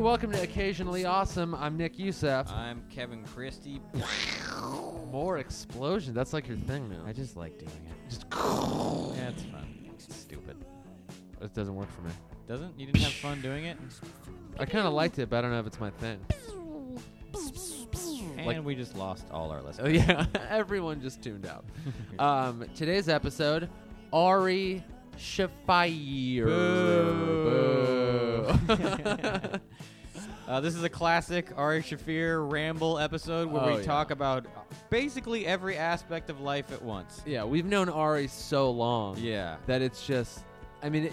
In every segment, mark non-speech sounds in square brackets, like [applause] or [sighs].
welcome to Occasionally Awesome. I'm Nick Youssef. I'm Kevin Christie. More explosion. That's like your thing now. I just [laughs] like doing it. just Yeah, it's fun. It's stupid. it doesn't work for me. Doesn't? You didn't have fun doing [laughs] it? I kind of liked it, but I don't know if it's my thing. And Like- we just lost all our [laughs] Oh listeners. yeah, [laughs] everyone just tuned [laughs] out. um, today's episode, Ari Shafir. [laughs] Boo. Uh, this is a classic Ari Shafir ramble episode where Oh, we yeah. talk about uh, basically every aspect of life at once. yeah, we've known Ari so long Yeah. that it's just. I mean, it,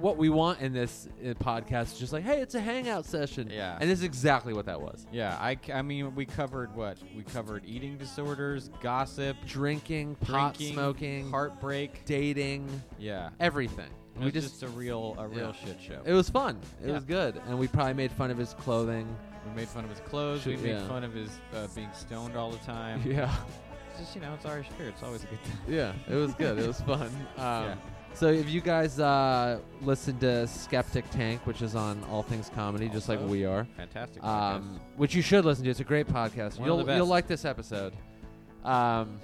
what we want in this uh, podcast is just like, hey, it's a hangout session. Yeah. and this is exactly what that was. Yeah, I, c- I mean, we covered what? We covered eating disorders, gossip, Drinking, pot drinking, smoking, heartbreak. dating, Yeah. everything. It we was just, just, a real a real yeah. shit show. it was fun. It Yeah. was good, and we probably made fun of his clothing. we made fun of his clothes. Shit, we made yeah. fun of his uh, being stoned all the time. [laughs] Yeah. It's just you know, it's Irish beer. It's always a good time. Yeah, it was good. It was [laughs] fun. Um, Yeah. So if you guys uh, listen to Skeptic Tank, which is on All Things Comedy, just like Also. we are, Fantastic. um, which you should listen to. It's a great podcast. One of you'll the best. you'll like this episode. Um,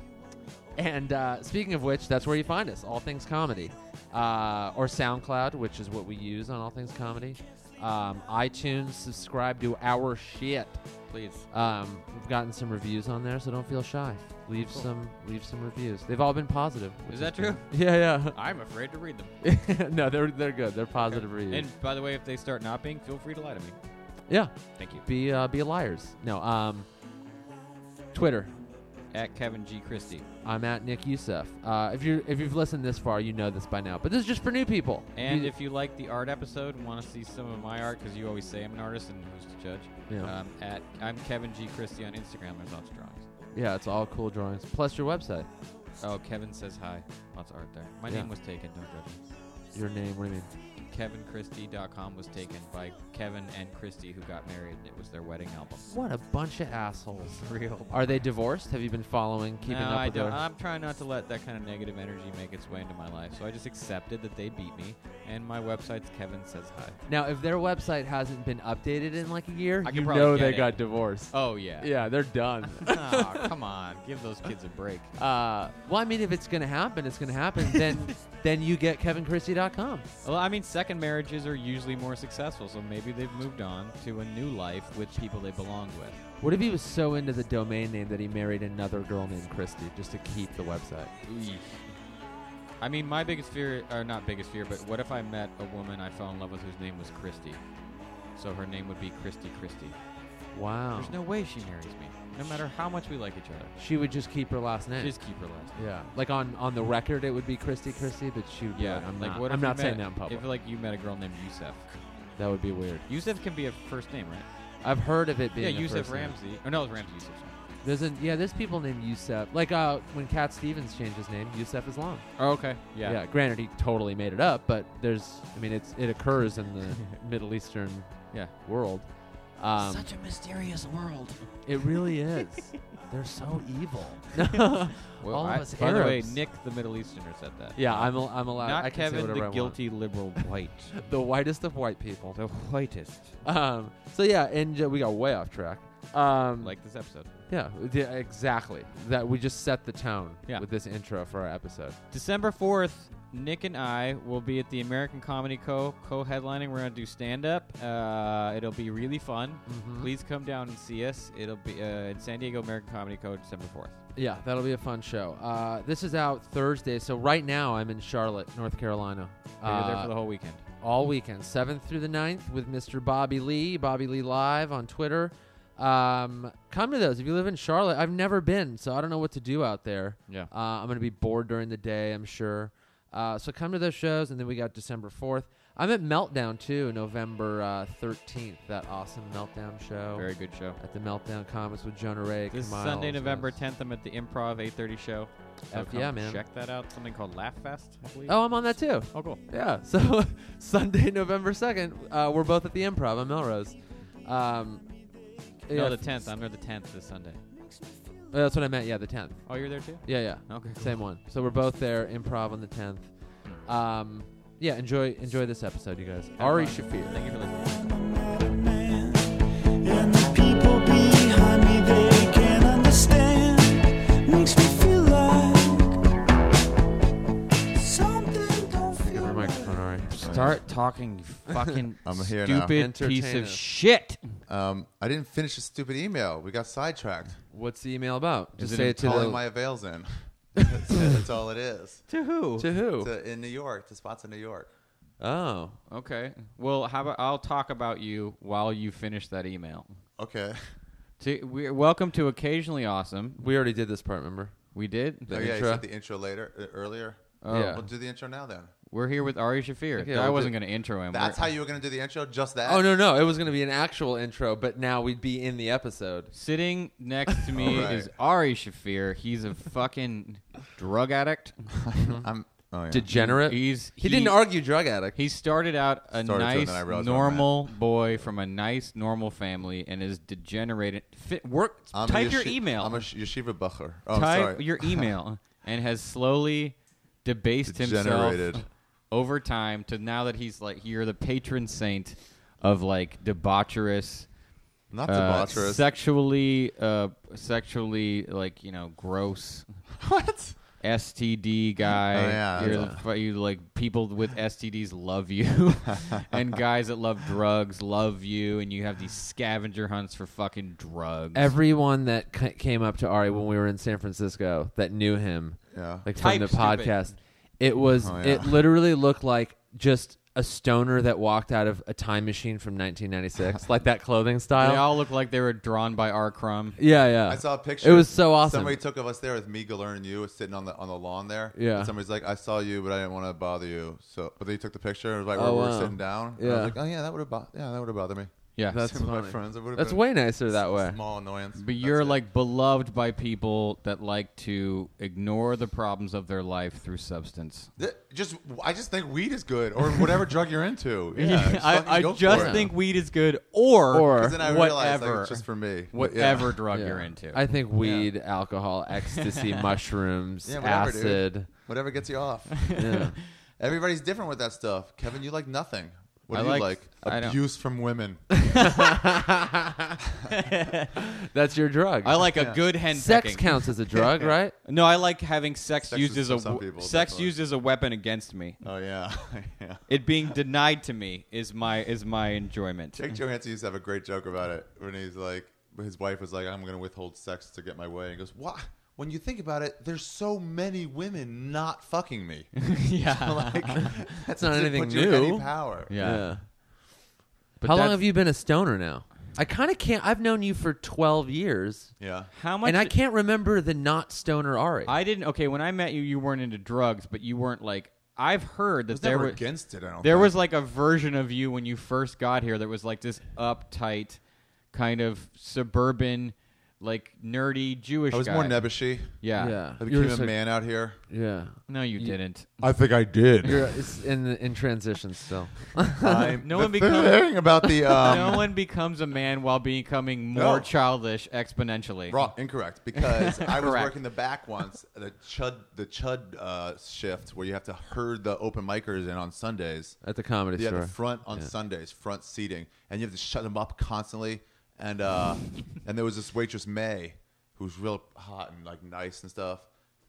and uh, speaking of which, that's where you find us, All Things Comedy, uh, or SoundCloud, which is what we use on All Things Comedy. Um, iTunes, subscribe to our shit. podcast. please. Um, we've gotten some reviews on there, so don't feel shy. Leave Cool. some, leave some reviews. They've all been positive. which Is that true? good. [laughs] Yeah, I'm afraid to read them. yeah. [laughs] no, they're they're good. They're positive reviews. And by the way, if they start not being, feel free to lie to me. yeah, Thank you. be uh, be liars. No, um, Twitter. At Kevin G Christie I'm at Nick Youssef. Uh, if you if you've listened this far, you know this by now. But this is just for new people. And You- if you like the art episode and want to see some of my art, because you always say I'm an artist and who's to judge, yeah, um, at I'm Kevin G Christie on Instagram. There's lots of drawings. yeah, it's all cool drawings. Plus your website. Oh, Kevin says hi. Lots of art there. My Yeah. name was taken. Don't judge me. Your name. What do you mean? KevinChristie.com was taken by Kevin and Christie, who got married, and it was their wedding [laughs] album. What a bunch of assholes. Real. Are they divorced? Have you been following, keeping no, up I with don't. their- I'm trying not to let that kind of negative energy make its way into my life. So I just accepted that they beat me, and my website's Kevin Says Hi. Now, if their website hasn't been updated in like a year, I can you probably know get they it. got divorced. Oh yeah. Yeah, they're [laughs] done. [laughs] Aw, come on, give those kids a break. uh, well, I mean, if it's gonna happen, it's gonna happen. [laughs] Then, then you get KevinChristie.com. Well, I mean, second marriages are usually more successful, so maybe they've moved on to a new life with people they belong with. What if he was so into the domain name that he married another girl named Christie just to keep the website? I mean, my biggest fear, or not biggest fear, but what if I met a woman I fell in love with whose name was Christy? So her name would be Christy Christie. Wow. There's no way she marries me, no matter how much we like each other. she would just keep her last name. Just keep her last. name. yeah, like on on the record, it would be Christie Christie, but she would. be Yeah, like, I'm like not. what? I'm if you not saying met- that in public. If like you met a girl named Yusef, that would be weird. Yusef can be a first name, right? I've heard of it being. yeah, a Yusef first name. Ramsey. Or no, it was Ramsey Yusef. There's an yeah. There's people named Yusef. Like uh, when Cat Stevens changed his name, Yusef is long. Oh, okay. Yeah. Granted, he totally made it up, but there's. I mean, it's it occurs [laughs] in the Middle Eastern Yeah. world. Um, Such a mysterious world. it really is. [laughs] They're so [laughs] [laughs] evil. Well, All of I- us By the way, Arabs. Nick, the Middle Easterner, said that. yeah, I'm. Al- I'm allowed. Not I can say Kevin, whatever I the want. guilty liberal white, [laughs] the whitest of white people. the whitest. Um, so yeah, and uh, we got way off track. Um, Like this episode. yeah, yeah, exactly. That we just set the tone Yeah. with this intro for our episode. December 4th, Nick and I will be at the American Comedy Co. co headlining. We're going to do stand up. Uh, it'll be really fun. Mhm. Please come down and see us. It'll be uh, in San Diego American Comedy Co. December 4th. Yeah, that'll be a fun show. Uh, this is out Thursday, so right now I'm in Charlotte, North Carolina. We're Uh, there for the whole weekend. all weekend, 7th through the 9th, with Mr. Bobby Lee, Bobby Lee Live on Twitter. Um, come to those if you live in Charlotte. I've never been, so I don't know what to do out there. Yeah. Uh, I'm going to be bored during the day, I'm sure. Uh, so come to those shows, and then we got December 4th. I'm at Meltdown too, November uh, 13th, that awesome Meltdown show. Very good show. at the Meltdown Comics with Jonah Ray. This Miles, Sunday, November yes. 10th, I'm at the Improv 8:30 show. So Heck come yeah, man. Check that out. Something called Laugh Fest. I believe. Oh, I'm on that too. oh, cool. Yeah. [laughs] So Sunday, November second, uh, we're both at the Improv on Melrose. Um, yeah, uh, No, the 10th. I'm there the 10th this Sunday. that's what I meant. Yeah, the tenth. Oh, you're there too. Yeah, yeah. Okay. Same one. So we're both there. Improv on the tenth. Hmm. Um, yeah. Enjoy enjoy this episode, you guys. Ari Shafir. Thank you for listening. I'm a man. talking [laughs] fucking I'm here now. stupid piece Entertain of us. shit. Um, I didn't finish the stupid email. We got sidetracked. What's the email about? Is Just it say in it to Calling the, my avails in. that's, it. That's all it is. To who? to who? To, in New York, to spots in New York. oh, okay. Well, how about I'll talk about you while you finish that email. Okay. To, we're welcome to occasionally awesome. we already did this part. Remember? We did. The oh, yeah, intro? you said the intro later, uh, earlier. Oh. Yeah. We'll do the intro now then. We're here with Ari Shafir. Okay, I well, wasn't going to intro him. That's We're- how you were going to do the intro? Just that? Oh no, no, it was going to be an actual intro, but now we'd be in the episode. Sitting next to me [laughs] All right. is Ari Shafir. He's a fucking drug [laughs] addict. I'm, oh, yeah. Degenerate. He's he, didn't argue drug addict. He started out a Started to, and nice, then I realized where I'm normal boy from a nice, normal family, and is degenerated. Fit, work. I'm a type your yeshi- email. I'm a sh- yeshiva bacher. Oh, type sorry. your [laughs] email, and has slowly debased Degenerated. himself over time to now that he's like you're the patron saint of like debaucherous. Not uh, debaucherous. sexually, uh, sexually, like you know, gross [laughs] what? STD guy. Oh, yeah, You're that's- the fu- you like people [laughs] with STDs love you, and guys that love drugs love you, and you have these scavenger hunts for fucking drugs. Everyone that c- came up to Ari when we were in San Francisco that knew him, Yeah. like from Type the stupid. podcast, it was Oh, yeah. it literally looked like just a stoner that walked out of a time machine from [laughs] 1996, like that clothing they style. all look like they were drawn by R. Crumb. yeah, yeah. I saw a picture. It was so awesome. Somebody took of us there with me, Galern, and you sitting on the on the lawn there. Yeah. And somebody's like, "I saw you, but I didn't want to bother you." So, but they took the picture. It was like Oh, we were wow. sitting down. And I Yeah. was like, "Oh yeah, that would have bo- yeah, that would have bothered me." Yeah, That's Same with my funny. friends. It would've That's been way nicer that a way. Small annoyance. but That's you're it. like beloved by people that like to ignore the problems of their life through substance. Th- just I just think weed is good, or whatever [laughs] drug you're into. [laughs] Yeah. just fucking I, go I for just it. think weed is good, or 'Cause Or- then I realized like, whatever, it's just for me. But yeah. whatever drug Yeah. you're into. I think weed, [laughs] alcohol, ecstasy, mushrooms, Yeah, whatever, dude. acid. Whatever gets [laughs] you off. Yeah. Everybody's different with that stuff. Kevin, you like nothing. What I do you like- like? I don't- Abuse from women. [laughs] That's your drug. I like a good hen sex pecking. counts as a [laughs] drug, right? No, I like having sex, Sex used as is a for some w- people, sex definitely. used as a weapon against me. oh yeah, [laughs] yeah. It being denied to me is my is my enjoyment. [laughs] Jake Johansson used to have a great joke about it when he's like, when his wife was like, "I'm going to withhold sex to get my way," and he goes, "What?" When you think about it, there's so many women not fucking me. [laughs] yeah. [laughs] [laughs] Like, That's not doesn't anything put you in any new. power. Yeah. How long that's- have you been a stoner now? I kind of can't. I've known you for 12 years, Yeah. How much and I can't remember the not stoner Ari. I didn't okay, when I met you you weren't into drugs, but you weren't like I've heard that Was there never were against it. I don't. there think. was like a version of you when you first got here that was like this uptight kind of suburban like nerdy Jewish I was guy. more nebbishy. yeah. yeah, I You're became a just like- man out here. Yeah, No, you didn't. I think [laughs] I did. you're it's in in transition still. No no one one becomes- thing about [laughs] the um, no one becomes a man while becoming [laughs] more No. childish exponentially. Wrong, incorrect. Because I was Correct. working the back once, the chud, the chud uh, shift where you have to herd the open micers in on Sundays. At the comedy Yeah, store. the front on Sundays, front seating, and you have to shut them up constantly. And uh, and there was this waitress May, who's real hot and like nice and stuff.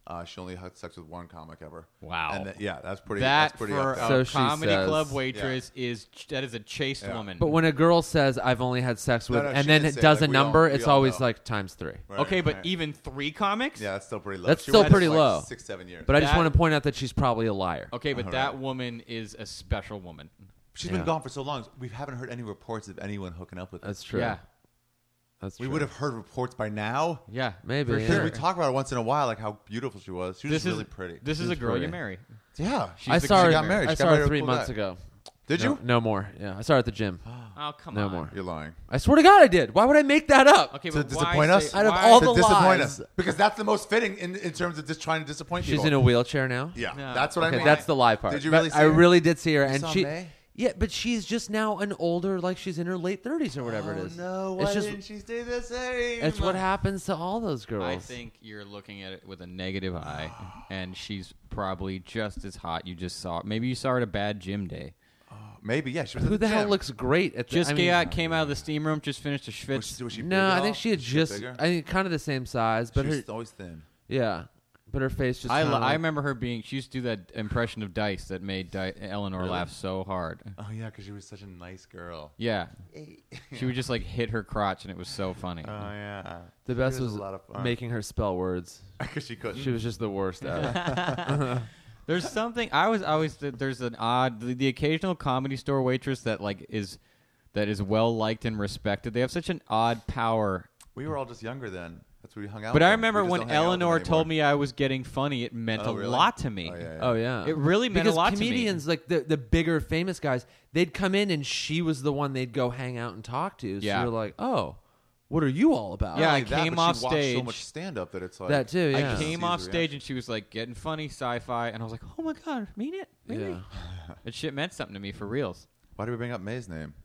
Uh, she only had sex with one comic ever. Wow. And that, yeah, that's pretty. That that's pretty. for up a So there. she comedy says. club waitress is ch- that is a chaste Yeah. woman. But when a girl says I've only had sex No, with, no, she and then did it say, does like, a we all- number, we it's all always know. like times three. Right, okay, but e- right. even three comics. yeah, that's still pretty low. That's She still went up, pretty like, low. Six seven years. But I just That- want to point out that she's probably a liar. Okay, but All that right. woman is a special woman. She's Yeah. been gone for so long. We haven't heard any reports of anyone hooking up with her. That's true. Yeah, That's true. We would have heard reports by now. yeah, Maybe, For yeah. Because sure. we talk about it once in a while, like how beautiful she was. She was this just really is pretty. This is She's a girl you pretty. marry. yeah. She's I the saw girl her. you got married. I She got saw married her to a three cool months guy. ago. Did No- you? No more. Yeah, I saw her at the gym. [gasps] Oh come No on. more. You're lying. I swear to God, I did. Why would I make that up? Okay, To but why disappoint say- us? Out of why- all to the disappoint lies. us because that's the most fitting in, in terms of just trying to disappoint She's people. in a wheelchair now. yeah, No. that's what I Okay, mean. that's the lie part. Did you But really see I her? really did see her, You and saw she. May? Yeah, but she's just now an older, like she's in her late thirties or whatever it Oh, is. no, why it's just didn't she stay the same? it's what happens to all those girls. I think you're looking at it with a negative eye, and she's probably just as hot. You just saw. Maybe you saw her at a bad gym day. Maybe yeah. She was at Who the hell gym. looks great at the, Just I mean, came, out, came out of the steam room, just finished a schwitz. Was she, was she big No, at I think all? she had Was just. bigger? I think kind of the same size, but she was her, always thin. yeah, but her face just. I, kinda lo- I like- remember her being. She used to do that impression of Dice that made Di- Eleanor laugh so hard. Oh yeah, because she was such a nice girl. Yeah, [laughs] she would just like hit her crotch, and it was so funny. Oh yeah. the best She was a lot of fun. [laughs] making her spell words. because she couldn't. She was just the worst at [laughs] it. There's something I was always th- there's an odd the, the occasional comedy store waitress that like is that is well liked and respected. They have such an odd power. we were all just younger then. That's what we hung out. But with. I We remember just when don't hang out with them Eleanor told anymore. me I was getting funny, it meant Oh, a really? lot to me. Uh, Oh, yeah, yeah. Oh yeah, It really meant a because lot to me. comedians, like the the bigger famous guys, they'd come in and she was the one they'd go hang out and talk to. So Yeah. you're like, oh, what are you all about? Yeah, Not I only that, came but off she watched so stage- much stand up that it's like That too, yeah. I came See off the stage reaction. and she was like getting funny sci-fi, and I was like, "Oh my god, mean it? Really? Yeah. That shit meant something to me for reals." Why did we bring up May's name?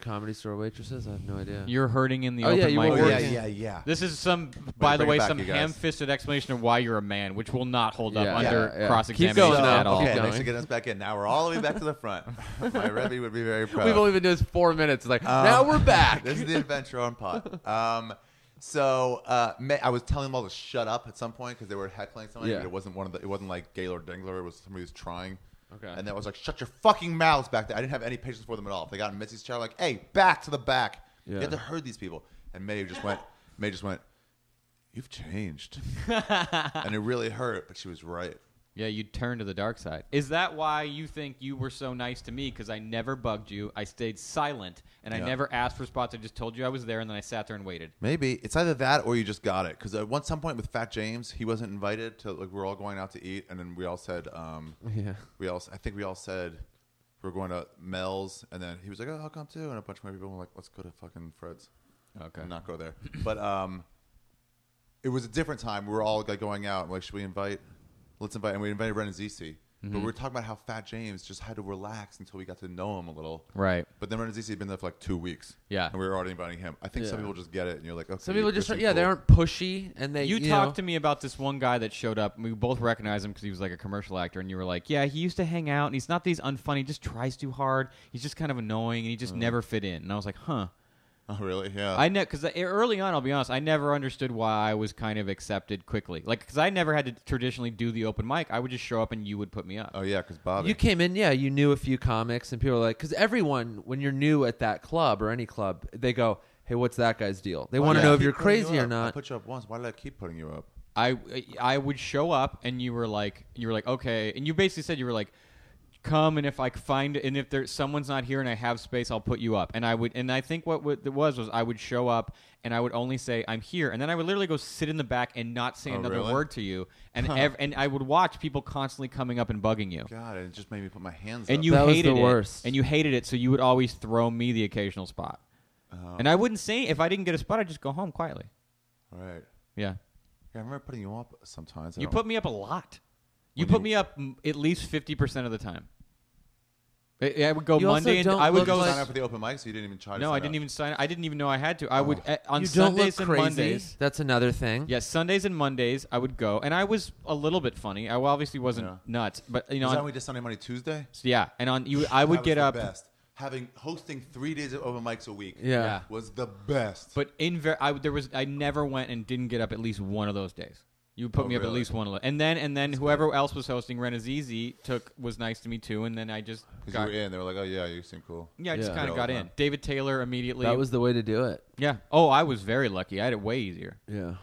Comedy store waitresses. I have no idea. You're hurting in the Oh, open yeah, you mic. were room. working. yeah, yeah. This is some, by the bring it way, back, some you guys. ham-fisted explanation of why you're a man, which will not hold up Yeah. under Yeah, yeah. cross-examination Keep going now. at all. Keep Okay, going. thanks for getting us back in. Now we're all the way back to [laughs] the front. My Rebbe would be very proud. We've only been doing this four minutes. Like Um, now we're back. [laughs] this is the adventure on pot. Um, so uh, May, I was telling them all to shut up at some point because they were heckling somebody. Yeah. But it wasn't one of the. It wasn't like Gaylord Dingler. It was somebody who's trying. Okay. And that was like, shut your fucking mouths back there. I didn't have any patience for them at all. If they got in Missy's chair, like, hey, back to the back. You Yeah. have to herd these people. And May just went. May just went. You've changed, [laughs] and it really hurt. But she was right. Yeah, you'd turn to the dark side. Is that why you think you were so nice to me? Because I never bugged you. I stayed silent, and I Yeah. never asked for spots. I just told you I was there, and then I sat there and waited. Maybe it's either that or you just got it. Because at one some point with Fat James, he wasn't invited to like we were all going out to eat, and then we all said, um, [laughs] Yeah. we all I think we all said we are going to Mel's, and then he was like, "Oh, I'll come too," and a bunch of my people were like, "Let's go to fucking Fred's." Okay. and not go there. But um, it was a different time. We were all like going out. Like, should we invite? Let's invite. And we invited Ren and Zisi. But we were talking about how Fat James just had to relax until we got to know him a little. Right. But then Ren and Zisi had been there for like two weeks. Yeah. And we were already inviting him. I think some Yeah. people just get it, and you're like, okay. Some people you're just so yeah, they cool. aren't pushy and they You, you talked know, to me about this one guy that showed up. We both recognized him because he was like a commercial actor, and you were like, "Yeah, he used to hang out, and he's not these unfunny. He just tries too hard. He's just kind of annoying, and he just never fit in." And I was like, "Huh." [laughs] Oh, really? Yeah. I know because early on, I'll be honest, I never understood why I was kind of accepted quickly. Like because I never had to traditionally do the open mic. I would just show up, and you would put me up. oh yeah, because Bobby. you came in, yeah, you knew a few comics and people were like cuz everyone when you're new at that club or any club, they go, "Hey, what's that guy's deal?" They Why want to did I know if keep you're putting you crazy or up? I not. "Oh, put you up once. Why did I keep putting you up? I I would show up and you were like you were like okay and you basically said you were like come and if I find and if there someone's not here and I have space I'll put you up and I would and I think what would- it was was I would show up and I would only say I'm here and then I would literally go sit in the back and not say Oh, another really? word to you and ev- and I would watch people constantly coming up and bugging you God, it just made me put my hands. and up. you That was the hated it, worst. and you hated it so you would always throw me the occasional spot Oh. and I wouldn't say if I didn't get a spot I'd just go home quietly right. yeah Yeah, I remember putting you up sometimes. I You don't- put me up a lot. You When put you- me up m- at least fifty percent of the time. I, I would go You also Monday. And, don't I would look go. You like- signed up for the open mic, so you didn't even try. to no, sign I up. didn't even sign. I didn't even know I had to. I would Oh. eh, on you don't look Sundays and crazy. Mondays. That's another thing. Yes, Sundays and Mondays I would go, and I was a little bit funny. I obviously wasn't Yeah. nuts, but you know, Is that on, when we did Sunday, Monday, Tuesday? yeah. And on you, I would That was get the up. Best having hosting three days of open mics a week. Yeah. Yeah. was the best. But in ver- I there was I never went and didn't get up at least one of those days. You put Oh, me up at really? least one of those, and then and then whoever else was hosting Renazizi took was nice to me too, and then I just because got you were in, they were like, "Oh yeah, you seem cool." Yeah, I just Yeah. kind Yeah, of got okay. in. David Taylor immediately. That was the way to do it. yeah. Oh, I was very lucky. I had it way easier. Yeah.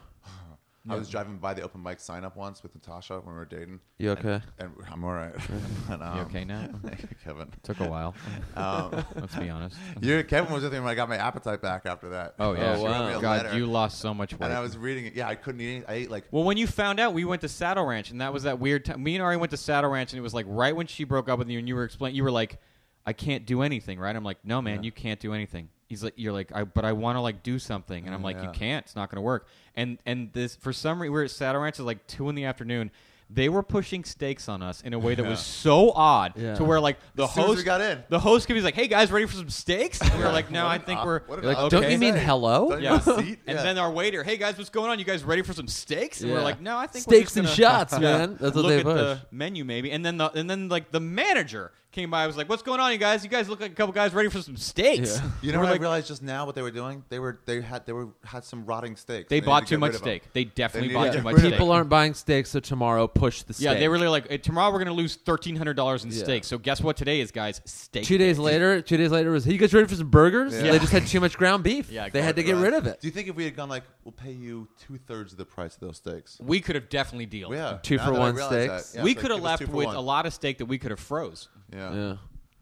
I was driving by the open mic sign up once with Natasha when we were dating. You and- okay? And, I'm all right. [laughs] and, um, You okay now? [laughs] Kevin. Took a [laughs] while. Um, Let's be honest. you, Kevin was with me when I got my appetite back after that. Oh yeah. She wrote me a God, letter, you lost so much weight. And I was reading it. Yeah, I couldn't eat. Any, I ate like well, when you found out, we went to Saddle Ranch, and that was that weird time. Me and Ari went to Saddle Ranch, and it was like right when she broke up with you, and you were explaining, you were like, "I can't do anything," right? I'm like, "No, man, you can't do anything." He's like, "You're like, I, but I want to like do something," and I'm like, "You Yeah. can't. It's not going to work." And and this for some reason, we were at Saddle Ranch. It's like two in the afternoon. they were pushing stakes on us in a way that was so odd Yeah. to where like the As soon as host we got in. the host could be like, "Hey guys, ready for some steaks?" And we were like, "No, I think op- we're what an You're like, op- okay." don't you mean Hey, hello? don't you Yeah. want a seat? And Yeah. then our waiter, "Hey guys, what's going on? You guys ready for some steaks?" And Yeah. we're like, "No, I think we're steaks just and gonna- shots, [laughs] Yeah. man. That's what look they at push. the menu maybe." And then the and then like the manager came by, was like, "What's going on, you guys? You guys look like a couple guys ready for some steaks." Yeah. You know We're what like, I realized just now? What they were doing? They were they had they were had some rotting steaks. They needed bought to too get much rid of steak. them. They definitely need bought to too get much rid of steak. People aren't buying steaks, so tomorrow push the steak. Yeah, they were literally like, "Hey, tomorrow we're going to lose thirteen hundred dollars in Yeah. steaks. So guess what today is, guys? Steak. Two days day. later, two days later was, hey, you guys ready for some burgers? Yeah. They just had too much ground beef. Yeah, they had to get rid of it. Do you think if we had gone like, we'll pay you two thirds of the price of those steaks? we could have definitely dealed. Yeah, Two now for that I one realize steaks? that. Yeah, we it's like, could have give us left two for with one. a lot of steak that we could have froze. Yeah. Yeah.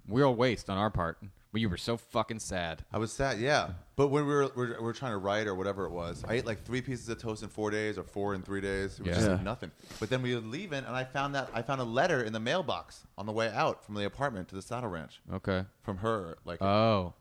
Real waste on our part. But you were so fucking sad. I was sad. Yeah, but when we were, we were we were trying to write or whatever it was, I ate like three pieces of toast in four days or four in three days. It was just Yeah. like nothing. But then we were leaving, and I found that I found a letter in the mailbox on the way out from the apartment to the saddle ranch Okay. from her. Like, Uh, Oh.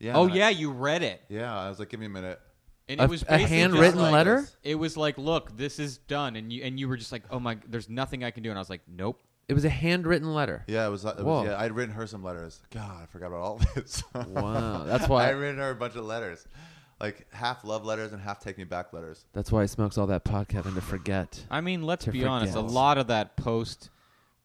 yeah, Oh and I- yeah, you read it, yeah. I was like, give me a minute. and A- it was a basically just handwritten like- letter? this. It was like, look, this is done, and you and you were just like, oh my, there's nothing I can do, and I was like, nope. It was a handwritten letter. Yeah, it was. It Whoa. was yeah, I'd written her some letters. God, I forgot about all [laughs] this. Wow, that's [laughs] why- I written her a bunch of letters, like half love letters and half take me back letters. That's why he smokes all that pot, Kevin, to forget. I mean, let's To be honest, a forget. lot of that post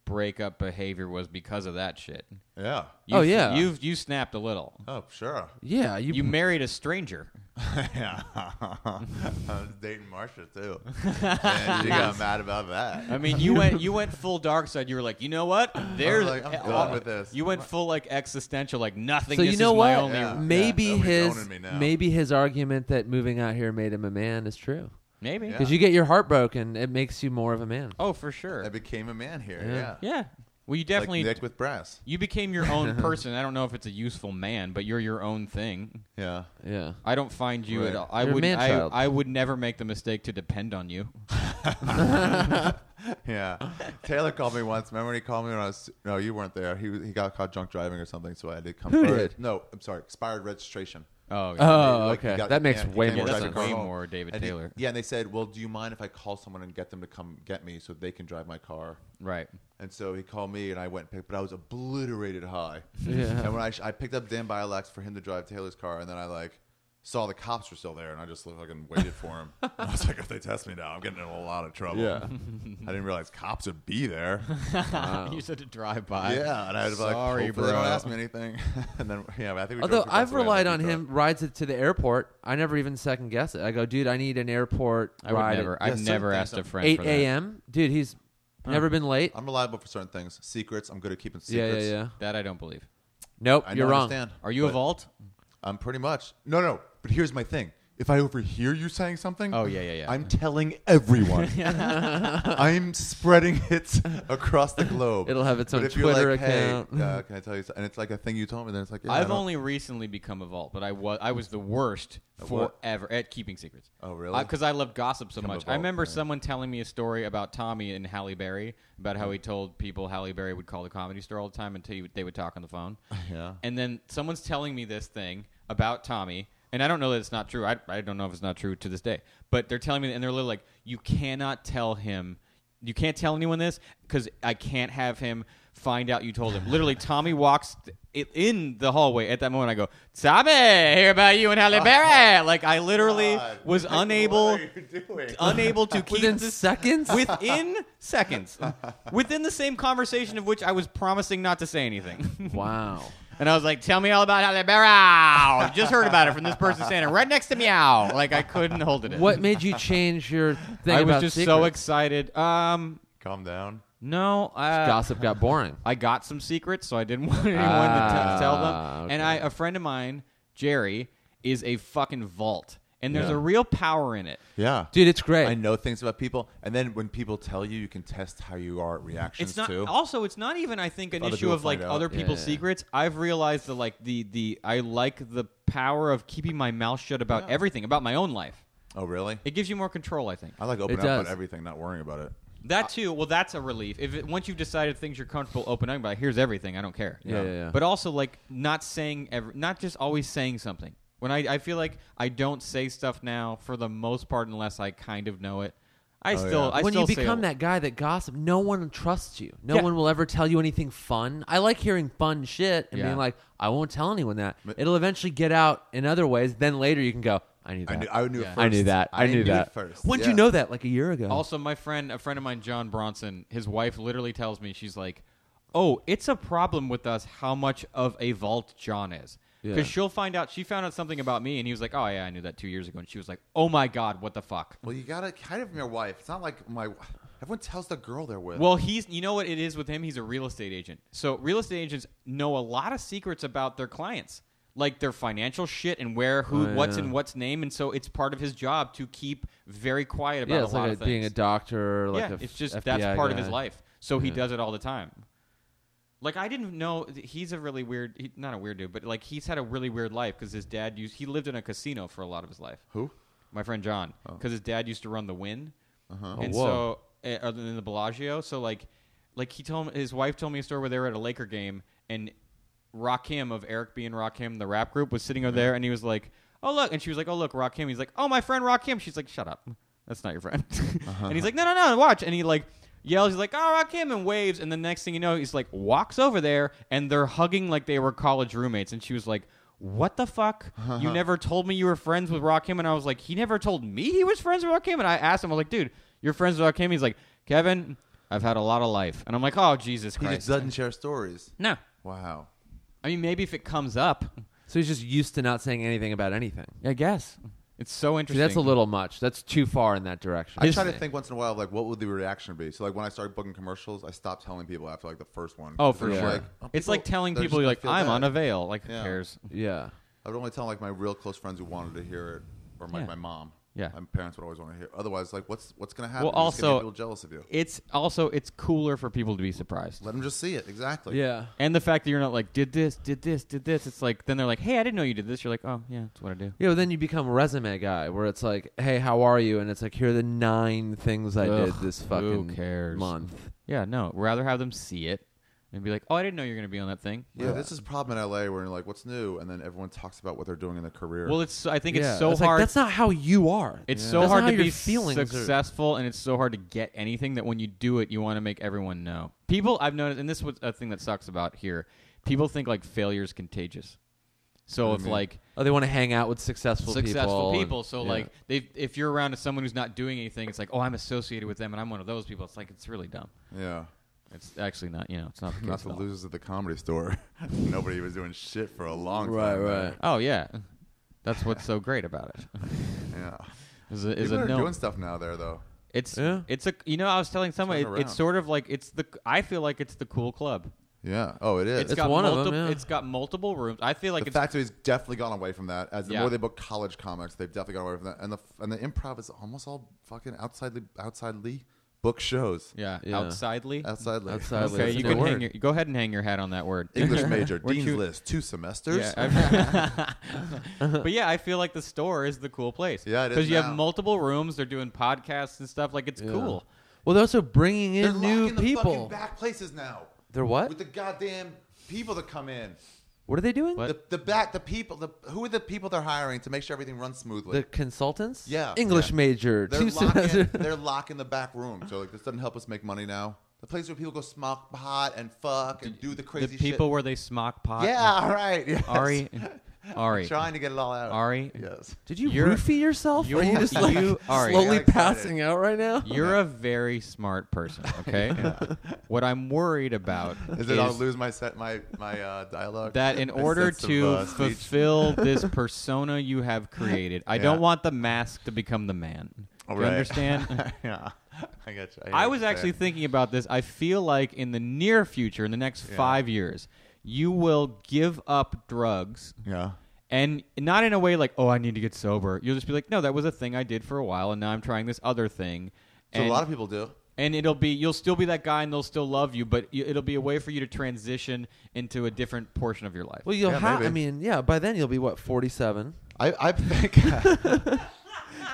breakup behavior was because of that shit. Yeah. Oh, You've- yeah. you've you snapped a little. Oh sure. Yeah, you, You married a stranger. [laughs] yeah. I was dating Marsha too. And she got mad about I [laughs] that. mean, you went you went full dark side. You were like, you know what? There's like, I'm done with this. You went full like existential, like nothing. so this you know is what? My only Yeah. maybe nobody's his owning me now. maybe his argument that moving out here made him a man is true. Maybe. Yeah. Because you get your heart broken, it makes you more of a man. Oh, for sure. I became a man here. Yeah. Yeah. yeah. Well, you Like definitely Nick with brass. you became your [laughs] own person. I don't know if it's a useful man, but you're your own thing. Yeah. Yeah. I don't find you at Right. all. I You're a would I, man-child. I would never make the mistake to depend on you. [laughs] Yeah. Taylor called me once. Remember when he called me when I was no, you weren't there. He was- he got caught drunk driving or something, so I had to come. Who or- did? No, I'm sorry, expired registration. Oh, yeah. Oh, Like, he okay. got- that makes yeah, he way came more back that's to sense. car way home. more David And he- Taylor. yeah, and they said, "Well, do you mind if I call someone and get them to come get me so they can drive my car?" [laughs] right. And so he called me, and I went and picked, but I was obliterated high. Yeah. And when I, sh- I picked up Dan Bialax for him to drive Taylor's car, and then I like saw the cops were still there, and I just looked like and waited [laughs] for him. And I was like, if they test me now, I'm getting in a lot of trouble. Yeah. I didn't realize cops would [laughs] be there. [laughs] you said to drive by. yeah, and I was like, Sorry, hopefully they don't bro. ask me anything. [laughs] and then yeah, I think. We Although drove through I've Pennsylvania relied on and we him rides it to the airport, I never even second guess it. I go, dude, I need an airport I would ride never. at Yeah, I've certain never things asked a don't- friend. eight for that. a.m. Dude, he's never been late. drove. I'm reliable for certain things. Secrets, I'm good at keeping yeah, yeah, secrets. yeah. That I don't believe. Nope, I you're don't wrong. understand. Are you a but vault? I'm Um, pretty much. No, no. But here's my thing. If I overhear you saying something, Oh, yeah, yeah, yeah. I'm telling [laughs] everyone. I'm spreading it across the globe. It'll have its But own if you're Twitter like, hey, account. uh, can I tell you? so- And it's like a thing you told me. Then it's like yeah, I I've don't- only recently become a vault, but I was I was the worst what? forever at keeping secrets. Oh, really? Because I, loved gossip so Become a much. I vault, remember yeah. someone telling me a story about Tommy and Halle Berry about how he told people Halle Berry would call the comedy store all the time until you, they would talk on the phone. [laughs] Yeah. And then someone's telling me this thing about Tommy, and I don't know that it's not true. I, I don't know if it's not true to this day. But they're telling me, and they're literally like, you cannot tell him, you can't tell anyone this because I can't have him find out you told him. [laughs] literally, Tommy walks it in the hallway at that moment. I go, Tommy, hear about you and [laughs] Halle Berry. like I literally God, was what unable, are you [laughs] doing? unable to keep Within this seconds, within seconds, within the same conversation of which I was promising not to [laughs] say anything. wow. And I was like, "Tell me all about Halle Berry. I Just heard about it from this person standing right next to meow. Like I couldn't hold it. In. What made you change your thing [laughs] I was about just so secrets? excited. Um, Calm down. no, uh, Gossip got boring. I got some secrets, so I didn't [laughs] want anyone to Ah, t- tell them. And okay. I, a friend of mine, Jerry, is a fucking vault, and there's Yeah. a real power in it. Yeah, Dude, it's great. I know things about people, and then when people tell you, you can test how you are at reactions It's not. too. Also, it's not even. I think an other issue people of like find out. other Yeah, people's yeah. secrets. I've realized that like the the I like the power of keeping my mouth shut about everything about my own life. oh, really? It gives you more control, I think. I like opening It up about does. everything, not worrying about it. That too. Well, that's a relief. If it, once you've decided things you're comfortable opening up about, here's everything. I don't care. Yeah, yeah, yeah. But also like not saying, every, not just always saying something. When I, I feel like I don't say stuff now for the most part unless I kind of know it. I Oh, still, yeah. I when still you say become it- that guy that gossip, no one trusts you. No Yeah. one will ever tell you anything fun. I like hearing fun shit and Yeah. being like, I won't tell anyone that. But- It'll eventually get out in other ways. Then later you can go, I knew that. I knew, I knew it Yeah. first. I knew that. I, knew, that. It first. When did Yeah. you know that? Like a year ago. Also, my friend, a friend of mine, John Bronson, his wife literally tells me she's like, "Oh, it's a problem with us how much of a vault John is." Because Yeah. she'll find out. She found out something about me, and he was like, "Oh yeah, I knew that two years ago." And she was like, "Oh my god, what the fuck?" Well, you gotta hide it from your wife. It's not like my. Everyone tells the girl they're with. Well, he's you know what it is with him. He's a real estate agent. So real estate agents know a lot of secrets about their clients, like their financial shit and where, who, Oh, what's yeah. in what's name. And so it's part of his job to keep very quiet about yeah, a it's lot like of a, things. being a doctor. Or like yeah, a f- it's just FBI that's part of his guy. life. So he Yeah. does it all the time. Like I didn't know he's a really weird, he, not a weird dude, but like he's had a really weird life because his dad used he lived in a casino for a lot of his life. who? My friend John, because his dad used to run the Win, Oh, and whoa. so uh, other than the Bellagio, so like, like he told his wife told me a story where they were at a Laker game and Rakim of Eric B and Rakim, the rap group, was sitting over there, and he was like, "Oh look," and she was like, "Oh look, Rakim." He's like, "Oh my friend Rakim." She's like, "Shut up, that's not your friend." [laughs] Uh-huh. and he's like, "No, no, no, watch," and he like. Yells, he's like, "Oh, Rakim!" and waves, and the next thing you know, he's like walks over there, and they're hugging like they were college roommates. And she was like, what the fuck? Uh-huh. You never told me you were friends with Rakim. And I was like, he never told me he was friends with Rakim. And I asked him, I was like, dude, you're friends with Rakim? He's like, Kevin, I've had a lot of life. And I'm like, oh, Jesus He Christ. just doesn't share stories. no. Wow. I mean, maybe if it comes up, So he's just used to not saying anything about anything. I guess. It's so See, interesting. that's a little much. That's too far in that direction. I try to think once in a while, like, what would the reaction be? So, like, when I started booking commercials, I stopped telling people after, like, the first one. Oh, for They're sure. like, oh, it's like people- telling they're people, you're just gonna like, feel I'm bad. on a veil. Like, who Yeah. cares? yeah. I would only tell, like, my real close friends who wanted to hear it or, like, Yeah. my mom. Yeah. My parents would always want to hear Otherwise, like, what's what's going to happen? Well, You're just gonna also- get people jealous of you. It's also, it's cooler for people to be surprised. Let them just see it. Exactly. Yeah. And the fact that you're not like, did this, did this, did this. It's like, then they're like, hey, I didn't know you did this. You're like, oh, yeah, that's what I do. Yeah, but then you become a resume guy where it's like, hey, how are you? And it's like, here are the nine things I did Ugh, this who fucking cares? month. Yeah, no. Rather have them see it and be like, "Oh, I didn't know you were going to be on that thing." Yeah, this is a problem in LA where, like, what's new? And then everyone talks about what they're doing in their career. Well, it's. I think Yeah, it's so like, hard. that's not how you are. it's Yeah. so That's not hard how to your be feelings are- successful, and it's so hard to get anything that when you do it, you want to make everyone know. People, I've noticed, and this was a thing that sucks about here. People think like failure is contagious. So What do if you mean? like Oh, they want to hang out with successful, successful people, and- so yeah. like they, if you're around to someone who's not doing anything, it's like, "Oh, I'm associated with them, and I'm one of those people." It's like it's really dumb. yeah. It's actually not. You know, it's not the case. [laughs] Not the at all. losers at the comedy store. [laughs] Nobody was doing shit for a long Right, time. right. Oh yeah, that's what's so great about it. Yeah. Is a, is People a are no. doing stuff now there, though. It's Yeah. it's a you know I was telling someone it, Turn it's around. sort of like it's the I feel like it's the cool club. Yeah. Oh, it is. it's got one of multiple, them, yeah. It's got multiple rooms. I feel like the it's fact that he's definitely gone away from that. As the Yeah. more they book college comics, they've definitely gone away from that. And the and the improv is almost all fucking outside outsidely book shows. yeah, Yeah. outsidely. Outsidely. Outsidely. okay, that's you a can good hang word. your [laughs] go ahead and hang your hat on that word. [laughs] [laughs] English major, Weren't Dean's you- List, two semesters. Yeah, [laughs] I- but yeah, I feel like the store is the cool place. Yeah, it is you now. have multiple rooms. They're doing podcasts and stuff. Like it's Yeah. cool. Well, they're also bringing [laughs] They're in new locking the fucking people. back places now. They're what? With the goddamn people that come in. what are they doing? What? The, the back the people the who are the people they're hiring to make sure everything runs smoothly. The consultants? Yeah. English Yeah. major. [laughs] They're two locking, semesters. they're locking the back room. So like this doesn't help us make money now. The place where people go smock pot and fuck and do the The crazy people where they smock pot. shit. Yeah, all right. Yes. Ari, [laughs] Ari, Trying to get it all out. Ari. [laughs] Yes. Did you You're- roofie yourself? [laughs] you are you just [laughs] like you are I slowly got excited. passing out right now? You're a very smart [laughs] person, okay? What I'm worried about Is is, it I'll lose my set my my uh, dialogue? that [laughs] in My order sense of, to uh, speech? [laughs] fulfill this persona you have created, I Yeah. don't want the mask to become the man. Do All you right. [laughs] understand? yeah. I got you. I was actually thinking about this. I feel like in the near future, in the next Yeah. five years, you will give up drugs Yeah. and not in a way like, oh, I need to get sober. You'll just be like, no, that was a thing I did for a while, and now I'm trying this other thing. So And- a lot of people do. and it'll be you'll still be that guy and they'll still love you but you- it'll be a way for you to transition into a different portion of your life Well, you'll Yeah, have. I maybe. [laughs] mean, yeah. By then you'll be what forty-seven. I I think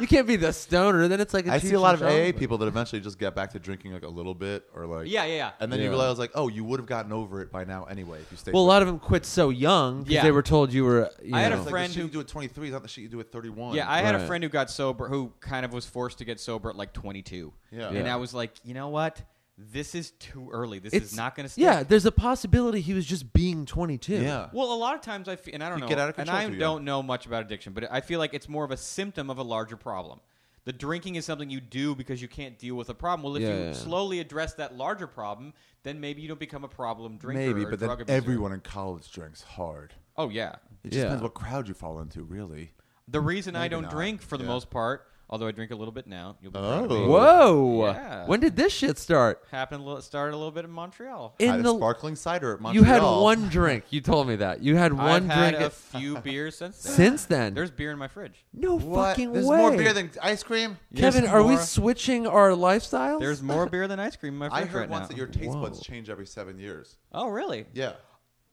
you can't be the stoner. Then it's like a I see a lot of Cheech and AA Chong. people that eventually just get back to drinking like a little bit or like Yeah, yeah, yeah. and then you Yeah. realize like oh you would have gotten over it by now anyway if you stayed. Well, a with lot of them quit so young because Yeah. they were told you were. You I had a know. It's like friend the shit who- you do at 23 is not the shit you do at 31. Yeah, I had Right. a friend who got sober, who kind of was forced to get sober at like 22. Yeah. And Yeah. I was like, you know what? This is too early. This It's is not going to stick. Yeah, there's a possibility he was just being 22. yeah. Well, a lot of times I feel, and I don't You know, get out of and control I too young. don't know much about addiction, but I feel like it's more of a symptom of a larger problem. The drinking is something you do because you can't deal with a problem. Well, if Yeah, you yeah. slowly address that larger problem, then maybe you don't become a problem drinker. Maybe, or but drug then abuser. everyone in college drinks hard. Oh yeah. It just Yeah. depends what crowd you fall into, really. The reason I Maybe don't not. drink for the Yeah. most part, although I drink a little bit now. You'll be proud of Oh. me. Whoa. Yeah. When did this shit start? Happened a little, started a little bit in Montreal. I In had a the sparkling cider at Montreal. you had one drink. You told me that you had one I've had drink a at- [laughs] few beers since then. since then. There's beer in my fridge. no What? fucking There's way. more beer than ice cream. Kevin, There's are we more- switching our lifestyles? There's more beer than ice cream in my fridge [laughs] I heard right once now. that your taste Whoa. buds change every seven years. oh, really? Yeah,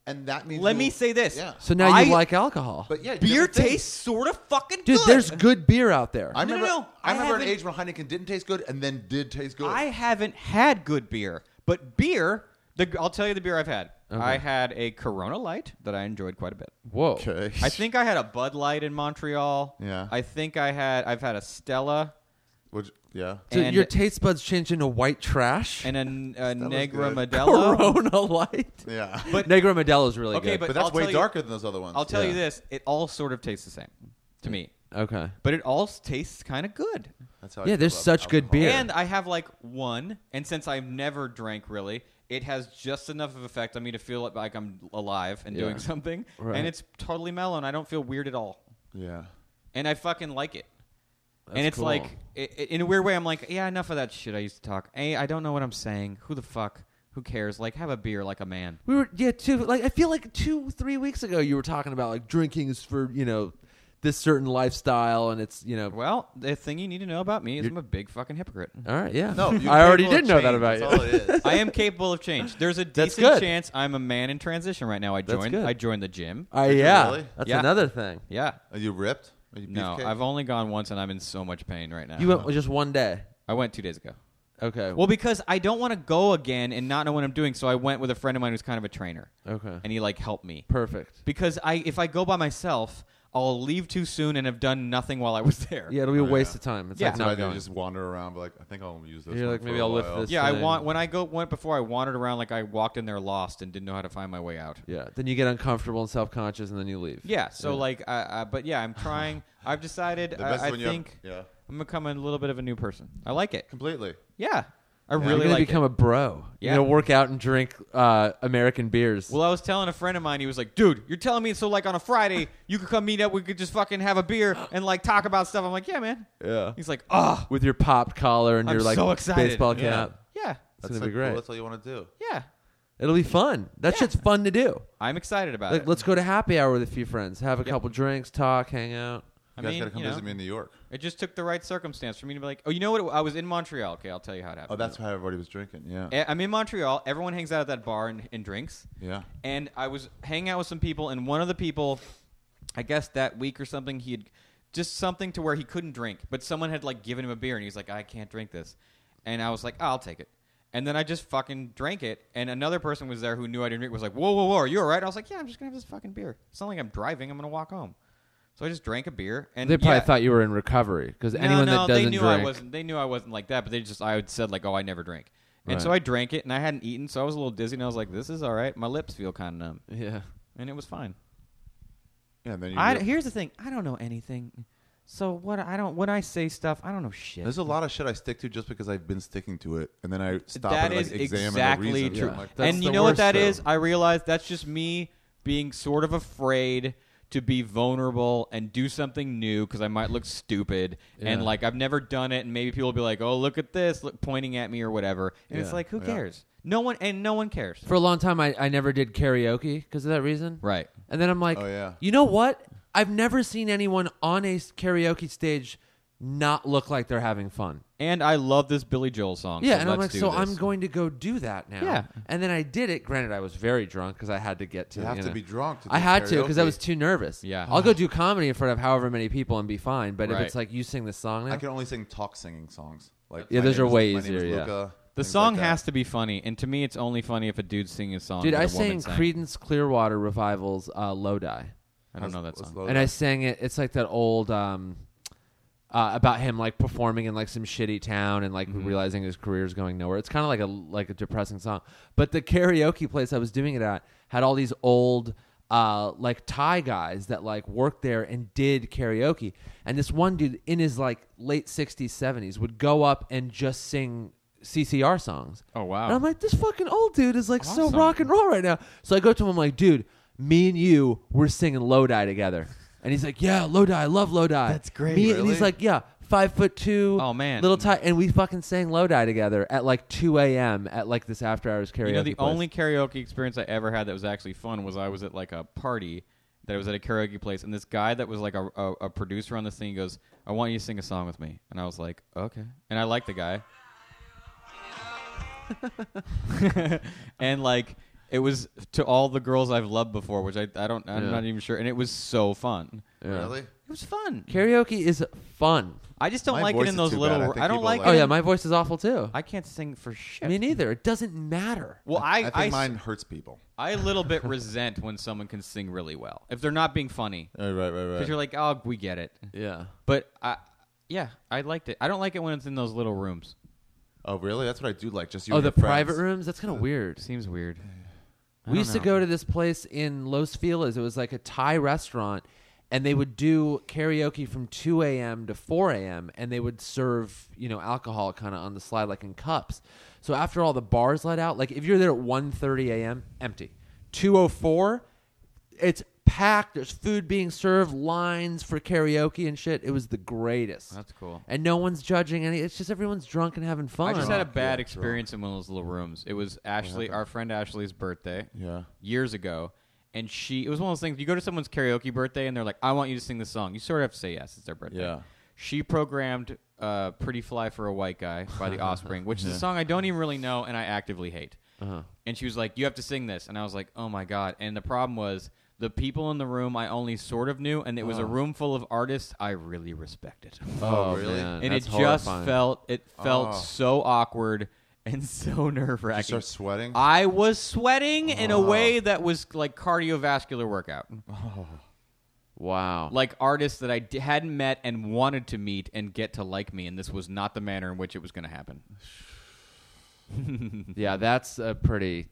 and that means Let you- me say this. Yeah, [laughs] so now you I- like alcohol, but yeah, Beer different things. tastes sort of fucking dude. good. There's good beer out there. I No, no, remember. no, I, I remember an haven't- age when Heineken didn't taste good and then did taste good. I haven't had good beer, but beer. The, I'll tell you the beer I've had. I had a Corona Light that I enjoyed quite a bit. Whoa. okay. I think I had a Bud Light in Montreal. [laughs] Yeah. I think I had. I've had a Stella Which, yeah. So And- your taste buds changed into white trash. and a, a Negra good. Modelo. [laughs] Corona Light. Yeah. But- Negra Modelo is really Okay, good. But But that's I'll way tell you- darker than those other ones. I'll tell you Yeah. this: it all sort of tastes the same to me, okay. but it all tastes kind of good. That's how I Yeah, feel there's about such good alcohol. beer. And I have like one, and since I've never drank really, it has just enough of effect on me to feel like I'm alive and Yeah. doing something. Right. And it's totally mellow, and I don't feel weird at all. Yeah. And I fucking like it. That's and it's cool. like, i i in a weird way, I'm like, yeah, enough of that shit I used to talk. A, I don't know what I'm saying. Who the fuck? Who cares? Like, have a beer like a man. We were yeah, two like I feel like two, three weeks ago you were talking about like drinking is for, you know, this certain lifestyle and it's you know Well, the thing you need to know about me is I'm a big fucking hypocrite. all right, yeah. [laughs] [laughs] No, you're I already capable did of know that change. about That's all you. it is. I am capable of change. There's [laughs] a That's decent good. chance I'm a man in transition right now. I That's joined. good. I joined the gym. Uh, you yeah. really? That's Yeah. another thing. Yeah. Are [laughs] you ripped? Are you No, beefcake? I've only gone once, and I'm in so much pain right now. You went just one day. I went two days ago. Okay. Well, because I don't want to go again and not know what I'm doing, so I went with a friend of mine who's kind of a trainer, okay. and he like helped me. Perfect. Because I, if I go by myself, I'll leave too soon and have done nothing while I was [laughs] there. Yeah, it'll be a Oh, yeah. waste of time. It's Yeah. like So I not do going. just wander around, but like I think I'll use this. You're one like, for maybe a I'll lift while. this. Yeah, I thing. want when I go went before I wandered around like I walked in there lost and didn't know how to find my way out. yeah. Then you get uncomfortable and self conscious and then you leave. Yeah, so Yeah. like, uh, uh, but [laughs] yeah, I'm trying. I've decided. The I, best I is when you have- think yeah, I'm becoming a little bit of a new person. I like it. completely. Yeah, I You're really gonna like it. become a bro. Yeah. You're gonna work out and drink uh, American beers. Well, I was telling a friend of mine, he was like, dude, you're telling me so, like, on a Friday, [laughs] you could come meet up, we could just fucking have a beer and, like, talk about stuff. I'm like, yeah, man. yeah. He's like, oh, With your popped collar and I'm your like so excited. baseball Yeah. cap. yeah, It's That's gonna be like, cool, great. That's all you want to do. yeah. It'll be fun. That Yeah. shit's fun to do. I'm excited about Like, it. let's go to happy hour with a few friends, have a couple drinks, talk, hang out. I you guys mean, gotta come you know, visit me in New York. it just took the right circumstance for me to be like, oh, you know what? I was in Montreal. Okay, I'll tell you how it happened. Oh, that's why everybody was drinking. Yeah, I- I'm in Montreal. Everyone hangs out at that bar and, and drinks. yeah. and I was hanging out with some people, and one of the people, I guess that week or something, he had just something to where he couldn't drink, but someone had like given him a beer, and he was like, "I can't drink this," and I was like, "I'll take it." And then I just fucking drank it, and another person was there who knew I didn't drink was like, "Whoa, whoa, whoa, are you all right?" I was like, "Yeah, I'm just gonna have this fucking beer. It's not like I'm driving. I'm gonna walk home." So I just drank a beer, and They probably yeah. thought you were in recovery because No, anyone no, that doesn't they knew drink, I wasn't. They knew I wasn't like that, but they just I had said like, "Oh, I never drink," and so Right. I drank it, and I hadn't eaten, so I was a little dizzy, and I was like, "This is all right. My lips feel kind of numb," [laughs] yeah, and it was fine. Yeah, and then you. I, re- here's the thing: I don't know anything. So what? I don't. When I say stuff, I don't know shit. There's a lot of shit I stick to just because I've been sticking to it, and then I stop That and like is examine the exactly reason. true. Yeah. I'm like, That's and the you know what worst, that though. is? I realize that's just me being sort of afraid to be vulnerable and do something new because I might look stupid and Yeah. like I've never done it, and maybe people will be like, "Oh, look at this," look, pointing at me or whatever. And it's Yeah. like, who Yeah. cares? No one and no one cares. for a long time I, I never did karaoke because of that reason. Right. And then I'm like, Oh, yeah. you know what? I've never seen anyone on a s- karaoke stage not look like they're having fun. And I love this Billy Joel song. Yeah, so and let's I'm like, do so this. I'm going to go do that now. Yeah. and then I did it. Granted, I was very drunk because I had to get to. You have to know- be drunk to do I had to because I karaoke. was too nervous. Yeah. I'll go do comedy in front of however many people and be fine. But Right. if it's like you sing this song, now, I can only sing talk singing songs. Like Yeah, my those name are is- way my name is easier, yeah. Luca, The things song like that. has to be funny, and to me, it's only funny if a dude's singing a song. dude, that I a woman sang Credence Clearwater Revival's uh, "Lodi," I don't know that Let's- let's song. load and it I up. sang it. It's like that old. Um, uh, about him like performing in like some shitty town and like Mm-hmm. realizing his career's going nowhere. It's kind of like a like a depressing song. But the karaoke place I was doing it at had all these old uh, like Thai guys that like worked there and did karaoke. And this one dude in his like late sixties seventies would go up and just sing CCR songs. Oh, wow. And I'm like, this fucking old dude is like so Awesome. rock and roll right now. So I go to him. I'm like, dude, me and you, we're singing Lodi together. And he's like, yeah, Lodi, I love Lodi. That's great. Me, And he's Really? like, yeah, five foot two. Oh, man. little tight. And we fucking sang Lodi together at like two a.m. at like this after hours karaoke. You know, the place. only karaoke experience I ever had that was actually fun was I was at like a party that was at a karaoke place, and this guy that was like a, a, a producer on this thing goes, "I want you to sing a song with me," and I was like, "Okay," and I liked the guy, [laughs] and like it was to all the girls I've loved before, which I I don't I'm Yeah. not even sure, and it was so fun. Yeah. Really? It was fun. karaoke is fun. I just don't My like voice it in is those too little. bad. I I, think don't people like. like- Oh it. yeah, my voice is awful too. I can't sing for shit. me neither. It doesn't matter. Well, I I think I s- mine hurts people. I a little bit resent when someone can sing really well if they're not being funny Right, right, right, because you're like, oh, we get it. Yeah. But I, yeah, I liked it. I don't like it when it's in those little rooms. oh, really? That's what I do like. Just you. Oh, and the your friends. private rooms. That's kind of weird. Seems weird. We used to go to this place in Los Feliz. It was like a Thai restaurant, and they would do karaoke from 2 a.m. to 4 a.m. and they would serve you know alcohol kind of on the slide, like in cups. So after all the bars let out, like if you're there at 1:30 a.m., empty. 2:04, it's packed. There's food being served, lines for karaoke and shit. It was the greatest. That's cool. And no one's judging any. It's just everyone's drunk and having fun. I just had a Drunk, bad yeah, experience in one of those little rooms. It was Ashley, our friend Ashley's birthday. Yeah. Years ago. And she, it was one of those things. You go to someone's karaoke birthday, and they're like, "I want you to sing this song." You sort of have to say yes. It's their birthday. Yeah. She programmed uh, "Pretty Fly for a White Guy" by The Offspring, which is a song I don't even really know and I actively hate. Uh-huh. And she was like, "You have to sing this," and I was like, "Oh my god!" And the problem was the people in the room I only sort of knew, and it was a room full of artists I really respected [laughs] Oh, really? man, and it that's just horrifying. felt it felt Oh. so awkward and [laughs] so nerve You wracking. start Oh. sweating. I was sweating in a way that was like cardiovascular workout, Wow. like artists that I d- hadn't met and wanted to meet and get to like me, and this was not the manner in which it was going to happen. Yeah, that's a pretty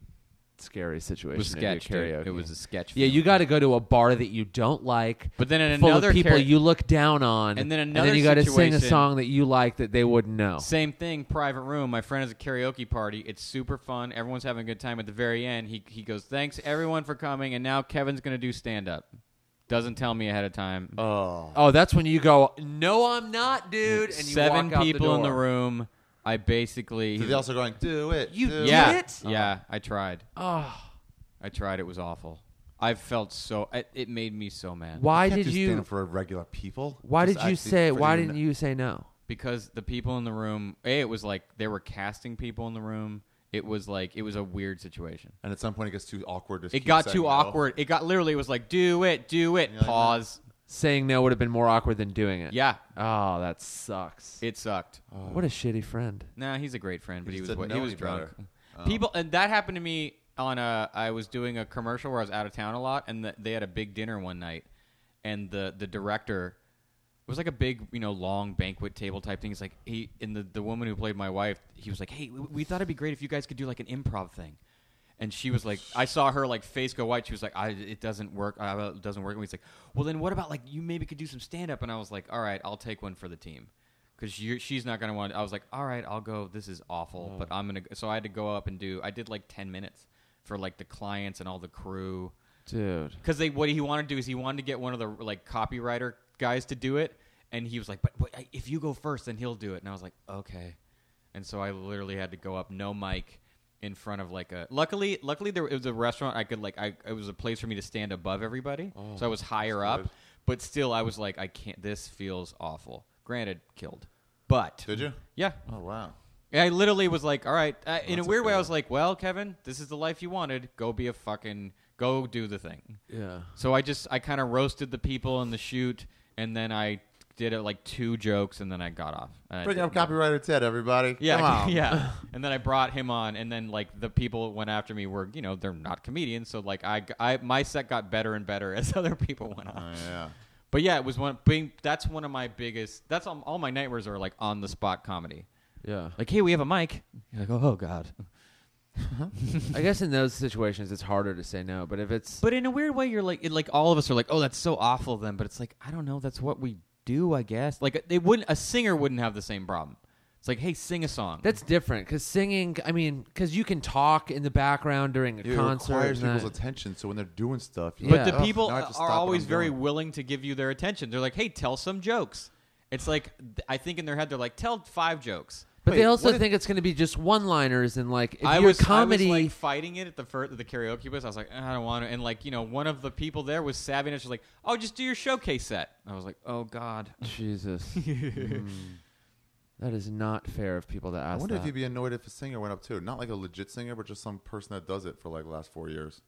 scary situation. It was to do sketch. karaoke. It was a sketch. yeah, feeling. you got to go to a bar that you don't like. But then in full another of people kara- you look down on, And then and another then you gotta sing a situation- song that you like that they wouldn't know. Same thing, private room. My friend has a karaoke party. It's super fun. Everyone's having a good time. At the very end, he, he goes, Thanks everyone for coming. And now Kevin's going to do stand up. Doesn't tell me ahead of time. oh, Oh, that's when you go. No, I'm not, dude. And you Seven walk out people in the door. room. I basically. so they also going do it. You do yeah. did it? Yeah, I tried. Oh, I tried. It was awful. I felt so. It, it made me so mad. why can't did just you? Stand for regular people. Why Just did you actually say? Why freaking- didn't you say no? Because the people in the room, A, it was like they were casting people in the room. It was like, it was a weird situation. And at some point, it gets too awkward. Just It keep got saying too no. awkward. It got literally, it was like, do it, do it, like, pause. Saying no would have been more awkward than doing it. Yeah, Oh, that sucks. Oh, it sucked. what a shitty friend. Nah, he's a great friend, but He he, just was didn't wa- know he was any drunk. better. Um, People, and that happened to me on a. I was doing a commercial where I was out of town a lot, and the, they had a big dinner one night, and the the director. It was like a big, you know, long banquet table type thing. He's like, he and the, the woman who played my wife, he was like, hey, we, we thought it'd be great if you guys could do like an improv thing, and she was like, I saw her like face go white. She was like, I, it doesn't work, uh, it doesn't work. And he's like, well, then what about like you maybe could do some stand up? And I was like, all right, I'll take one for the team because she's not going to want. I was like, all right, I'll go. This is awful, but I'm gonna. go." So I had to go up and do. I did like ten minutes for like the clients and all the crew Dude. because they what he wanted to do is he wanted to get one of the like copywriter guys to do it, and he was like, but, but if you go first, then he'll do it. And I was like, okay. And so I literally had to go up, no mic, in front of like a. Luckily, luckily there it was a restaurant I could like. I it was a place for me to stand Oh, above everybody, so I was higher up. But still, I was like, I can't. This feels awful. Granted, killed. But Did you? yeah, Oh wow. I literally was like, all right. I, in a That's weird way, I okay. was like, well, Kevin, this is the life you wanted. Go be a fucking go do the thing. Yeah. So I just I kind of roasted the people in the shoot, and then I did it like two jokes, and then I got off. And I Bring up didn't- copywriter Ted, everybody. Yeah, Come [laughs] [laughs] on. yeah. And then I brought him on, and then like the people that went after me were you know they're not comedians, so like I, I my set got better and better [laughs] as other people went on. Oh, yeah. But yeah, it was one being that's one of my biggest. That's all, all my nightmares are like on the spot comedy. Yeah. Like hey, we have a mic. You're like oh god. I guess in those situations it's harder to say no, but if it's But in a weird way, you're like, it, like all of us are like, oh, that's so awful of them. But it's like, I don't know, that's what we do, I guess. Like they wouldn't, a singer wouldn't have the same problem. It's like, hey, sing a song. that's different because singing. I mean, because you can talk in the background during a It concert. requires and people's that- attention, so when they're doing stuff, you're But but like, the "Ugh, people now I have are to stop what always I'm very doing." willing to give you their attention. They're like, hey, tell some jokes. It's like th- I think in their head they're like, tell five jokes. But they Wait, also what if- think it's going to be just one-liners and like if I your was comedy. I was like fighting it at the first, the karaoke bus. I was like, "Eh, I don't want to. And like, you know, one of the people there was savvy enough. She's like, oh, just do your showcase set. I was like, oh god. [laughs] Jesus, [laughs] Hmm. Mm. that is not fair of people to I ask. wonder if that. you'd be annoyed if a singer went up too. Not like a legit singer, but just some person that does it for like the last four years.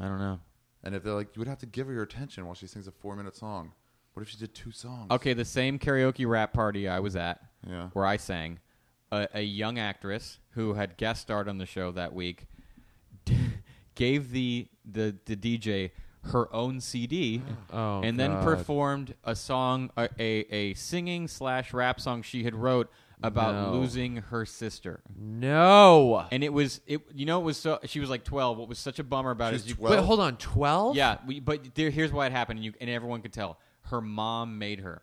I don't know. And if they're like, you would have to give her your attention while she sings a four-minute song. What if she did two songs? Okay, the same karaoke rap party I was at, Yeah. where I sang, a, a young actress who had guest starred on the show that week [laughs] gave the, the the DJ her own CD, [gasps] Oh, and then God. performed a song, a a, a singing slash rap song she had wrote about No. losing her sister. no. And it was it you know it was so she was like 12 what was such a bummer about it She's is you 12? Wait, hold on. Twelve. yeah, we, but there, here's why it happened, and, you, and everyone could tell. Her mom made her.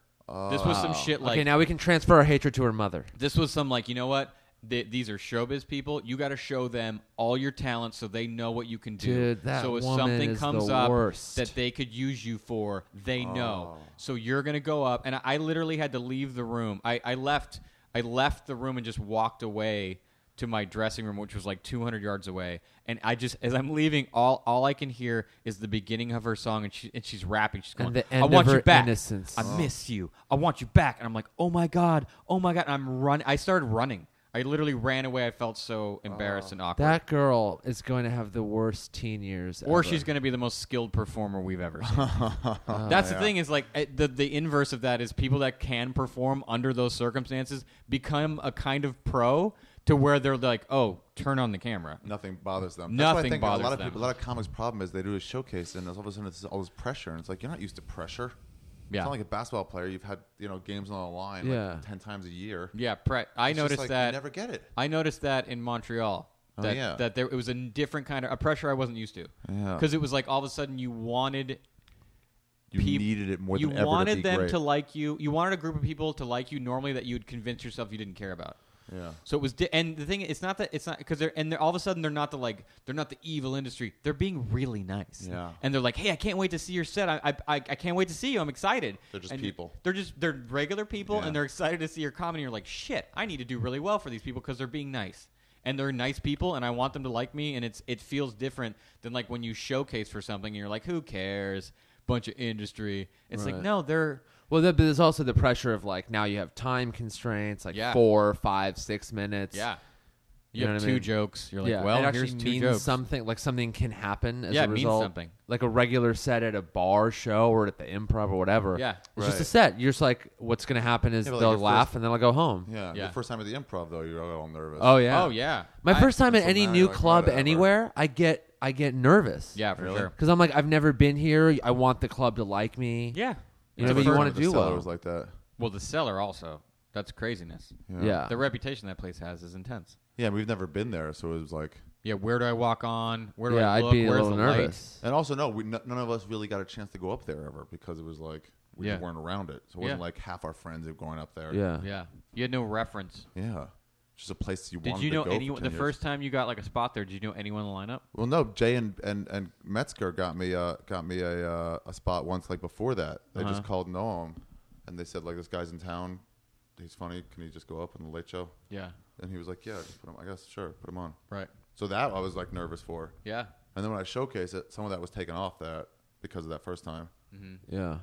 this was some shit like okay, now we can transfer our hatred to her mother. this was some like you know what Th these are showbiz people. You got to show them all your talent so they know what you can do. Dude, that so if woman something is comes the up worst. Oh. that they could use you for, they know. So you're gonna go up, and I, I literally had to leave the room. I, I left. I left the room and just walked away to my dressing room, which was like 200 yards away. And I just, as I'm leaving, all all I can hear is the beginning of her song, and she and she's rapping. She's going, And the "I end want of you her back. innocence." Oh. I miss you. I want you back. And I'm like, oh my god, oh my god. And I'm run. I started running. I literally ran away. I felt Oh. so embarrassed and awkward. That girl is going to have the worst teen years. or ever. she's going to be the most skilled performer we've ever [laughs] seen. That's the thing is like eh, the the inverse of that is people that can perform under those circumstances become a kind of pro to where they're like, oh, turn on the camera. Nothing bothers them. That's why Nothing I think bothers a lot of them. people, a lot of comics' problem is they do a showcase, and all of a sudden it's all this pressure, and it's like you're not used to pressure. Yeah. It's not like a basketball player. You've had you know games on the line Yeah. like ten times a year. Yeah, pre- I It's just noticed like, that. You never get it. I noticed that in Montreal. Oh, That, yeah. that there it was a different kind of a pressure I wasn't used to. Yeah. Because it was like all of a sudden you wanted You peop- needed it more you than ever. wanted to be them great. to like you. You wanted a group of people to like you normally that you'd convince yourself you didn't care about. Yeah. So it was, di- and the thing, it's not that it's not because they're and they're all of a sudden they're not the like they're not the evil industry. They're being really nice. Yeah. And they're like, hey, I can't wait to see your set. I I, I, I can't wait to see you. I'm excited. They're just And people. They're just they're regular people, Yeah. and they're excited to see your comedy. You're like, shit, I need to do really well for these people because they're being nice. And they're nice people, and I want them to like me. And it's it feels different than like when you showcase for something, and you're like, who cares? Bunch of industry. It's like Right. no, they're Well, there- but there's also the pressure of like now you have time constraints, like Yeah. four, five, six minutes. yeah. You, You know have what I two mean? jokes. You're like, yeah. well, it actually here's two means jokes. something. Like something can happen as Yeah, a it means result. something. Like a regular set at a bar show or at the improv or whatever. Yeah. it's just a Right. set. You're just like, what's going to happen is Yeah, but, like, they'll your laugh first- and then I'll go home. Yeah. Yeah. Your first time at the improv though, you're all nervous. Oh yeah. Oh yeah. My I- first time at That's what any matters, new like, club whatever. anywhere, I get I get nervous. Yeah, for Really? sure. Because I'm like, I've never been here. I want the club to like me. Yeah. You know, That's but you what happened wanna with the do Cellar well. was like that. Well, the cellar also. That's craziness. Yeah. The reputation that place has is intense. Yeah, we've never been there, so it was like. Yeah. Where do I walk on? Where do yeah, I I'd look? be a Where's little the light? nervous. And also, no, we, n- none of us really got a chance to go up there ever because it was like we Yeah. just weren't around it. So it wasn't Yeah. like half our friends were going up there. Yeah. Yeah. You had no reference. Yeah. Just a place you Did wanted you know to go anyone? for The 10 years. first time you got like a spot there, did you know anyone in the lineup? Well, no, Jay and, and, and Metzger got me uh, got me a uh, a spot once like before that. They Uh-huh. just called Noam, and they said like this guy's in town, he's funny. Can he just go up on the late show? Yeah. And he was like, yeah, just put him. I guess sure, put him on. Right. So that I was like nervous for. Yeah. And then when I showcased it, some of that was taken off that because of that first time. Yeah.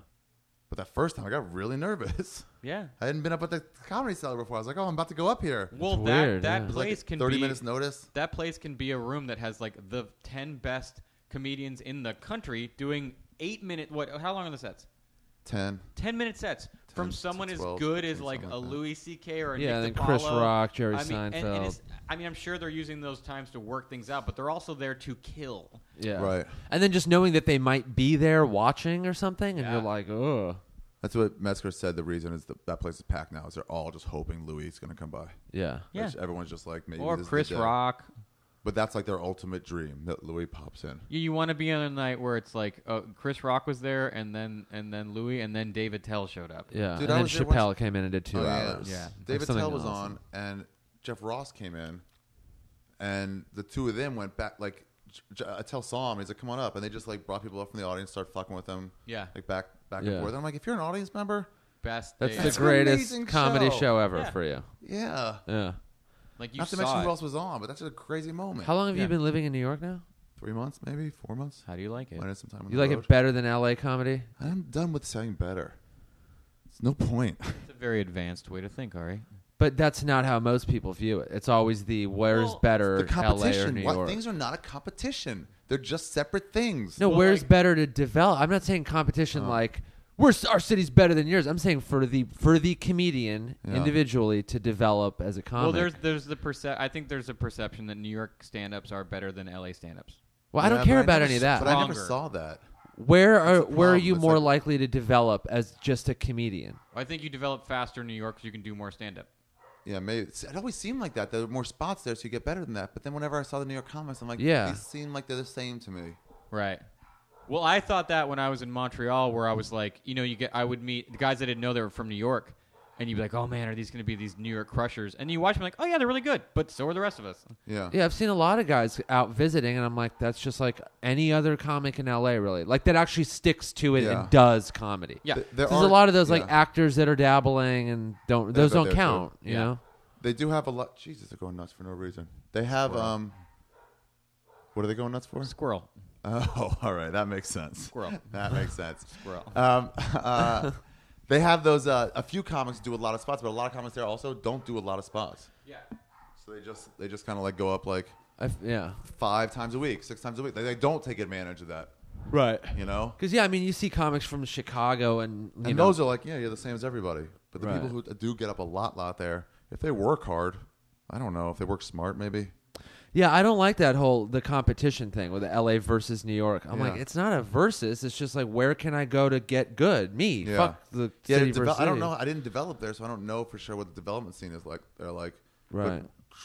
But that first time, I got really nervous. [laughs] Yeah. I hadn't been up at the comedy cellar before. I was like, oh, I'm about to go up here. Well, It's that weird, that yeah. It was like place can 30 be minutes notice. that place can be a room that has like the ten best comedians in the country doing eight minute. What? How long are the sets? 10. 10 minute sets from to someone as 12, good as something like like a that. Louis C.K. or a Yeah, Nick then Chris DiPaolo. Rock, Jerry I mean, and- and Seinfeld. it's- I mean, I'm sure they're using those times to work things out, but they're also there to kill. Yeah. Right. And then just knowing that they might be there watching or something, and Yeah. you're like, oh, That's what Metzger said. The reason is that that place is packed now is they're all just hoping Louis is going to come by. yeah. Yeah. Which everyone's just like, maybe or this is the Chris day. Rock. But that's like their ultimate dream that Louis pops in. You, you want to be on a night where it's like uh, Chris Rock was there, and then and then Louis, and then David Tell showed up. Yeah. Dude, and I then was there Chappelle once- came in and did two Oh, yeah. hours. Yeah. Like David something Tell was awesome. on, and Jeff Ross came in, and the two of them went back. Like J- J- uh, Tell saw him, he's like, "Come on up," and they just like brought people up from the audience, started fucking with them. Yeah. like back back Yeah. and forth. I'm like, if you're an audience member, Best. That's day. That's the an greatest amazing comedy show. show ever Yeah. for you. yeah. Yeah. like you Not to saw mention it. who else was on, but that's a crazy moment. How long have Yeah. you been living in New York now? Three months, maybe four months. How do you like it? Minus some time. On You the like road. it better than LA comedy? I'm done with saying better. It's no point. [laughs] It's a very advanced way to think, Ari. But that's not how most people view it. It's always the where's Well, better, LA or the New competition. Why- York. things are not a competition. They're just separate things. no, Well, where's like- better to develop? I'm not saying Uh-huh. competition like we're s- our city's better than yours. I'm saying for the for the comedian Yeah. individually to develop as a comic. Well, there's there's the perce- I think there's a perception that New York stand-ups are better than LA stand-ups. Well, I Yeah, don't but care about never any of s- that. But I never Longer. saw that. where are where the are problem. you It's more like- likely to develop as just a comedian? I think you develop faster in New York because you can do more stand-up. Yeah, maybe it's- it always seemed like that. There were more spots there, so you get better than that. But then whenever I saw the New York comics, I'm like, Yeah. these seem like they're the same to me. Right. Well, I thought that when I was in Montreal, where I was like, you know, you get, I would meet the guys I didn't know they were from New York, and you'd be like, oh man, are these going to be these New York crushers? And you watch them like, oh yeah, they're really good, but so are the rest of us. Yeah, Yeah, I've seen a lot of guys out visiting, and I'm like, that's just like any other comic in LA, really. Like that actually sticks to it Yeah. and does comedy. Yeah. Th- there there's a are- lot of those like yeah. actors that are dabbling and don't. Those but don't they're count, you Yeah. know. They do have a lot. Jesus, they're going nuts for no reason. They have um. What are they going nuts for? Squirrel. [laughs] Oh, all right, that makes sense. Squirrel. That makes sense. Squirrel. Um, [laughs] uh, they have those. Uh, a few comics do a lot of spots, but a lot of comics there also don't do a lot of spots. Yeah. So they just they just kind of like go up like I f yeah, five times a week, six times a week. They, they don't take advantage of that, right. you know. Because yeah, I mean, you see comics from Chicago, and you And know, those are like, yeah, you're the same as everybody. But the Right. people who do get up a lot, lot there, if they work hard, I don't know if they work smart, maybe. yeah, I don't like that whole the competition thing with LA versus New York. I'm like, Yeah. it's not a versus. It's just like, where can I go to get good? Me, Yeah, fuck the Yeah, city it deve- versus I don't city. know. I didn't develop there, so I don't know for sure what the development scene is like. They're like, but Right.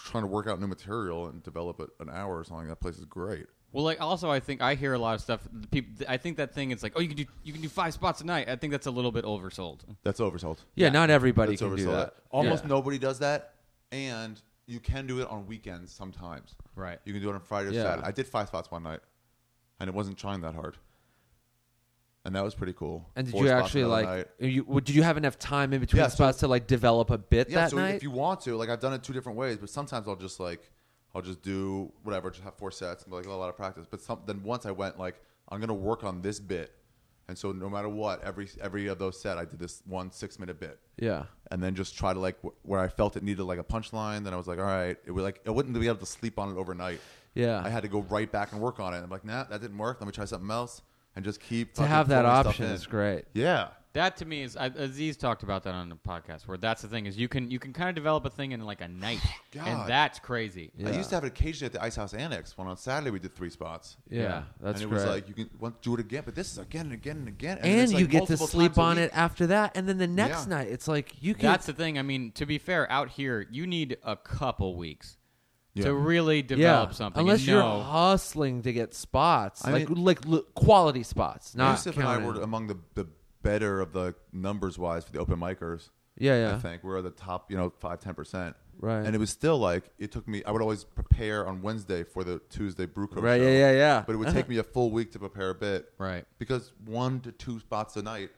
Trying to work out new material and develop it an hour or something. That place is great. Well, like also, I think I hear a lot of stuff. People, I think that thing. It's like, oh, you can do you can do five spots a night. I think that's a little bit oversold. That's oversold. Yeah, not everybody That's can oversold. do that. Almost Yeah. nobody does that, and you can do it on weekends sometimes. Right. You can do it on Friday or Yeah. Saturday. I did five spots one night, and it wasn't trying that hard, and that was pretty cool. And did Four you spots actually another like? night. You, w- did you have enough time in between Yeah, so- spots to like develop a bit Yeah, that so night? if you want to, like I've done it two different ways, but sometimes I'll just like I'll just do whatever, just have four sets and like a lot of practice. But some then once I went like I'm gonna work on this bit, and so no matter what, every every of those set I did this one six minute bit, yeah, and then just try to like wh- where I felt it needed like a punchline. Then I was like, all right, it was like I wouldn't be able to sleep on it overnight. yeah. I had to go right back and work on it. I'm like, nah, that didn't work. Let me try something else, and just keep to fucking have that throwing stuff option in. is great. Yeah, That to me is I, Aziz talked about that on the podcast where that's the thing is you can you can kind of develop a thing in like a night, God. and that's crazy. Yeah. I used to have it occasionally at the Ice House Annex. When on Saturday we did three spots. Yeah, that's and it great. was like you can want do it again, but this is again and again and again. and it's, like, you get to multiple sleep times a on week. it after that, and then the next Yeah. night it's like you can. That's the thing. I mean, to be fair, out here you need a couple weeks Yeah. to really develop yeah, something. unless and you're know- hustling to get spots, I like mean- like l- quality spots, not Yusuf and I counting- were among the, the better of the numbers wise for the open micers. Yeah, yeah. I think we were the top, you know, five ten percent. Right. And it was still like it took me. I would always prepare on Wednesday for the Tuesday Brewco Right, show. yeah, yeah, yeah. But it would take me a full week to prepare a [laughs] bit. Right. Because one to two spots a night.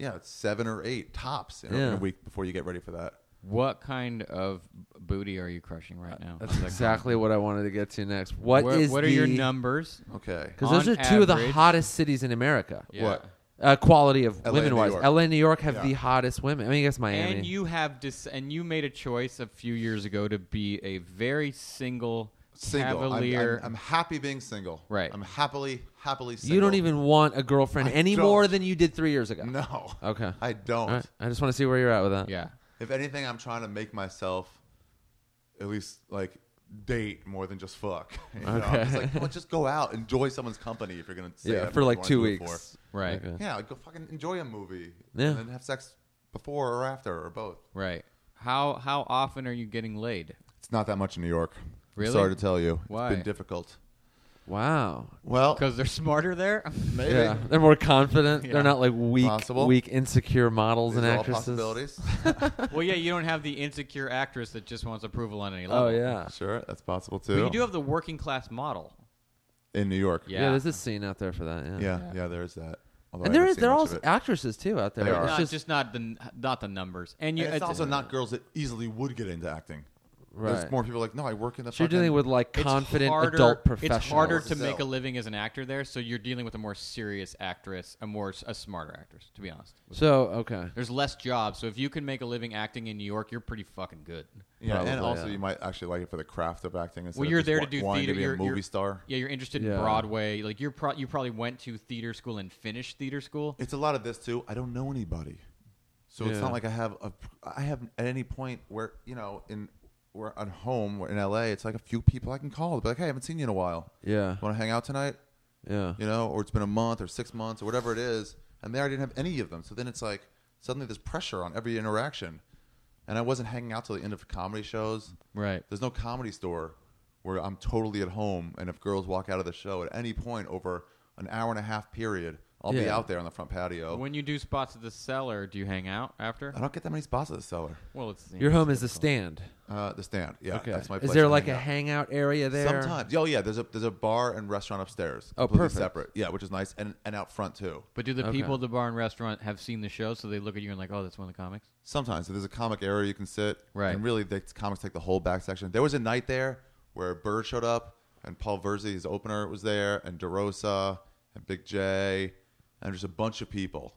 Yeah, it's seven or eight tops in, a- in Yeah. a week before you get ready for that. what kind of booty are you crushing right now? That's exactly what I wanted to get to next. What Where- is what are your the- numbers? Okay. Because those are on two of the average? hottest cities in America. Yeah. What? uh, quality of LA, women New wise. York. LA and New York have Yeah. the hottest women. I mean, I guess Miami. And you have dis- and you made a choice a few years ago to be a very single, Single. I'm- cavalier. I'm, I'm happy being single. Right. I'm happily, happily single. You don't even want a girlfriend I any don't. more than you did three years ago. No. Okay. [laughs] I don't. All right. I just want to see where you're at with that. yeah, If anything, I'm trying to make myself at least like date more than just fuck. [laughs] You know? Okay. It's like, well, just go out, enjoy someone's company if you're gonna. Say Yeah, that's for what you like wanna two do it weeks. Right. Okay. for. Yeah, go fucking enjoy a movie. Yeah. And then have sex before or after or both. right. How how often are you getting laid? It's not that much in New York. I'm Really? sorry to tell you. Why? It's been difficult. Wow. Well, Because they're [laughs] smarter there. maybe. Yeah. They're more confident. Yeah. They're not like weak, Possible. weak, insecure models These and are all actresses. possibilities. well, yeah, you don't have the insecure actress that just wants approval on any level. Oh [laughs] yeah. sure, that's possible But too. you do have the working class model. in New York. yeah, There's a scene out there for that. Yeah. Yeah, yeah, there is that. Although And I there haven't is. seen They're much all of it. actresses too out there. They are. It's not just, just, not the not the numbers. And, you, And it's also not girls that easily would get into acting. Right. There's more people like, no, I work in the. so you're dealing fucking- with like it's confident harder- adult professionals. It's harder to So- make a living as an actor there, so you're dealing with a more serious actress, a more a smarter actress. To be honest, So okay. there's less jobs, so if you can make a living acting in New York, you're pretty fucking good. Yeah, and Probably, also yeah. you might actually like it for the craft of acting. instead well, of you're just there to wa- do wanting theater. to be you're, a movie you're- star. Yeah, you're interested Yeah. in Broadway. Like you're pro- you probably went to theater school and finished theater school. It's a lot of this too. I don't know anybody, so it's Yeah. not like I have a. I have at any point where you know in we're at home we're in L.A. It's like a few people I can call. They'll Be like, hey, I haven't seen you in a while. Yeah. want to hang out tonight? Yeah. You know, or it's been a month or six months or whatever it is. And there I didn't have any of them. So then it's like suddenly there's pressure on every interaction, and I wasn't hanging out till the end of comedy shows. Right. There's no comedy store where I'm totally at home, and if girls walk out of the show at any point over an hour and a half period, I'll be Yeah. out there on the front patio. When you do spots at the cellar, do you hang out after? I don't get that many spots at the cellar. Well, it's Your home is the stand. Uh, the stand, yeah, Okay. that's my. Place is there to like a hang out. hangout area there? Sometimes, oh yeah, there's a there's a bar and restaurant upstairs. Oh, completely perfect. Separate, yeah, which is nice, and and out front too. But do the Okay. people at the bar and restaurant have seen the show, so they look at you and like, oh, that's one of the comics? Sometimes if there's a comic area you can sit, Right. And really, the comics take the whole back section. There was a night there where Bird showed up, and Paul Verzi, his opener, was there, and DeRosa, and Big J, and just a bunch of people,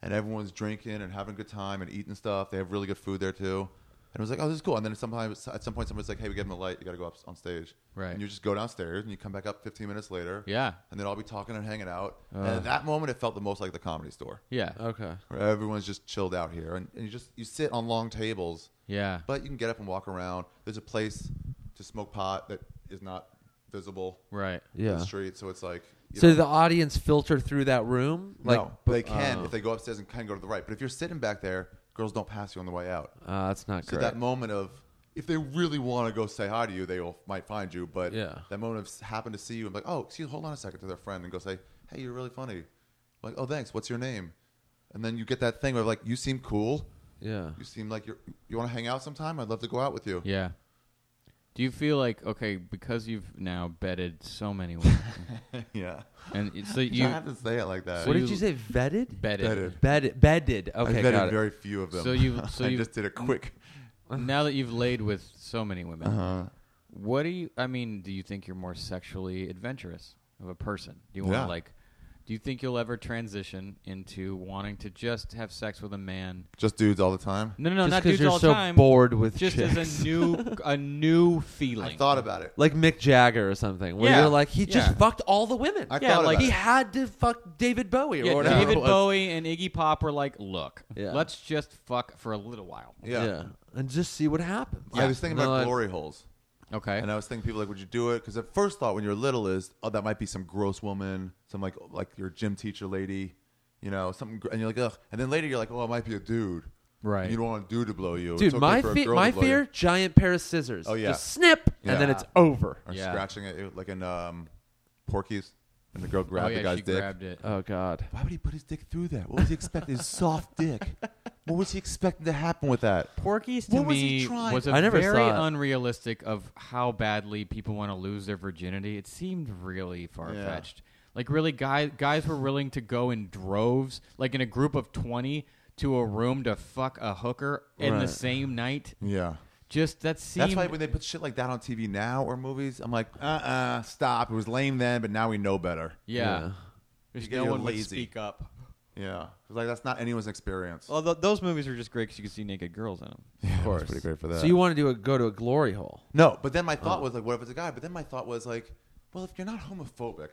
and everyone's drinking and having a good time and eating stuff. They have really good food there too, and it was like, oh, this is cool. And then sometimes at some point, somebody's like, hey, we gave him the light, you got to go up on stage, Right. And you just go downstairs and you come back up 15 minutes later, Yeah. and they'd all be talking and hanging out. and at that moment, it felt the most like the comedy store Yeah. Okay. where everyone's just chilled out here, and, and you just you sit on long tables, Yeah. but you can get up and walk around. There's a place to smoke pot that is not visible right. in Yeah. the street, so it's like you So know, the audience filter through that room? Like, no, they can oh. if they go upstairs and can go to the right. But if you're sitting back there, girls don't pass you on the way out. Uh, that's not So great. that moment of if they really want to go say hi to you, they will, might find you. But Yeah. that moment of s- happen to see you and be like, oh, excuse, hold on a second to their friend and go say, hey, you're really funny. Like, oh, thanks. What's your name? And then you get that thing where like you seem cool. yeah. You seem like you're. You want to hang out sometime? I'd love to go out with you. Yeah. Do you feel like okay because you've now bedded so many women, [laughs] [laughs] Yeah. and it- so You [laughs] you don't have to say it like that. So what did you- you say? Vetted? bedded. Bedded. Bedded. Bedded. I've Okay, vetted got it. very few of them. So [laughs] you- so I you- just did a quick. Now that you've laid with so many women, Uh-huh. what do you? I mean, do you think you're more sexually adventurous of a person? Do you want to Yeah. like? Do you think you'll ever transition into wanting to just have sex with a man? Just dudes all the time. No, no, no, Just not 'cause dudes you're all the so time. bored with just as chicks. [laughs] a new a new feeling. I thought about it. like Mick Jagger or something, where Yeah. you're like, he just Yeah. fucked all the women. I Yeah, thought like- about he it. had to fuck David Bowie or Yeah, whatever. David it was. Bowie and Iggy Pop were like, "Look, Yeah. let's just fuck for a little while." Yeah. and just see what happens. I was thinking And about they're like, glory holes, Okay. and I was thinking people like, would you do it? Because the first thought when you were little is, oh, that might be some gross woman, some like like your gym teacher lady, you know, something. gr- And you're like, ugh. And then later you're like, oh, it might be a dude. Right. And you don't want a dude to blow you. Dude, It's okay my for a fe- girl to my blow you. fear: giant pair of scissors. Oh, yeah. just snip, Yeah. and then it's over. Or Yeah. scratching it like in um, Porky's, and the girl oh grabbed yeah, the guy's she dick. Uh, grabbed it. Oh God, Why would he put his dick through that? What was he expecting? His soft dick. What was he expecting to happen with that? Porky's to What was he me trying- was a I never very saw it. unrealistic of how badly people want to lose their virginity. It seemed really far fetched. Like really, guy, guys were willing to go in droves, like in a group of twenty, to a room to fuck a hooker in the Right. same night. Yeah. Just that seemed. That's why when they put shit like that on TV now or movies, I'm like, uh uh stop. It was lame then, but now we know better. yeah. Yeah. There's You get no your one would lazy. speak up. Yeah, 'Cause, like that's not anyone's experience. Well, th- those movies are just great because you can see naked girls in them. yeah, Of course. pretty great for that. So you want to do a go to a glory hole? no, but then my Oh. thought was like, what if it's a guy? But then my thought was like, well, if you're not homophobic,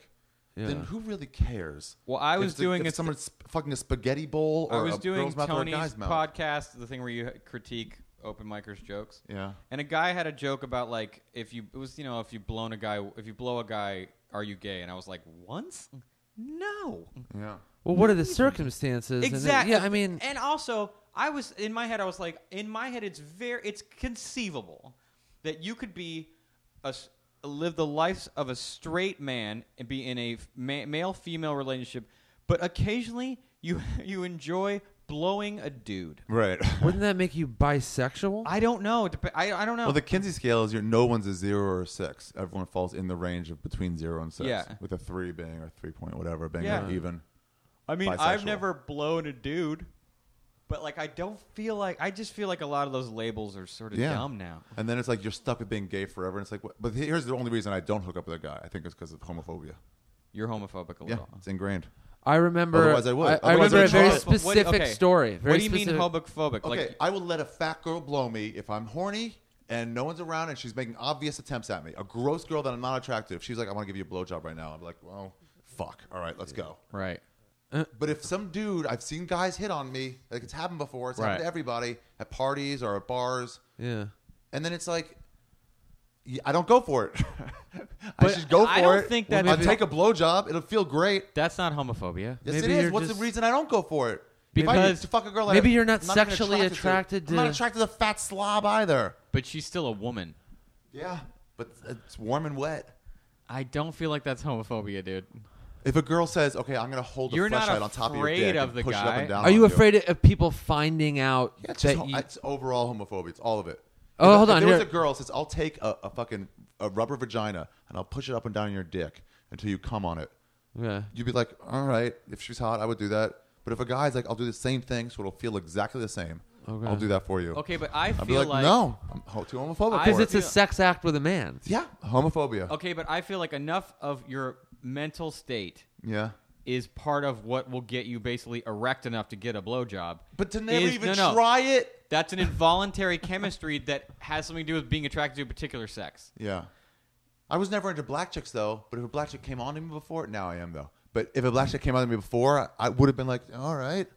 Yeah. then who really cares? Well, I If was it's a- doing if a- it's someone's sp- fucking a spaghetti bowl or I was a doing girl's mouth or a Tony's guy's mouth. podcast, the thing where you critique open micers jokes. Yeah. And a guy had a joke about like if you it was you know if you blown a guy if you blow a guy are you gay? And I was like once, no, Yeah. Well, what are the circumstances? And then- exactly. yeah, I mean, and also I was in my head I was like in my head it's very it's conceivable that you could be a s- live the life of a straight man and be in a ma- male female relationship, but occasionally you [laughs] you enjoy blowing a dude. Right. [laughs] wouldn't that make you bisexual? I don't know. It dep- I, I don't know. Well, the Kinsey scale is your no one's a zero or a six. Everyone falls in the range of between zero and six, Yeah. with a three being or three point whatever being Yeah. like even. I mean, bisexual. I've never blown a dude, but like I don't feel like I just feel like a lot of those labels are sort of Yeah. dumb now. And then it's like you're stuck with being gay forever. And it's like, what? but here's the only reason I don't hook up with a guy. I think it's because of homophobia. You're homophobic a Yeah, little. it's ingrained. I remember. Otherwise I would. I, Otherwise remember I a would very try it. But specific okay, story. Very what do you specific. mean homophobic? Okay, Like, I will let a fat girl blow me if I'm horny and no one's around and she's making obvious attempts at me. A gross girl that I'm not attractive. She's like, I want to give you a blowjob right now. I'm like, well, fuck. All right, let's go. right. But if some dude, I've seen guys hit on me, like it's happened before, it's Right. happened to everybody at parties or at bars, Yeah. and then it's like, y- I don't go for it. [laughs] I But should go for I don't it. think that- I'll take a blowjob. It'll feel great. That's not homophobia. Yes, Maybe it you're is. What's just- the reason I don't go for it? if I Because- to fuck a girl, maybe I, you're not I'm even sexually attracted I'm to- not attracted to the fat slob either. But she's still a woman. Yeah, but it's warm and wet. I don't feel like that's homophobia, dude. If a girl says, "Okay, I'm gonna hold a You're not flashlight on top of your afraid dick of and the push it up guy. and down," Are you on afraid of people finding out Yeah, it's, that just, ho- you? it's overall homophobia. It's all of it. Oh, If- hold if on, There was here- a girl that says, "I'll take a, a fucking a rubber vagina and I'll push it up and down your dick until you come on it." yeah. You'd be like, "All right, if she's hot, I would do that." But if a guy's like, "I'll do the same thing, so it'll feel exactly the same," Okay. I'll do that for you. Okay, but I I'd feel be like, like "No, I'm ho- too homophobic." I- for Because it." it's a sex act with a man. yeah, homophobia. Okay, but I feel like enough of your mental state Yeah. is part of what will get you basically erect enough to get a blowjob. But to never is- even no, no. try it. That's an involuntary chemistry that has something to do with being attracted to a particular sex. Yeah. I was never into black chicks though, but if a black chick came on to me before, now I am though. But if a black chick came on to me before, I, I would have been like, all right,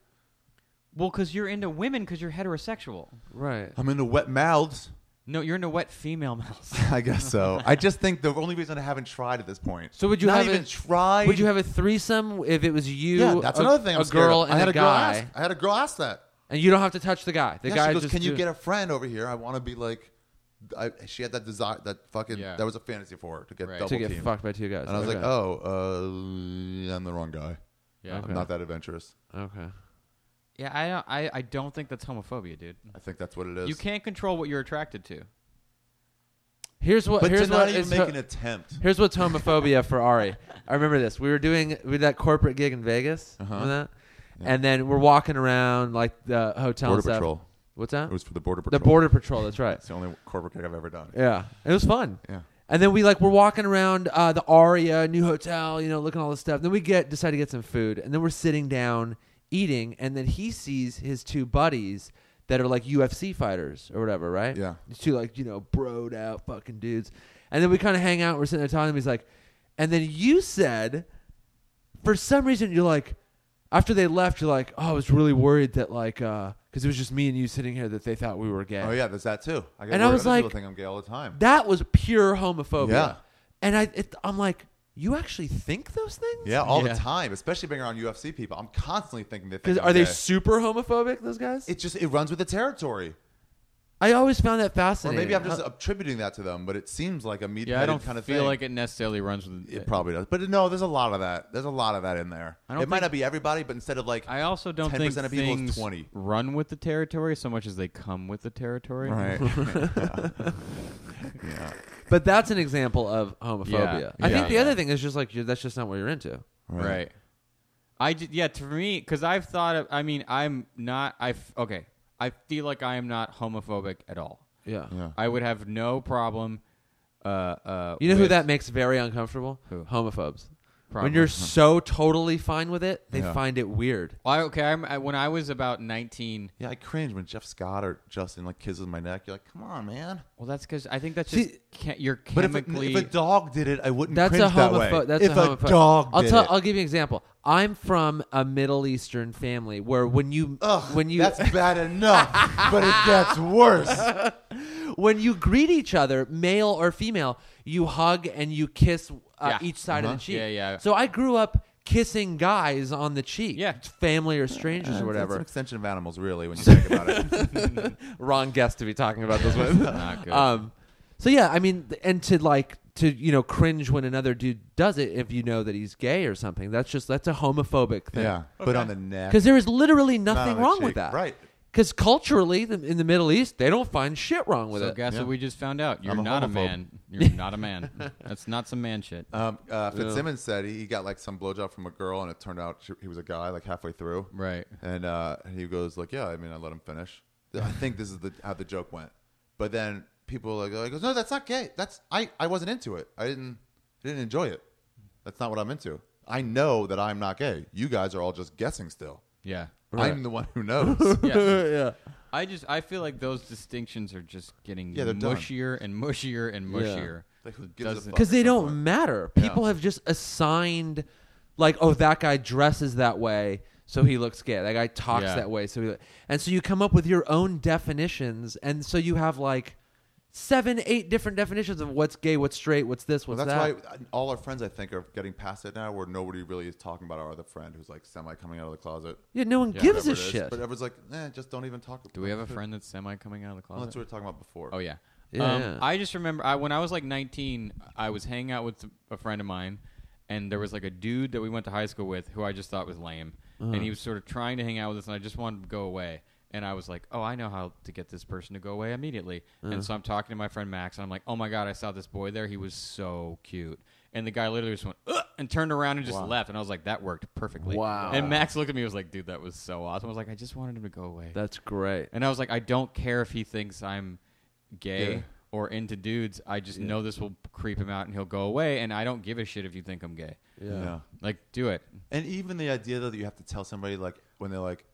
Well, because you're into women because you're heterosexual. Right. I'm into wet mouths. [laughs] No, you're into wet female mouths. I guess so. I just think the only reason I haven't tried at this point. So would you Not have even a, tried? Would you have a threesome if it was you? Yeah, that's a, another thing. I'm a scared girl of. and I had a girl guy, Ask, I had a girl ask that. and you don't have to touch the guy. The Yeah, guy she goes, just "Can you do- get a friend over here? I want to be like." I, she had that desire, that fucking, Yeah. that was a fantasy for her to get Right. double to get teamed. fucked by two guys? And I was okay. like, "Oh, uh, I'm the wrong guy. Yeah. Okay. I'm not that adventurous. okay, [laughs] Yeah, I don't, I, I don't think that's homophobia, dude. I think that's what it is." You can't control what you're attracted to. here's what. but here's to not what even is make ho- an attempt. Here's what's homophobia for Ari. I remember this. We were doing we did that corporate gig in Vegas, Uh-huh. remember that? and then we're walking around like the hotel Border and stuff. Patrol. What's that? It was for the border the patrol. border patrol. That's [laughs] right. It's the only corporate gig I've ever done. yeah, it was fun. Yeah. And then we like we're walking around uh, the Aria new hotel, you know, looking at all this stuff. Then we get decide to get some food, and then we're sitting down eating, and then he sees his two buddies that are like UFC fighters or whatever, right? Yeah. These two like you know broed out fucking dudes, and then we kind of hang out. We're sitting there talking. And he's like, and then you said, for some reason, you're like, after they left, you're like, oh, I was really worried that like, because it was just me and you sitting here that they thought we were gay. Oh yeah, there's that too. I get And I worried. was Other people like- think I'm gay all the time. That was pure homophobia. Yeah. And I, it, I'm like, you actually think those things? yeah, all Yeah. the time, especially being around UFC people. I'm constantly thinking they 'Cause think. I'm are they gay. super homophobic? Those guys? it just it runs with the territory, I always found that or fascinating. maybe I'm just How- attributing that to them. But it seems like a meat Yeah, I don't kind of feel thing. like it necessarily runs with. it probably does. But no, there's a lot of that. There's a lot of that in there. I don't it might think- not be everybody, but instead of like, I also don't 10% think of people is things 20. run with the territory so much as they come with the territory. [laughs] right? yeah, but that's an example of homophobia. Yeah. I Yeah. think the Yeah. other thing is just like you're, that's just not what you're into. Right. I ju- yeah, to me cuz I've thought of I mean, I'm not I f- okay. I feel like I am not homophobic at all. Yeah. yeah. I would have no problem uh uh You know who with- that makes very uncomfortable? Who? Homophobes. Probably. When you're so totally fine with it, they Yeah. find it weird. I, okay, I'm, I, when I was about 19, Yeah, I cringe when Jeff Scott or Justin like kisses my neck. You're like, come on, man. well, that's because I think that's See- just ca- you're But if, chemically. if a dog did it, I wouldn't That's a cringe that way. homophobe. That's if a a, homophobe. dog I'll did tell. it, I'll give you an example. I'm from a Middle Eastern family where when you Ugh, when you that's bad enough, but it [laughs] gets worse. when you greet each other, male or female, you hug and you kiss uh, Yeah. each side of Uh-huh. the cheek. Yeah, yeah. So I grew up kissing guys on the cheek. Yeah. It's family or strangers or It's an whatever. extension of animals, [laughs] really, when you think about it. Wrong guest to be talking about this with. [laughs] not Uh, good. um, so yeah, I mean, th- and to like to you know cringe when another dude does it if you know that he's gay or something. That's just that's a homophobic thing. Yeah, but on the neck. Because there is literally on nothing the wrong cheek. with that. Right. Because culturally, the, in the Middle East, they don't find shit wrong with so it. [laughs] guess Yeah. what we just found out? You're I'm a not a homophobe. man. [laughs] You're not a man. That's not some man shit. Um, uh, Fitzsimmons said he, he got like some blowjob from a girl, and it turned out she, he was a guy like halfway through. Right. And uh, he goes like, "Yeah, I mean, I let him finish." I think this is the how the joke went. But then people like, like, "No, that's not gay. That's I, I wasn't into it. I didn't I didn't enjoy it. That's not what I'm into. I know that I'm not gay. You guys are all just guessing still. Yeah. I'm the one who knows." Yeah. yeah. I just I feel like those distinctions are just getting Yeah, they're done. mushier and mushier and mushier. Like, who gives a Doesn't- fuck? Because they don't matter. People have just assigned, like, oh, that guy dresses that way, so he looks gay. That guy talks Yeah. that way, so he. And so you come up with your own definitions, and so you have like seven, eight different definitions of what's gay, what's straight, what's this, what's Well, that's that. why all our friends, I think, are getting past it now, where nobody really is talking about our other friend who's like semi coming out of the closet. yeah, no one Yeah, gives whatever a it is. shit. But everyone's like, eh, just don't even talk. Do we have a friend that's semi coming out of the Well, closet? that's what we were talking about before. Oh yeah. Yeah, um, yeah. I just remember I, when I was like 19, I was hanging out with a friend of mine, and there was like a dude that we went to high school with who I just thought was lame, and Uh-huh. he was sort of trying to hang out with us, and I just wanted to go away. And I was like, "Oh, I know how to get this person to go away immediately." Uh-huh. And so I'm talking to my friend Max, and I'm like, "Oh my god, I saw this boy there. He was so cute." And the guy literally just went Ugh! and turned around and just left. And I was like, "That worked perfectly." Wow. And Max looked at me, and was like, "Dude, that was so awesome." I was like, "I just wanted him to go away." that's great. And I was like, I don't care if he thinks I'm gay Yeah. or into dudes. I just know this will creep him out and he'll go away. And I don't give a shit if you think I'm gay. Yeah. Like, do it. And even the idea though that you have to tell somebody like when they're like,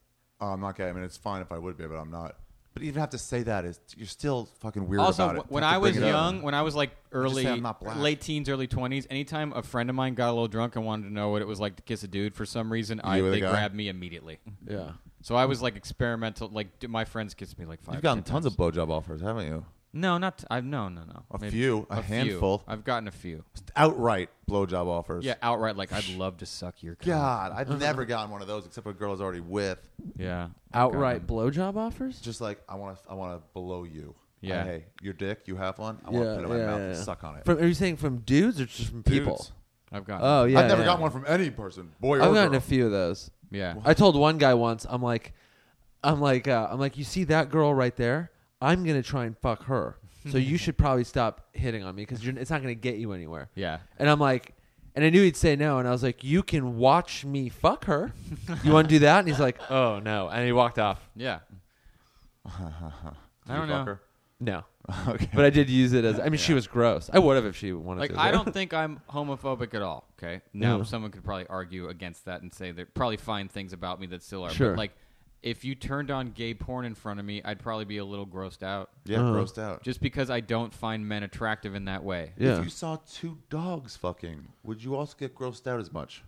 "Oh, I'm not gay." I mean, it's fine if I would be, but I'm not. But even have to say that is you're still fucking weird also, about it. wh- when You have I to bring was it up. young, when I was like early, say I'm not black. late teens, early 20s, anytime a friend of mine got a little drunk and wanted to know what it was like to kiss a dude, for some reason, I, were the they guy? grabbed me immediately. Yeah. So I was like experimental. Like, d- my friends kissed me like five you've gotten ten times. tons of blowjob offers, haven't you? No, not. T- I've, no, no, no. A few, a handful. I've gotten a few. Outright blowjob offers. Yeah, outright, like, I'd love to suck your cock. God, I've never gotten one of those except for a girl I was already with. Yeah. Outright blowjob offers. Just like I want to, I want to blow you. Yeah. Like, hey, your dick, you have one. I want to put it in my mouth and suck on it. From, are you saying from dudes or just from people? Dudes. I've gotten. Oh yeah, I've never yeah. gotten one from any person, boy or I've girl. gotten a few of those. yeah. I told one guy once, I'm like, I'm like, uh, I'm like, you see that girl right there? I'm gonna try and fuck her. So [laughs] you should probably stop hitting on me because it's not gonna get you anywhere. Yeah. And I'm like, and I knew he'd say no, and I was like, you can watch me fuck [laughs] her. You want to do that? And he's like, oh no, and he walked off. Yeah. I You don't know. fucker. [laughs] No, Okay. but I did use it as. I mean, she was gross. I would have if she wanted Like to. I don't think I'm homophobic at all. Okay. Now No. someone could probably argue against that and say they probably find things about me that still are. Sure. But like if you turned on gay porn in front of me, I'd probably be a little grossed out. Yeah, Uh-huh. grossed out. Just because I don't find men attractive in that way. Yeah. If you saw two dogs fucking, would you also get grossed out as much?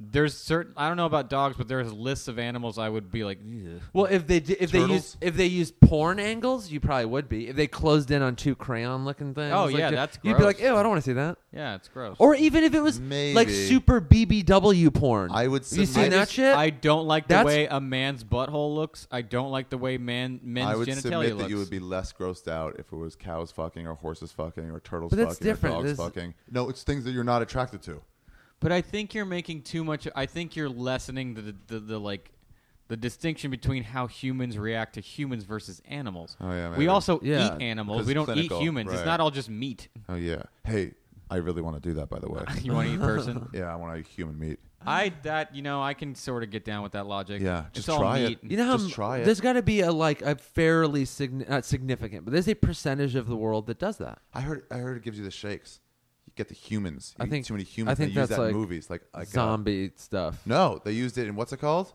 There's certain I don't know about dogs, but there's lists of animals I would be like, "Ugh." Well, if they did, if they Turtles? used if they used porn angles, you probably would be. If they closed in on two crayon looking things, Oh, like yeah, that, that's you'd be gross. like, ew, I don't want to see that. yeah, it's gross. Or even if it was like Maybe. super BBW porn, I would Have you submit- seen I that just- shit? I don't like the That's- way a man's butthole looks. I don't like the way man men's I would genitalia submit looks. that you would be less grossed out if it was cows fucking or horses fucking or turtles But that's fucking different. or dogs This- fucking. No, it's things that you're not attracted to. But I think you're making too much. I think you're lessening the the, the, like the distinction between how humans react to humans versus animals. Oh, yeah, we maybe. also Yeah. eat animals. Because We it's don't clinical, eat humans. It's right. not all just meat. [laughs] Oh yeah. Hey, I really want to do that. By the way. You want to eat person? [laughs] yeah, I want to eat human meat. I that you know I can sort of get down with that logic. Yeah, it's just all try meat. it. you know how Just m- try it. there's got to be a like a fairly signi- not significant, but there's a percentage of the world that does that. I heard. I heard it gives you the shakes. You get the humans. You I eat think- too many humans. I think they use that's that in like movies, like, like uh, zombie stuff. no, they used it in what's it called?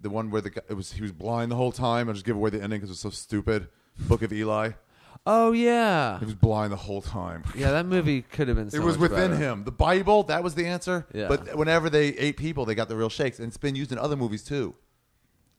The one where the guy, it was he was blind the whole time. I just give away the ending because it's so stupid. Book of Eli. Oh yeah, He was blind the whole time. yeah. That movie could have been. [laughs] So it was much within better. him. The Bible, that was the answer. Yeah. But whenever they ate people, they got the real shakes, and it's been used in other movies too.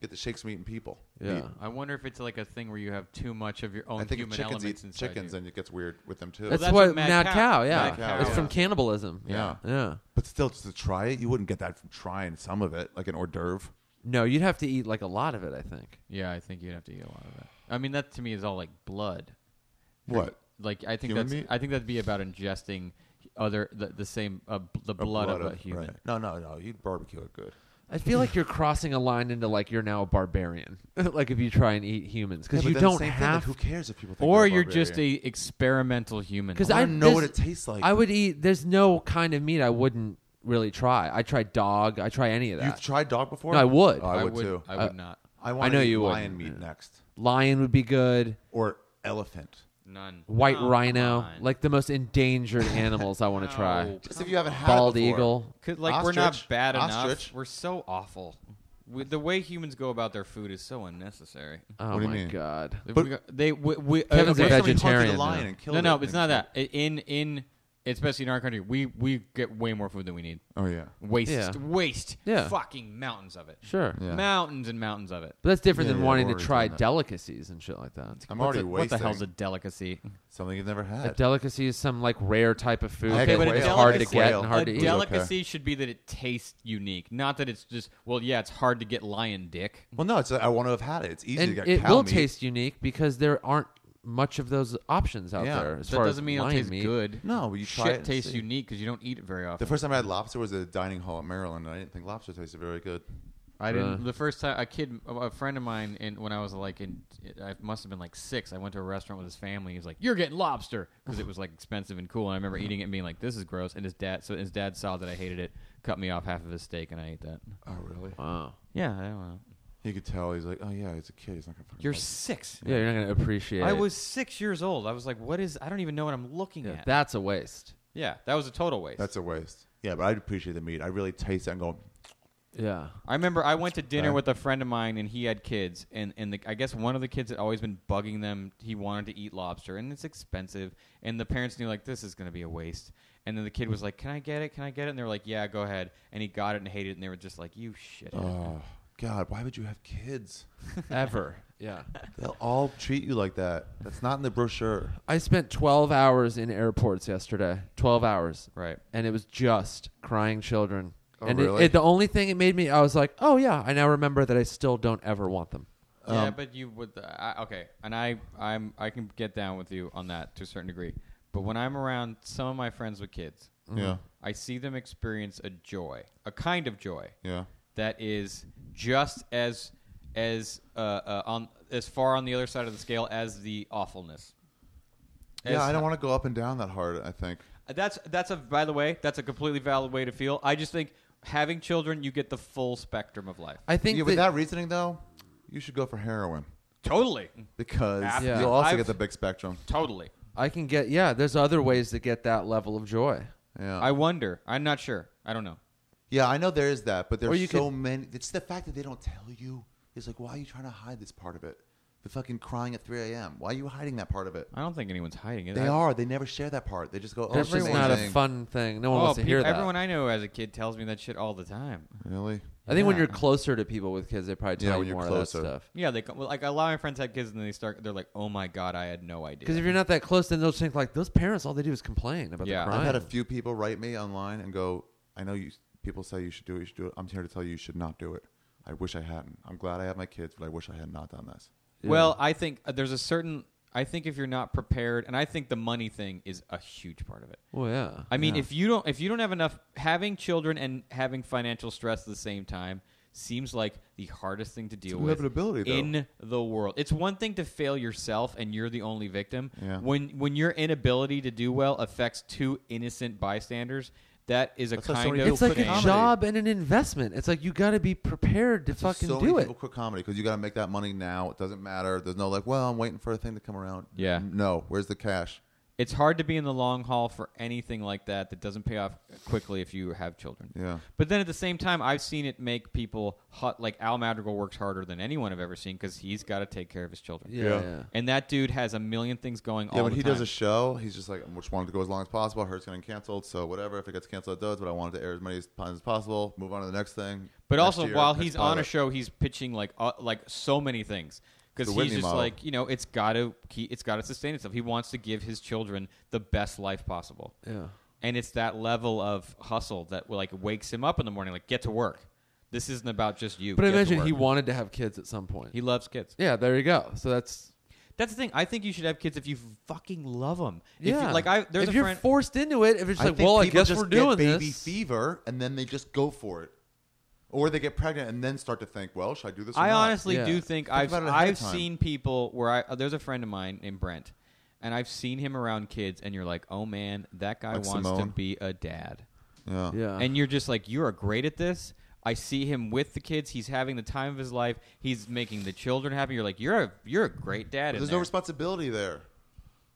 Get the shakes from eating people. Yeah. Meat. I wonder if it's like a thing where you have too much of your own I think if human chickens elements eat inside chickens, you. and it gets weird with them too. That's, that's what what Mad Mad Cow- Cow. yeah, Mad Cow, it's yeah. from cannibalism. Yeah. yeah. but still, just to try it, you wouldn't get that from trying some of it, like an hors d'oeuvre. No, you'd have to eat like a lot of it. I think. yeah, I think you'd have to eat a lot of that. I mean, that to me is all like blood. What? Like I think Human that's meat? I think that'd be about ingesting other the, the same uh, b- the Or blood, of a human. right. No, no, no. You'd barbecue it good. I feel like you're crossing a line into like you're now a barbarian. [laughs] like if you try and eat humans, because Yeah, but you then the don't same thing, have. Like, who cares if people? Think Or a you're just barbarian? a experimental human. Because I I wanna know what there's- it tastes like. I would eat. There's no kind of meat I wouldn't really try. I try dog. I try any of that. You've tried dog before? No, I would. Uh, Oh, I, would, too. I would not. I want know to eat you would. lion meat next Lion would be good. or elephant. None. White No, rhino, Oh, come on. like the most [laughs] endangered animals I want to try. No. Just if you haven't had Bald it before. eagle. 'Cause, like we're not Ostrich. bad enough. Ostrich. We're so awful. We, the way humans go about their food is so unnecessary. Oh What do you my mean? god. We But- go- they we, we, uh, Kevin's a okay. veg- Somebody hunted vegetarian a lion now. and killed No, no, it it's and- not that. I- In in especially in our country, we we get way more food than we need. Oh yeah. Waste, Yeah. waste, Yeah. fucking mountains of it. Sure. Yeah. Mountains and mountains of it. But that's different Yeah, than yeah, wanting to we're try doing that. delicacies and shit like that. I'm What already the- what wasting the hell's a delicacy? something you've never A had. delicacy is some like rare type of food I had that a but a it's whale. hard to delicacy- get and hard a to eat. del- delicacy should be that it tastes unique, not that it's just well, yeah, it's hard to get lion dick. well, no, it's I want to have had it. It's easy to and get it cow will meat. taste unique because there aren't much of those options out Yeah. there. As that far doesn't as mean it'll lion taste meat. good. No, but you try shit it and tastes see. unique because you don't eat it very The often. first time I had lobster was at a dining hall in Maryland, and I didn't think lobster tasted very good. I Uh. didn't. The first time a kid, a- a friend of mine, in when I was like in, I must have been like six. I went to a restaurant with his family. He was like, "You're getting lobster," because it was like expensive and cool. And I remember eating it and being like, "This is gross." And his dad, so his dad saw that I hated it, cut me off half of his steak, and I ate that. Oh, really? Wow. Yeah, I don't know. You could tell he's like, oh yeah, he's a kid. He's not gonna. fucking You're like it." six. Yeah, you're not gonna appreciate. I it. was six years old. I was like, "What is?" I don't even know what I'm looking Yeah, at. that's a waste. yeah, that was a total waste. That's a waste. Yeah, but I appreciate the meat. I really taste it and go. Yeah. I remember I went to dinner Right. with a friend of mine, and he had kids, and and the, I guess one of the kids had always been bugging them. He wanted to eat lobster, and it's expensive, and the parents knew like this is going to be a waste. And then the kid was like, "Can I get it? Can I get it?" And they were like, "Yeah, go ahead." And he got it and hated it, and they were just like, "You shit." Oh God, why would you have kids? Ever. Yeah. They'll all treat you like that. That's not in the brochure. [laughs] I spent 12 hours in airports yesterday. 12 hours. Right. And it was just crying children. Oh, and it- really? it, the only thing it made me, I was like, oh, yeah, I now remember that I still don't ever want them. yeah, Um, but you would. uh, I, okay, and I, I'm, I can get down with you on that to a certain degree. But when I'm around some of my friends with kids, Yeah, I see them experience a joy, a kind of joy. yeah. that is just as as uh, uh, on as far on the other side of the scale as the awfulness. Yeah, I don't want to go up and down that hard. I think. That's that's a by the way, that's a completely valid way to feel. I just think having children, you get the full spectrum of life. I think Yeah, with that- that reasoning though, you should go for heroin Totally, because Yeah. you'll also I've- get the big spectrum. Mm. totally. I can get, yeah, there's other ways to get that level of joy. Yeah, I wonder. I'm not sure. I don't know. yeah, I know there is that, but Or there's you so could- many. It's the fact that they don't tell you. It's like, why are you trying to hide this part of it? The fucking crying at 3 a.m. Why are you hiding that part of it? I don't think anyone's hiding it. They I- are. They never share that part. They just go, oh, That's it's just Everyone- not a amazing. fun thing. No one Oh, wants to peop- hear that. everyone I know as a kid tells me that shit all the time. Really? I think when Yeah. you're closer to people with kids, they probably Yeah, tell when you you're more closer. of that stuff. Yeah, they co- like a lot of my friends had kids and then they start. They're like, "Oh my god, I had no idea." Because if you're not that close, then they'll just think like those parents, all they do is complain about Yeah. the I've crime. I've had a few people write me online and go, I know you. People say you should do it. You should do it. I'm here to tell you you should not do it. I wish I hadn't. I'm glad I have my kids, but I wish I had not done this. Yeah. Well, I think uh, there's a certain. I think if you're not prepared, and I think the money thing is a huge part of it. Well, yeah. I mean, Yeah. if you don't, if you don't have enough, having children and having financial stress at the same time seems like the hardest thing to deal with inevitability, though. in the world. It's one thing to fail yourself and you're the only victim. Yeah. When when your inability to do well affects two innocent bystanders, that is a That's why so kind many of it's like thing. a comedy. job and an investment. It's like you got to be prepared to Just fucking so do many it. People quit comedy because you got to make that money now. It doesn't matter. There's no like, well, I'm waiting for a thing to come around. Yeah. No, where's the cash? It's hard to be in the long haul for anything like that that doesn't pay off quickly if you have children. Yeah. But then at the same time, I've seen it make people hot. Like Al Madrigal works harder than anyone I've ever seen because he's got to take care of his children. Yeah. Yeah. yeah. And that dude has a million things going on. yeah, when he does a show, he's just like, I just wanted to go as long as possible. I heard it's getting canceled, so whatever. If it gets canceled, it does. But I wanted to air as many times as possible. Move on to the next thing. But Next also, year, while next he's on a pilot. show, he's pitching like uh, like so many things because The he's Whitney just model. like you know it's got to it's got to sustain itself. He wants to give his children the best life possible, and it's that level of hustle that like wakes him up in the morning. Like get to work. This isn't about just you. But I Get to imagine he work. wanted to have kids at some point. he loves kids. yeah, there you go. So that's That's the thing. I think you should have kids if you fucking love them. yeah. If you, like I there's if a you're friend. forced into it, if it's I like, think well, I people guess just we're doing get baby this. fever, and then they just go for it, or they get pregnant and then start to think, well, should I do this? Or I not? honestly Yeah. do think, I've about it ahead of I've time. seen people where I uh, there's a friend of mine named Brent, and I've seen him around kids, and you're like, oh man, that guy Like wants Simone? to be a dad, Yeah. Yeah. and you're just like, you are great at this. I see him with the kids. He's having the time of his life. He's making the children happy. You're like, you're a you're a great dad. in There's there." no responsibility there.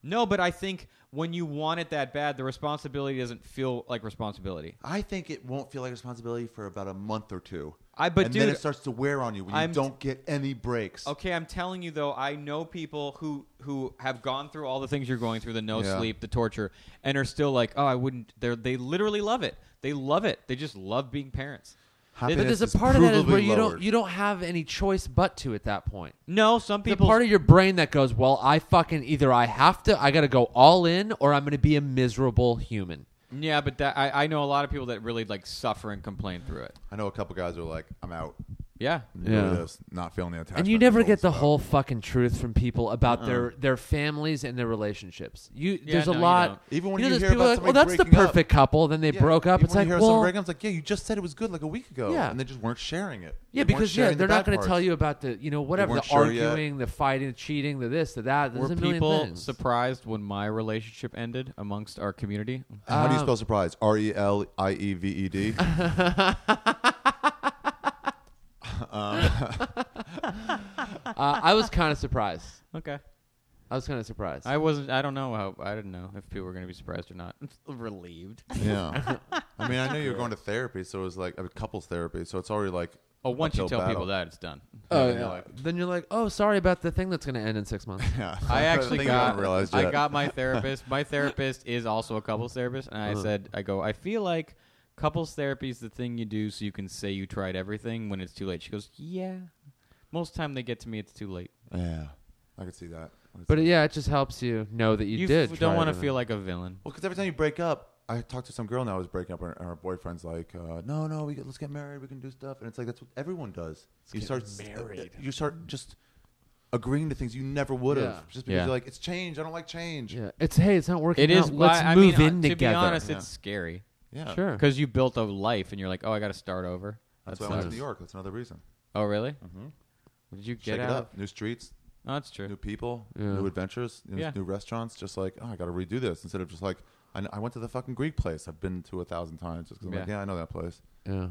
no, but I think when you want it that bad, the responsibility doesn't feel like responsibility. I think it won't feel like responsibility for about a month or two. I- but and then dude, it starts to wear on you when you I'm- don't get any breaks. Okay, I'm telling you though, I know people who who have gone through all the things you're going through, the no Yeah. sleep, the torture, and are still like, oh, I wouldn't. They they literally love it. They love it. They just love being parents. Happiness But but there's a is part of that is provably where you lowered. don't you don't have any choice but to at that point. No, some The people. part of your brain that goes, well, I fucking either I have to, I got to go all in, or I'm going to be a miserable human. yeah, but that I, I know a lot of people that really like suffer and complain through it. I know a couple guys are like, I'm out. Yeah, Yeah. Yeah. not feeling the attachment. and you never control get the stuff. whole fucking truth from people about their their families and their relationships. You there's no, a you lot. don't. Even when you know, there's hear people about like, well, that's somebody the breaking up." perfect couple. Then they Yeah. broke up. Even It's when like, you hear well, someone break up, it's like, yeah, you just said it was good like a week ago. Yeah. And they just weren't sharing it. yeah, They weren't because yeah, sharing the they're not bad going to parts. tell you about the you know whatever the weren't sure yet. arguing, the fighting, the cheating, the this, the that. There's were a million people things. surprised when my relationship ended amongst our community? And How do you Um, spell surprise? R E L I E V E D. uh, I was kind of surprised. Okay, I was kind of surprised. I wasn't. I don't know how. I didn't know if people were going to be surprised or not. Relieved. Yeah. I mean, I know you were going to therapy, so it was like a couples therapy, so it's already like. Oh, once you uphill tell people battle. that, it's done. Oh, then yeah. you're like- then you're like, oh, sorry about the thing that's going to end in six [laughs] months. Yeah. I actually think you got haven't realized I yet. got [laughs] my therapist. My therapist is also a couples therapist, and Uh-huh. I said, I go, I feel like couples therapy is the thing you do so you can say you tried everything when it's too late. She goes, Yeah. Most time they get to me, it's too late. Yeah. I could see that. I could But see it- yeah, it just helps you know that you, f- did. don't want to feel like a villain. Well, because every time you break up, I talked to some girl now. I was breaking up, and and her boyfriend's like, uh, "No, no, we get, let's get married. We can do stuff." And it's like that's what everyone does. you start married. you start just agreeing to things you never would have, Yeah. just because Yeah. you're like, "It's change. I don't like change." Yeah, it's hey, it's not working. It is. out. Let's why, move I mean, uh, in to together. be honest, Yeah. it's scary Yeah. sure. because you built a life and you're like, Oh, I got to start over. That's That why I went to sucks. New York. That's another reason. Oh, really? Mm-hmm. Did you get Shake out? it up. New streets, No, that's true. new people, Yeah. new adventures, new, Yeah. new restaurants. Just like, oh, I got to redo this instead of just like, I, I went to the fucking Greek place. I've been to a thousand times just because I'm like, Yeah. yeah, I know that place. yeah.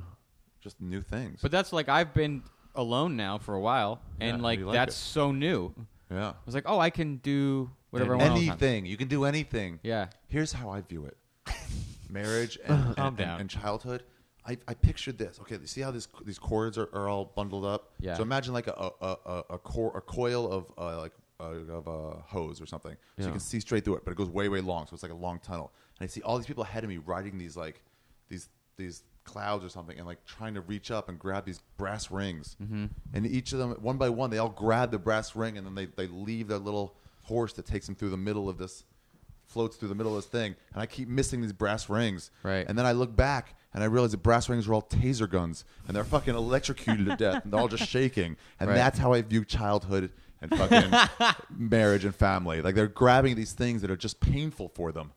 Just new things. But that's like I've been alone now for a while, Yeah, and and like you like that's it. so new. I yeah. was like, oh, I can do whatever I want. all the time. anything. You can do anything. Yeah. Here's how I view it: [laughs] marriage [laughs] and, Calm and, down. and, and childhood. I, I pictured this. Okay, see how this, these cords are, are all bundled up. Yeah. So imagine like a a, a, a, cor- a coil of uh, like uh, of a hose or something, so Yeah. you can see straight through it, but it goes way way long, so it's like a long tunnel. And I see all these people ahead of me riding these like these these clouds or something, and like trying to reach up and grab these brass rings. Mm-hmm. And each of them, one by one, they all grab the brass ring, and then they they leave their little horse that takes them through the middle of this floats through the middle of this thing, and I keep missing these brass rings. Right. And then I look back and I realize the brass rings were all taser guns, and they're fucking electrocuted [laughs] to death, and they're all just shaking. And Right. that's how I view childhood and [laughs] fucking marriage and family. Like they're grabbing these things that are just painful for them.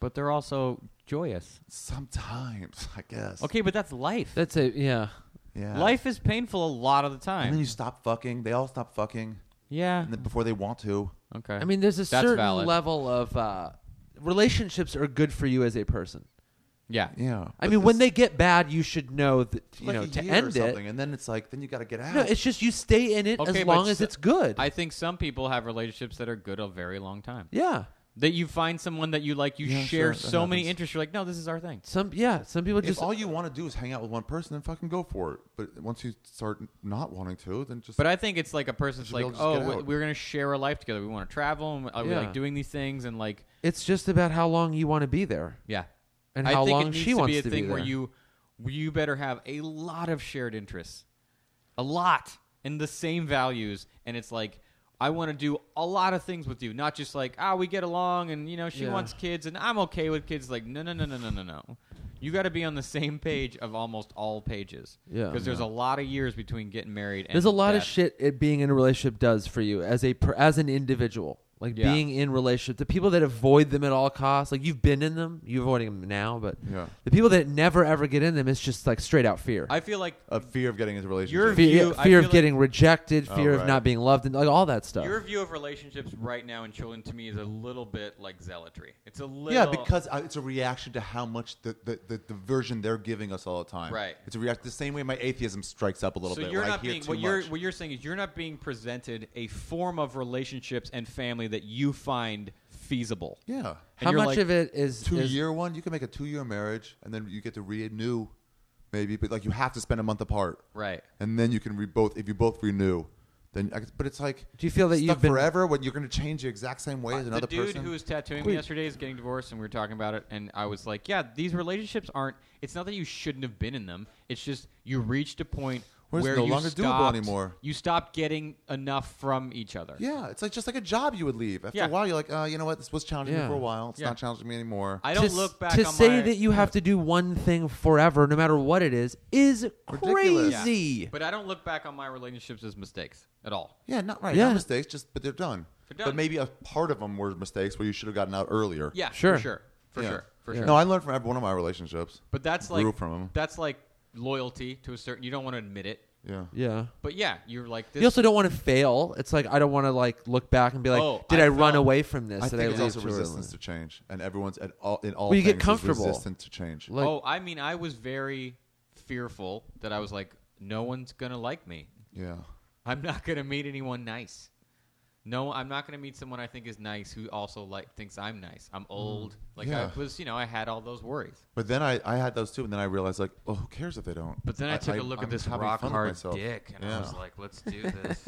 But they're also joyous. Sometimes, [laughs] I guess. Okay, but that's life. That's a yeah. Yeah. Life is painful a lot of the And then time. you stop fucking. They all stop fucking, yeah. and then before they want to. Okay. I mean, there's a That's certain valid. level of uh, relationships are good for you as a person. yeah. Yeah. I mean, when they get bad, you should know that you know to end it. and then it's like then you got to get out. No, it's just you stay in it Okay, as but long as so- it's good. I think some people have relationships that are good a very long time. yeah. That you find someone that you like, you Yeah, share sure, that so many happens. interests. You're like, no, this is our thing. Some yeah, some people If just all you want to do is hang out with one person, then fucking go for it. But once you start not wanting to, then just But I think it's like a person's Should we like, all oh, just get we- out?" we're gonna share our life together. We want to travel. And uh, we Yeah. like doing these things and like, it's just about how long you want to be there. yeah. And I how think long it needs she to wants be a to be thing where there. you you better have a lot of shared interests, a lot, and the same values. And it's like, I want to do a lot of things with you, not just like, ah, we get along, and you know, she Yeah. wants kids, and I'm okay with kids. Like, no, no, no, no, no, no, no. You got to be on the same page of almost all pages, Yeah. Because there's a lot of years between getting married. and There's a lot of death. shit it being in a relationship does for you as a per, as an individual. Like Yeah. being in relationship, the people that avoid them at all costs, like you've been in them, you're avoiding them now, but Yeah. the people that never ever get in them, it's just like straight out fear, I feel like a fear of getting into a relationship. Your fear, view- fear I feel of like- getting rejected, Oh, fear of right. not being loved, and like all that stuff. Your view of relationships right now in children to me is a little bit like zealotry. It's a little yeah, because uh, it's a reaction to how much the, the, the, the version they're giving us all the time. Right. It's a reaction the same way my atheism strikes up a little so bit. you're when I not hear being too what you're much. what you're saying is you're not being presented a form of relationships and family that you find feasible. yeah. how you're much like, of it is Two is- year one, you can make a two year marriage, and then you get to renew, maybe, but like you have to spend a month apart, Right. and then you can re both if you both renew. Then, I guess- but it's like, Do you feel that stuck you've been- forever when you're going to change the exact same way as another Uh, the dude person? who was tattooing Wait. me yesterday is getting divorced, and we were talking about it, and I was like, "Yeah, these relationships aren't. It's not that you shouldn't have been in them. It's just you reached a point Where it's where no you longer doable stopped- anymore. You stopped getting enough from each other. yeah, it's like just like a job you would leave after Yeah. a while. You're like, uh, you know what, this was challenging Yeah. me for a while. It's Yeah. not challenging me anymore. I don't to, look s- back to on say my- that you have to do one thing forever, no matter what it is, is Ridiculous. Yeah. crazy. But I don't look back on my relationships as mistakes at all. Yeah, not right. Yeah. Not mistakes, just but they're done. They're done. But maybe a part of them were mistakes where you should have gotten out earlier. Yeah, Sure. for sure, for Yeah. sure, for Yeah. sure. No, I learned from every one of my relationships. but that's grew like from 'em. that's like loyalty to a certain. You don't want to admit it, Yeah. Yeah. but yeah, you're like this. You also don't want to fail. It's like I don't want to like look back and be like, Oh, did I, I run fell. away from this? I did think it's leave also too early? resistance to change, and everyone's at all in all. Well, you get things is comfortable. Resistant to change. Like- oh, I mean, I was very fearful that I was like, no one's gonna like me. yeah. I'm not gonna meet anyone nice. No, I'm not gonna meet someone I think is nice who also like thinks I'm nice. I'm old. Like Yeah. I was, you know, I had all those worries. But then I, I had those too, and then I realized like, well, who cares if they don't? But then I, took a a look at this rock hard dick, and I was like, let's do [laughs] this.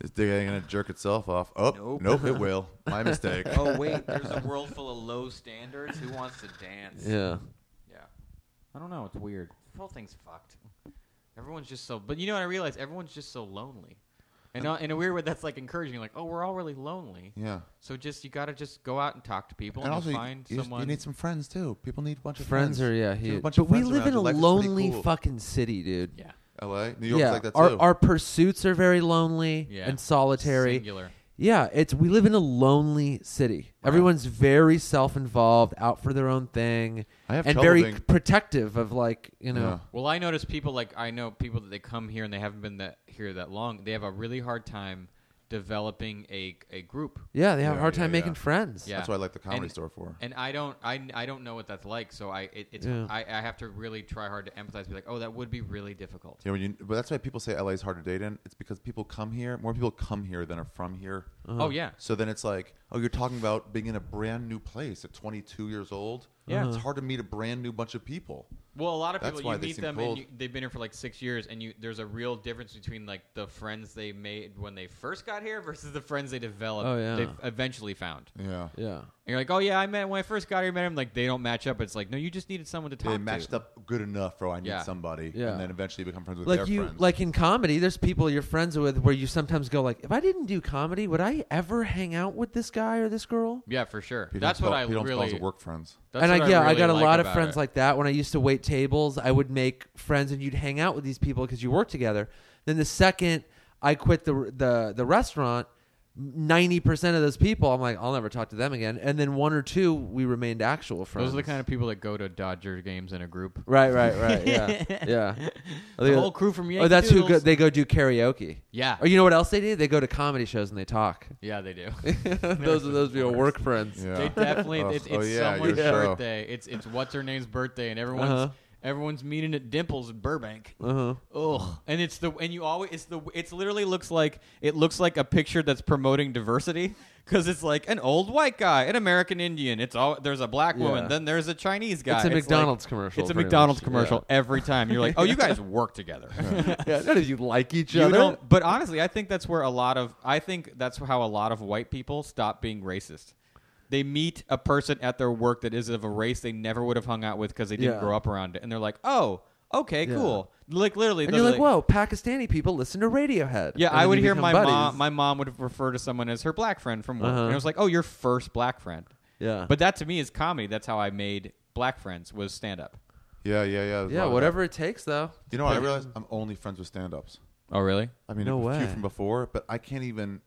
this dick ain't gonna jerk itself off. Oh, Nope. [laughs] nope, it will. My mistake. oh wait, there's a world full of low standards. Who wants to dance? Yeah. Yeah. I don't know. It's weird. The whole thing's fucked. Everyone's just so. But you know what I realized? Everyone's just so lonely. And uh, in a weird way, that's like encouraging. Like, oh, we're all really lonely. Yeah. So just you gotta just go out and talk to people And and, also, you'll you, find you just- someone. you need some friends too. People need a bunch of Friends friends. are yeah. If you He, have a bunch but of we friends live around in a your life, it's pretty lonely cool. fucking city, dude. yeah. L.A. New York's yeah. like that our too. our pursuits are very lonely Yeah. and solitary. Singular. Yeah, it's we live in a lonely city. Everyone's very self-involved, out for their own thing, I have and trouble very being- protective of like you know. Yeah. Well, I notice people like I know people that they come here and they haven't been that here that long. They have a really hard time developing a a group. Yeah, they have a Yeah, hard yeah, time making yeah. friends. Yeah. That's what I like the comedy And- store for. And I don't, I, I don't know what that's like. So I, it, it's, Yeah. I, I have to really try hard to empathize. Be like, oh, that would be really difficult. Yeah, when you, but that's why people say LA is hard to date in. It's because people come here. More people come here than are from here. Uh-huh. Oh yeah, So then it's like, oh, you're talking about being in a brand new place at 22 years old. Yeah. it's hard to meet a brand new bunch of people. Well, a lot of That's people why you they meet seem them cold. and you, they've been here for like six years, and you there's a real difference between like the friends they made when they first got here versus the friends they developed. Oh, yeah. They eventually found. And Yeah, yeah. you're like, oh yeah, I met when I first got here, I met him. Like they don't match up. It's like no, you just needed someone to talk they to. matched up good enough for oh, I need Yeah. somebody, Yeah. and then eventually become friends with like their you friends. like in comedy there's people you're friends with where you sometimes go like if i didn't do comedy would i ever hang out with this guy or this girl Yeah, for sure. Peter that's Spell- what I Peter Spell's really. work friends. That's and what I, yeah, I really got a like lot of about friends it. like that. When I used to wait tables, I would make friends, and you'd hang out with these people because you work together. Then the second I quit the the the restaurant, ninety percent of those people, I'm like, I'll never talk to them again. And then one or two, we remained actual friends. Those are the kind of people that go to Dodger games in a group. right, right, [laughs] right, yeah, yeah. The whole crew from Yankee Oh, that's who go, Doodles. they go do karaoke. Yeah. [laughs] Or you know what else they do? They go to comedy shows and they talk. [laughs] Yeah, they do. those are those people work friends. Yeah. They definitely [laughs] Oh, it's, it's oh, yeah, someone's your show. birthday. It's it's what's her name's birthday, and everyone's Uh-huh. Everyone's meeting at Dimples in Burbank. Uh-huh. Ugh. And it's the and you always it's the it's literally looks like it looks like a picture that's promoting diversity because it's like an old white guy, an American Indian. It's all there's a black woman, Yeah. then there's a Chinese guy. It's a like- McDonald's commercial, It's a pretty McDonald's much. commercial every time. You're like, oh, you [laughs] guys work together. [laughs] yeah, none of you like each You other. don't, but honestly, I think that's where a lot of I think that's how a lot of white people stop being racist. They meet a person at their work that is of a race they never would have hung out with because they didn't Yeah. grow up around it, and they're like, "Oh, okay, Yeah. cool." Like literally, and they're you're like, whoa, Pakistani people listen to Radiohead. Yeah, And I then would you hear become my buddies. mom. My mom would refer to someone as her black friend from work, Uh-huh. and it was like, "Oh, your first black friend." Yeah. but that to me is comedy. That's how I made black friends was stand up. Yeah, yeah, yeah. there's a lot yeah, of whatever it takes, though. that. You know, what I realize I'm only friends with stand-ups. Oh, really? I mean, No a few way. from before, but I can't even.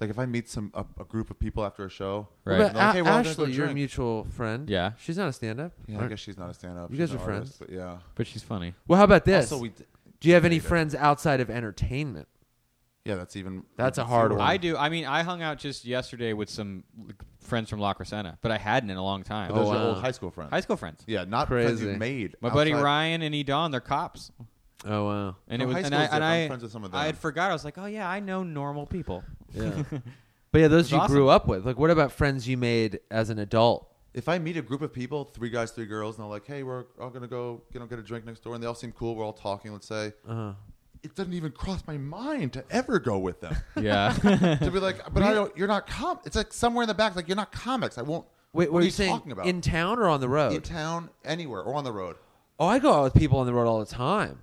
Like, if I meet some a, a group of people after a show, Right. But Okay, A- well, then go Ashley, your drink. mutual friend. Yeah. She's not a stand-up. yeah, I Aren't- guess she's not a stand-up. You guys she's are an artist, friends. but yeah. But she's funny. Well, how about this? Also, we. d- Do you have any friends outside of entertainment? Yeah, that's even. That's a hard zero. one. I do. I mean, I hung out just yesterday with some like, friends from La Crescenta, but I hadn't in a long time. But those Oh, are old wow. high school friends. High school friends. Yeah, not friends you Crazy. made. My buddy outside- Ryan and Edon, they're cops, Oh wow. and No, it was high and I school's and different. I'm I, friends with some of I them. had forgot. I was like, oh yeah, I know normal people. Yeah. but yeah, those That's you awesome. grew up with. Like, what about friends you made as an adult? If I meet a group of people, three guys, three girls, and they're like, "Hey, we're all gonna go, you know, get a drink next door," and they all seem cool. We're all talking. Let's say Uh-huh. it doesn't even cross my mind to ever go [laughs] with them. [laughs] [laughs] Yeah. to be like, but I don't. You're not com. It's like somewhere in the back, like you're not comics. I won't. Wait, what, what are are you saying? talking about? In town or on the road? in town, anywhere, or on the road. oh, I go out with people on the road all the time.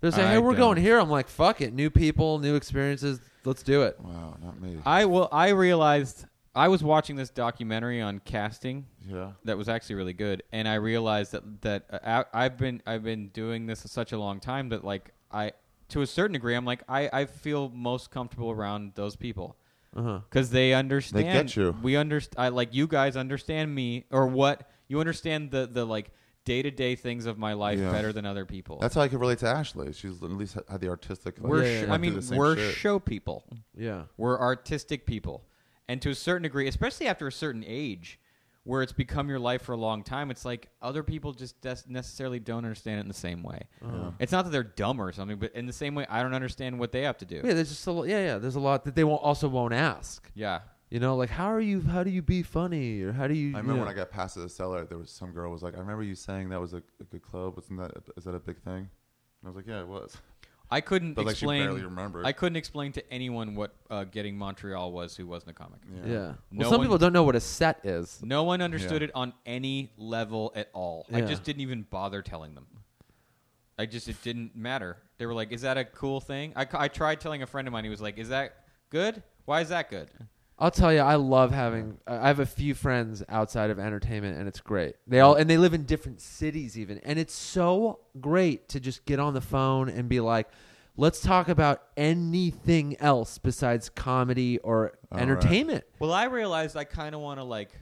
They're saying, I "Hey, we're don't. going here." I'm like, "Fuck it, new people, new experiences. Let's do it." Wow, not me. I will. I realized I was watching this documentary on casting yeah. that was actually really good, and I realized that that uh, I, I've been I've been doing this such a long time that like I to a certain degree I'm like I I feel most comfortable around those people Uh-huh. because they understand. you. We understand. Like you guys understand me or what you understand the the like day to day things of my life Yeah. better than other people. That's how I could relate to Ashley. She's at least had the artistic. like, we're Yeah, yeah, sh- yeah. I went through mean the same we're shit. show people. Yeah. We're artistic people. And to a certain degree, especially after a certain age, where it's become your life for a long time, it's like other people just des- necessarily don't understand it in the same way. Uh-huh. It's not that they're dumb or something, but in the same way, I don't understand what they have to do. Yeah. There's just a lo- yeah, yeah. There's a lot that they won't also won't ask. Yeah. You know, like how are you? How do you be funny? Or how do you? I remember you know- when I got past the cellar, there was some girl was like, "I remember you saying that was a, a good club. Wasn't that is that a big thing?" And I was like, "Yeah, it was." I couldn't But, like, she explain. barely remembered. I couldn't explain to anyone what uh, getting Montreal was who wasn't a comic. Yeah. Well, No some one- people don't know what a set is. No one understood Yeah. it on any level at all. I Yeah. just didn't even bother telling them. I just it didn't matter. They were like, "Is that a cool thing?" I, I tried telling a friend of mine. He was like, "Is that good? Why is that good?" I'll tell you, I love having. I I have a few friends outside of entertainment, and it's great. They all and they live in different cities, even, and it's so great to just get on the phone and be like, "Let's talk about anything else besides comedy or All right. entertainment." Well, I realized I kind of want to like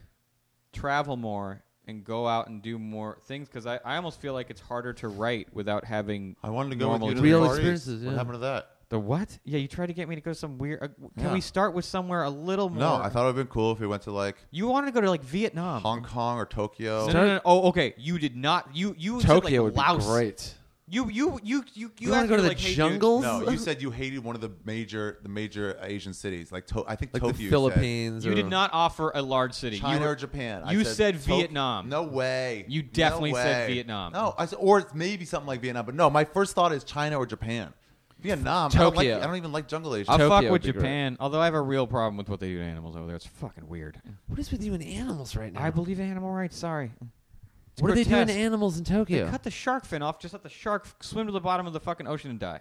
travel more and go out and do more things because I, I almost feel like it's harder to write without having I wanted to go normal with you to Real the parties. experiences, yeah. What happened to that? the what? Yeah, you tried to get me to go some weird. Uh, can Yeah. we start with somewhere a little more? No, I thought it would have been cool if we went to like you wanted to go to like Vietnam. Hong Kong or Tokyo. No, no, no, no. Oh, okay. You did not. You you said, Tokyo like, would Laos. be great. You you you you You, want asked to go me, to the like, hey, dude, jungles? No, you said you hated one of the major the major Asian cities, like to- I think like Tokyo. the you said. Philippines. you or- did not offer a large city. China you or Japan. I you said Tok- Vietnam. No way. You No definitely said way. Vietnam. No, I said, or it's maybe something like Vietnam. But no, my first thought is China or Japan. Vietnam. I don't, like- Tokyo. I don't even like jungle Asia. I'll Tokyo fuck would with be great. Japan, although I have a real problem with what they do to animals over there. It's fucking weird. What is with you and animals right now? I believe in animal rights. Sorry. It's what are they doing to grotesque. animals in Tokyo? Cut the shark fin off. Just let the shark f- swim to the bottom of the fucking ocean and die.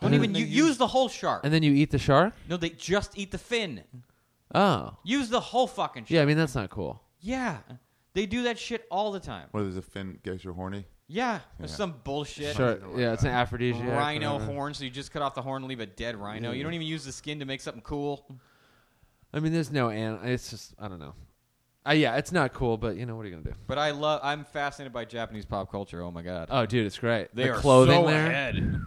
Don't didn't even they u- use- use the whole shark. and then you eat the shark? no, they just eat the fin. Oh, Use the whole fucking yeah. I shark. mean, that's not cool. Yeah. They do that shit all the time. What is it? Finn gets you horny. Yeah. Yeah. Some bullshit. Shark. Yeah, it's an aphrodisiac. Uh, rhino whatever. horn, so you just cut off the horn and leave a dead rhino. You don't even use the skin to make something cool. I mean, there's no an. It's just I don't know. Uh, yeah, it's not cool, but you know what are you gonna do? But I love. I'm fascinated by Japanese pop culture. Oh my god, Oh, dude, it's great. they the are clothing so there. ahead.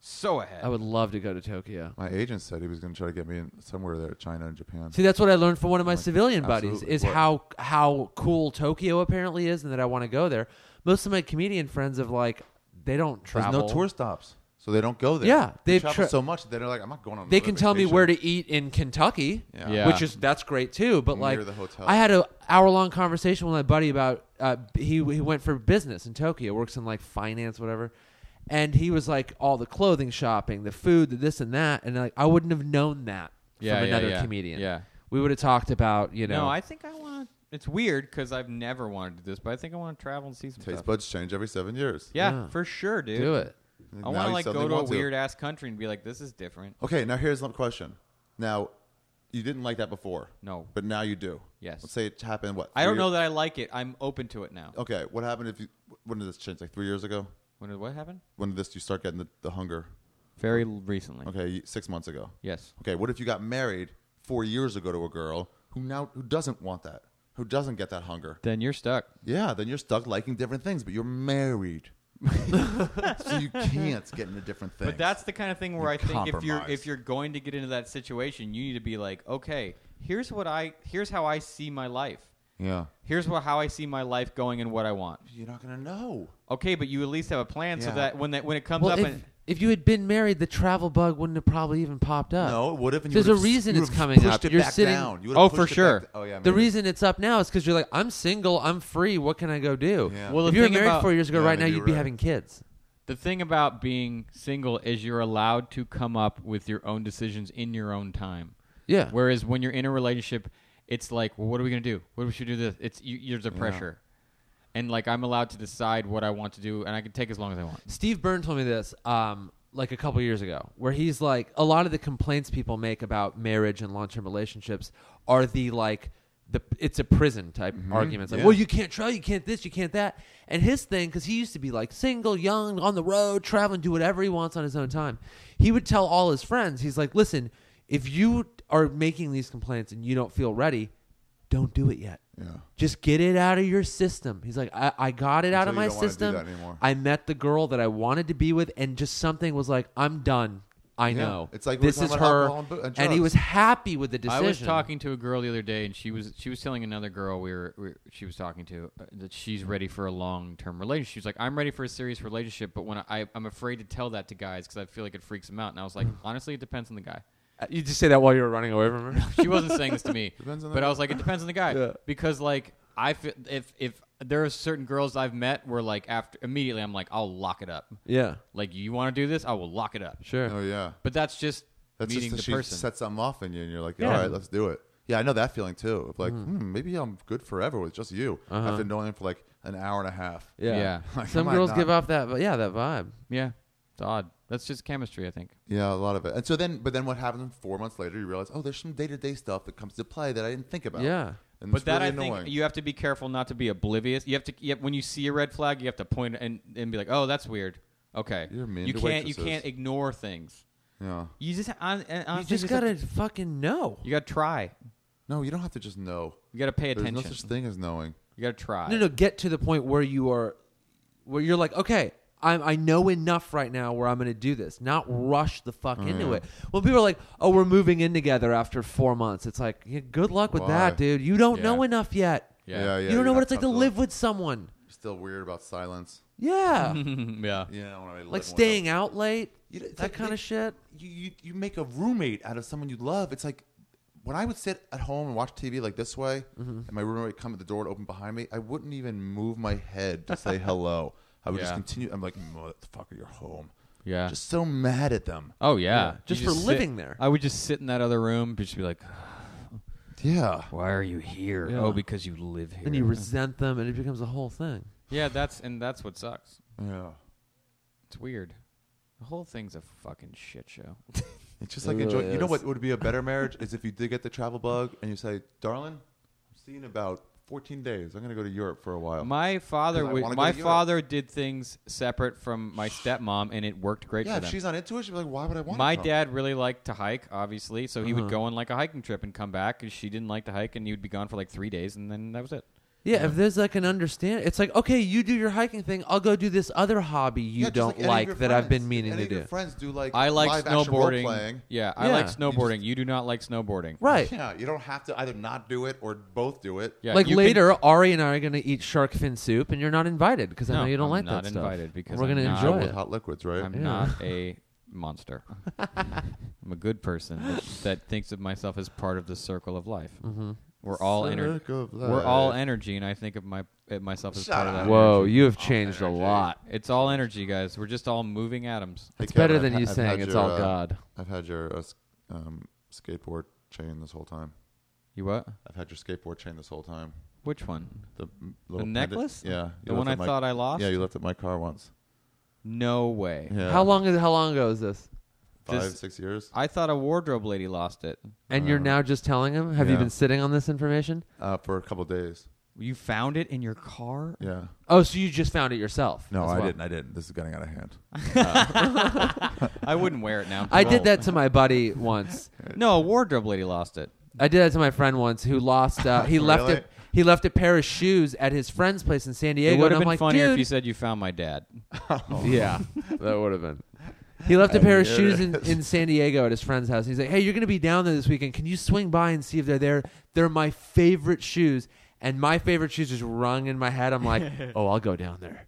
So ahead. I would love to go to Tokyo. My agent said he was going to try to get me in somewhere there, China and Japan. See, that's what I learned from one of my Like, civilian buddies absolutely. is What? how how cool Tokyo apparently is, and that I want to go there. most of my comedian friends have like they don't There's travel. no tour stops, so they don't go there. Yeah, they they've travel tra- so much that they're like, I'm not going on. They another can tell me vacation. where to eat in Kentucky, Yeah. Yeah. which is that's great too. But Near like, the hotel. I had an hour long conversation with my buddy about uh, he he went for business in Tokyo, works in like finance, whatever. And he was like all the clothing shopping, the food, the this and that, and like I wouldn't have known that Yeah, from yeah, another yeah. comedian. Yeah. we would have talked about you know. No, I think I want. to It's weird because I've never wanted to do this, but I think I want to travel and see some Taste stuff. buds change every seven years. Yeah, Yeah. for sure, dude. do it. I Now want you to like suddenly go to a want weird ass country and be like, this is different. Okay, now here's another question. Now, you didn't like that before. No. But now you do. Yes. Let's say it happened. What? I don't three- know that I like it. I'm open to it now. Okay, what happened if you? When did this change? Like three years ago. When did what happen? When did this? You start getting the, the hunger. Very l- recently. Okay, you- six months ago. Yes. Okay, what if you got married four years ago to a girl who now who doesn't want that, who doesn't get that hunger? Then you're stuck. Yeah, then you're stuck liking different things, but you're married, [laughs] so you can't get into different things. But that's the kind of thing where I You think if you're compromise. if you're going to get into that situation, you need to be like, okay, here's what I here's how I see my life. yeah, Here's what, how I see my life going and what I want. you're not gonna know. Okay, but you at least have a plan so Yeah. that when that when it comes Well, up if, and if you had been married, the travel bug wouldn't have probably even popped up. No, what if and you Uh, There's a would've- reason you it's would've coming pushed up. It You're back sitting- down. You would've Oh, pushed for it back sure. d- oh yeah. The maybe. reason it's up now is because you're like, I'm single, I'm free. What can I go do? Yeah. Well, if the you were thing married about- four years ago, Yeah, right now maybe you'd you're be right. having kids. the thing about being single is you're allowed to come up with your own decisions in your own time. Yeah. Whereas when you're in a relationship, it's like, well, what are we gonna do? What should we do? This? It's you, there's a pressure, and like I'm allowed to decide what I want to do, and I can take as long as I want. Steve Byrne told me this um, like a couple years ago, where he's like, a lot of the complaints people make about marriage and long term relationships are the like, the it's a prison type arguments. Like, Mm-hmm. Yeah. well, you can't travel, you can't this, you can't that. And his thing, because he used to be like single, young, on the road, traveling, do whatever he wants on his own time. He would tell all his friends, he's like, listen, if you are making these complaints and you don't feel ready, don't do it yet. Yeah. Just get it out of your system. He's like, I, I got it out Until of you my don't wanna do system. that anymore. I met the girl that I wanted to be with, and just something was like, I'm done. I know. It's like we were this is talking about her, alcohol and bo- and he drugs. was happy with the decision. I was talking to a girl the other day, and she was she was telling another girl we were, we she was talking to uh, that she's ready for a long term relationship. She's like, I'm ready for a serious relationship, but when I, I I'm afraid to tell that to guys because I feel like it freaks them out. And I was [laughs] like, honestly, it depends on the guy. Uh, You just say that while you were running away from [laughs] her. She wasn't saying this to me, Depends on the but I was like, it depends on the [laughs] guy Yeah. because like I feel if if there are certain girls I've met where like after immediately I'm like I'll lock it up. yeah, Like you want to do this, I will lock it up. sure. Oh yeah. But that's just That's meeting just that the she person. set something off in you, and you're like, Yeah. Mm-hmm. all right, let's do it. Yeah, I know that feeling too. Of like, hmm, maybe I'm good forever with just you after knowing him for like an hour and a half. Uh-huh. yeah. Yeah. [laughs] Like, Some am I girls not- give off that, yeah, that vibe. [laughs] yeah, it's odd. That's just chemistry, I think. Yeah, a lot of it. And so then, but then what happens four months later? You realize, oh, there's some day to day stuff that comes to play that I didn't think about. Yeah. and But it's that really I annoying. think you have to be careful not to be oblivious. You have to you have- when you see a red flag, you have to point and, and be like, "Oh, that's weird." Okay, You're mean you to can't you waitresses. can't ignore things. yeah. You just hon- and you honestly, just have gotta fucking know. to- you gotta try. No, you don't have to just know. You gotta pay There's attention. no such thing as knowing. You gotta try. No, no, get to the point where you are, where you're like, okay, I'm, I know enough right now where I'm going to do this, not rush the fuck into Mm. it. When people are like, oh, we're moving in together after four months, it's like, yeah, good luck with Why? that, dude. You don't Yeah. know enough yet. Yeah. yeah. you don't know you're what it's like to comfortable. live with someone. You're still weird about silence. [laughs] Yeah. [laughs] yeah. You know, when I live like with staying them. out late, You know, it's that like kind they- of shit. You, you you make a roommate out of someone you love. It's like when I would sit at home and watch TV like this way, Mm-hmm. and my roommate would come at the door and open behind me. I wouldn't even move my head [laughs] to say hello. I would just Yeah. continue. I'm like, motherfucker, you're home. Yeah. Just so mad at them. oh yeah. Yeah. Just You for sit- living there. I would just sit in that other room, just be like, Yeah. "Why are you here? Yeah. Oh, because you live here." And you resent them, and it becomes a whole thing. yeah, that's and that's what sucks. Yeah. It's weird. The whole thing's a fucking shit show. It's just It like enjoy. really You know is. what would be a better marriage is if you did get the travel bug and you say, "Darling, I'm seeing about 14 days. I'm gonna go to Europe for a while." My father, 'Cause I would- wanna go my to Europe. father did things separate from [sighs] my stepmom, and it worked great yeah, for if them. she's not into it, she'd be like, "Why would I want?" my it from?" dad really liked to hike, obviously, Uh-huh. so he would go on like a hiking trip and come back, and she didn't like to hike, and he would be gone for like three days, and then that was it. Yeah, if there's like an understand, it's like okay, you do your hiking thing. I'll go do this other hobby you Yeah, just don't any of like your that I've been friends. meaning Any to of your do. Friends do like I like live action role snowboarding. playing. Yeah, I Yeah. like You just- snowboarding. You, do not like snowboarding. Right. Yeah, you don't have to either not do it or both do it. Yeah, like you can- later, Ari and I are going to eat shark fin soup, and you're not invited because I No, know you don't I'm like not that stuff. invited because we're I'm gonna not- enjoy with it. hot liquids, right? I'm Yeah. [laughs] not a monster. I'm a good person that, that thinks of myself as part of the circle of life. Mm-hmm. We're all energy. Circle of We're all life. energy, and I think of my at myself as Shut part of that. up. Whoa, energy. you have changed a energy. lot. It's all energy, guys. We're just all moving atoms. Hey, It's better Kevin, than I've- you I've saying had it's your, all uh, God. I've had your uh, s- um, skateboard chain this whole time. You what? I've had your skateboard chain this whole time. Which one? The m- little pendant- necklace? Yeah, you The left one it I at my- thought I lost? Yeah, you left it at my car once. No way. Yeah, How long is how long ago is this? Five, just- six years. I thought a wardrobe lady lost it. And Uh, you're now just telling him? Have you yeah. been sitting on this information? Uh, for a couple days. You found it in your car? Yeah. Oh, so you just found it yourself? No, as I well. didn't. I didn't. This is getting out of hand. I wouldn't wear it now. I'm [laughs] I too did old. that to my [laughs] buddy once. No, a wardrobe lady lost it. I did that to my friend once who lost. Uh, he left Really? a, He left a pair of shoes at his friend's place in San Diego. it would and have I'm been like, funnier if Dude, you said you found my dad. Yeah, that would have been. He left a pair of there shoes it in, in San Diego at his friend's house. He's like, "Hey, you're going to be down there this weekend. Can you swing by and see if they're there? They're my favorite shoes." And my favorite shoes just rung in my head. I'm like, "Oh, I'll go down there."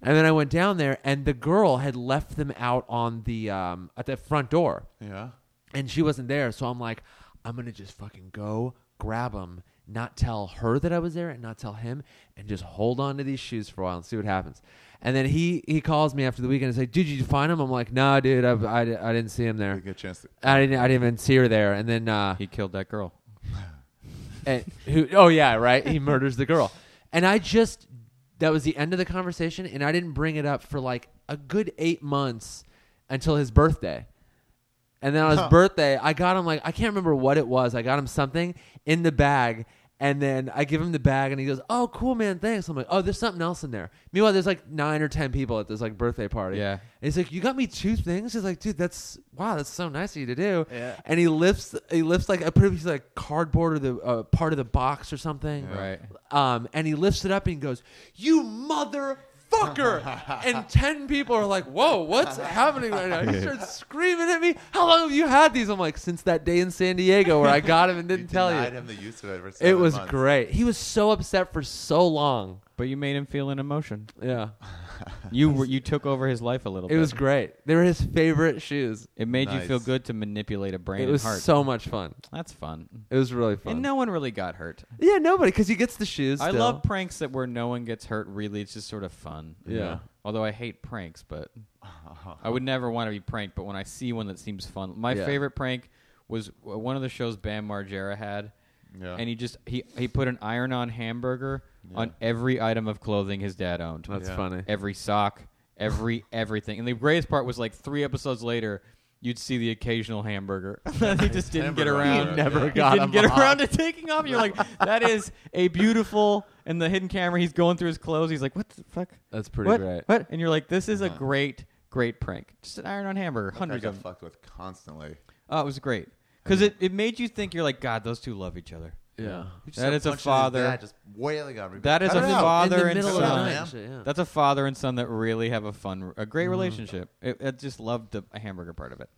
And then I went down there, and the girl had left them out on the um, at the front door Yeah. and she wasn't there so i'm like i'm gonna just fucking go grab him not tell her that i was there and not tell him and just hold on to these shoes for a while and see what happens and then he he calls me after the weekend and like dude did you find him i'm like nah dude i, I, I didn't see him Didn't there get a chance to. I didn't, I didn't even see her there and then uh He killed that girl. and who oh yeah right he murders the girl and i just that was the end of the conversation and i didn't bring it up for like a good eight months until his birthday and then on his birthday i got him like i can't remember what it was i got him something in the bag and then i give him the bag and he goes oh cool man thanks i'm like oh there's something else in there meanwhile there's like nine or ten people at this like birthday party Yeah. and he's like you got me two things he's like dude that's wow that's so nice of you to do yeah. and he lifts he lifts like a pretty piece of like cardboard or the uh, part of the box or something Right. um, and he lifts it up and he goes, "You [laughs] motherfucker!" and ten people are like, "Whoa, what's happening right now?" He starts screaming at me. How long have you had these? I'm like, since that day in San Diego where I got [laughs] him and didn't tell denied you. him the use of it. For It seven was months. [laughs] great. He was so upset for so long. But you made him feel [laughs] an emotion. Yeah, You were, you took over his life a little it bit. was great. They were his favorite shoes. It made you Nice. feel good to manipulate a brain It was and heart. so much fun. That's fun. It was really fun. And no one really got hurt. yeah, nobody because he gets the shoes. I still. love pranks that where no one gets hurt. Really, it's just sort of fun. you Yeah. know? Although I hate pranks, but I would never want to be pranked. But when I see one that seems fun, my Uh-huh. Yeah. favorite prank was uh, one of the shows Bam Margera had, Yeah. and he just he he put an iron-on hamburger on every item of clothing his dad owned. That's Yeah. funny. Every sock, every [laughs] everything. And the greatest part was like three episodes later. You'd see the occasional hamburger. [laughs] he just didn't get Hamburger, around. yeah. Never he got didn't him get off. around to taking off. You're like, that is a beautiful. And the hidden camera, he's going through his clothes. He's like, what the fuck? That's pretty what? great. What? And you're like, this is a great, great prank. Just an iron on hamburger, I hundreds got of them. fucked with constantly. Oh, it was great because it, it made you think. You're like, God, those two love each other. Yeah, He just That kept is a punching his father. dad, just wailing on me. That is Cut a it out. father in the and middle of the son. night. Yeah. and shit, yeah. That's a father and son that really have a fun, a great relationship. It, I just loved the hamburger part of it.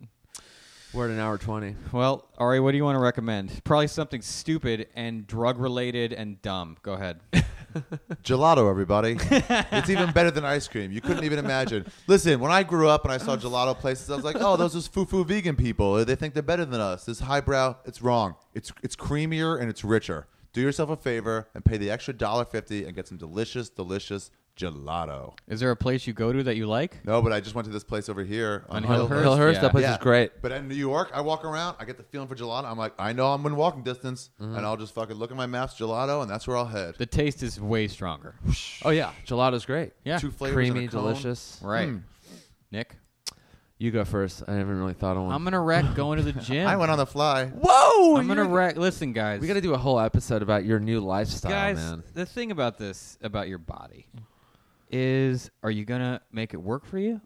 We're at an hour twenty. Well, Ari, what do you want to recommend? Probably something stupid and drug related and dumb. Go ahead. [laughs] Gelato, everybody. it's even better than ice cream. You couldn't even imagine. Listen, when I grew up and I saw gelato places, I was like, oh, those are foo-foo vegan people. They think they're better than us. This highbrow, it's wrong. It's, it's creamier and it's richer. Do yourself a favor and pay the extra $1.50 and get some delicious, delicious gelato. is there a place you go to that you like? No, but I just went to this place over here on, On Hillhurst? Hillhurst. Hillhurst, yeah. that place Yeah. is great. But in New York, I walk around, I get the feeling for gelato. I'm like, I know I'm in walking distance, Mm-hmm. and I'll just fucking look at my maps, gelato, and that's where I'll head. The taste is way stronger. Oh yeah, gelato's great. Yeah. Two flavors in creamy, a cone. delicious. Right. Nick? You go first. I haven't really thought of one. I'm going to wreck going to the gym. [laughs] I went on the fly. Whoa! I'm going to you're- wreck. Listen, guys. We got to do a whole episode about your new lifestyle, guys, man. the thing about this, about your body, is are you going to make it work for you?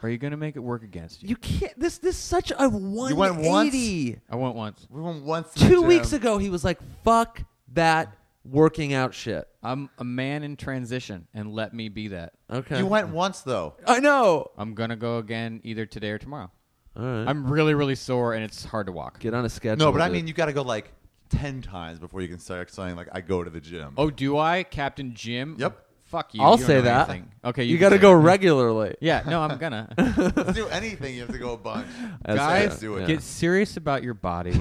Or are you going to make it work against you? You can't. This this such a one went once? I went once. We went once. to the Two gym. weeks ago, he was like, "Fuck that working out shit. I'm a man in transition, and let me be that. Okay. You went once though. I know. I'm gonna go again either today or tomorrow. All right. I'm really, really sore, and it's hard to walk. Get on a schedule. No, but I dude. mean, you got to go like ten times before you can start saying like, "I go to the gym." Oh, do I, Captain Jim? Yep. Fuck you. I'll you don't say know that. anything. Okay, you, can got to say go that. regularly. Yeah, no, I'm [laughs] gonna. Let's do anything. You have to go a bunch. That's Guys, fair. do it. Yeah. Get serious about [laughs] your body,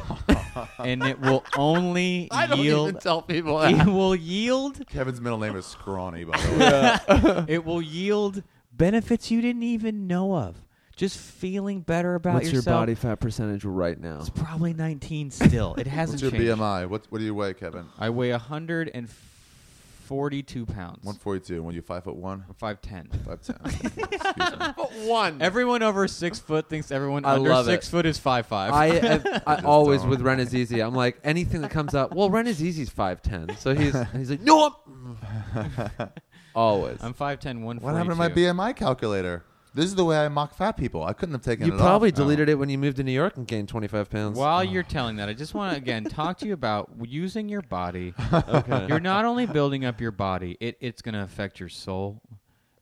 and it will only I don't yield. even tell people it that. will yield. Kevin's middle name is Scrawny, [laughs] by the way. It will yield benefits you didn't even know of. Just feeling better about What's your yourself. body fat percentage right now? It's probably 19 still. It [laughs] hasn't What's your changed. BMI? What What do you weigh, Kevin? I weigh 142 pounds. One forty two. When you five foot one, I'm 5'10. five ten. Excuse me. One. [laughs] Everyone over six foot thinks everyone I under love six it. foot is five [laughs] five. I, [laughs] I, I just always don't. with Ren Azizi, I'm like anything that comes up. Well, Ren Azizi's five ten, so [laughs] he's and he's like, no, I'm always. am 5'10", 142. What happened to my BMI calculator? This is the way I mock fat people. I couldn't have taken you it probably off. oh. deleted it when you moved to New York and gained twenty five pounds. While you're telling that, I just want to again talk to you about using your body. Okay. You're not only building up your body; it, it's going to affect your soul.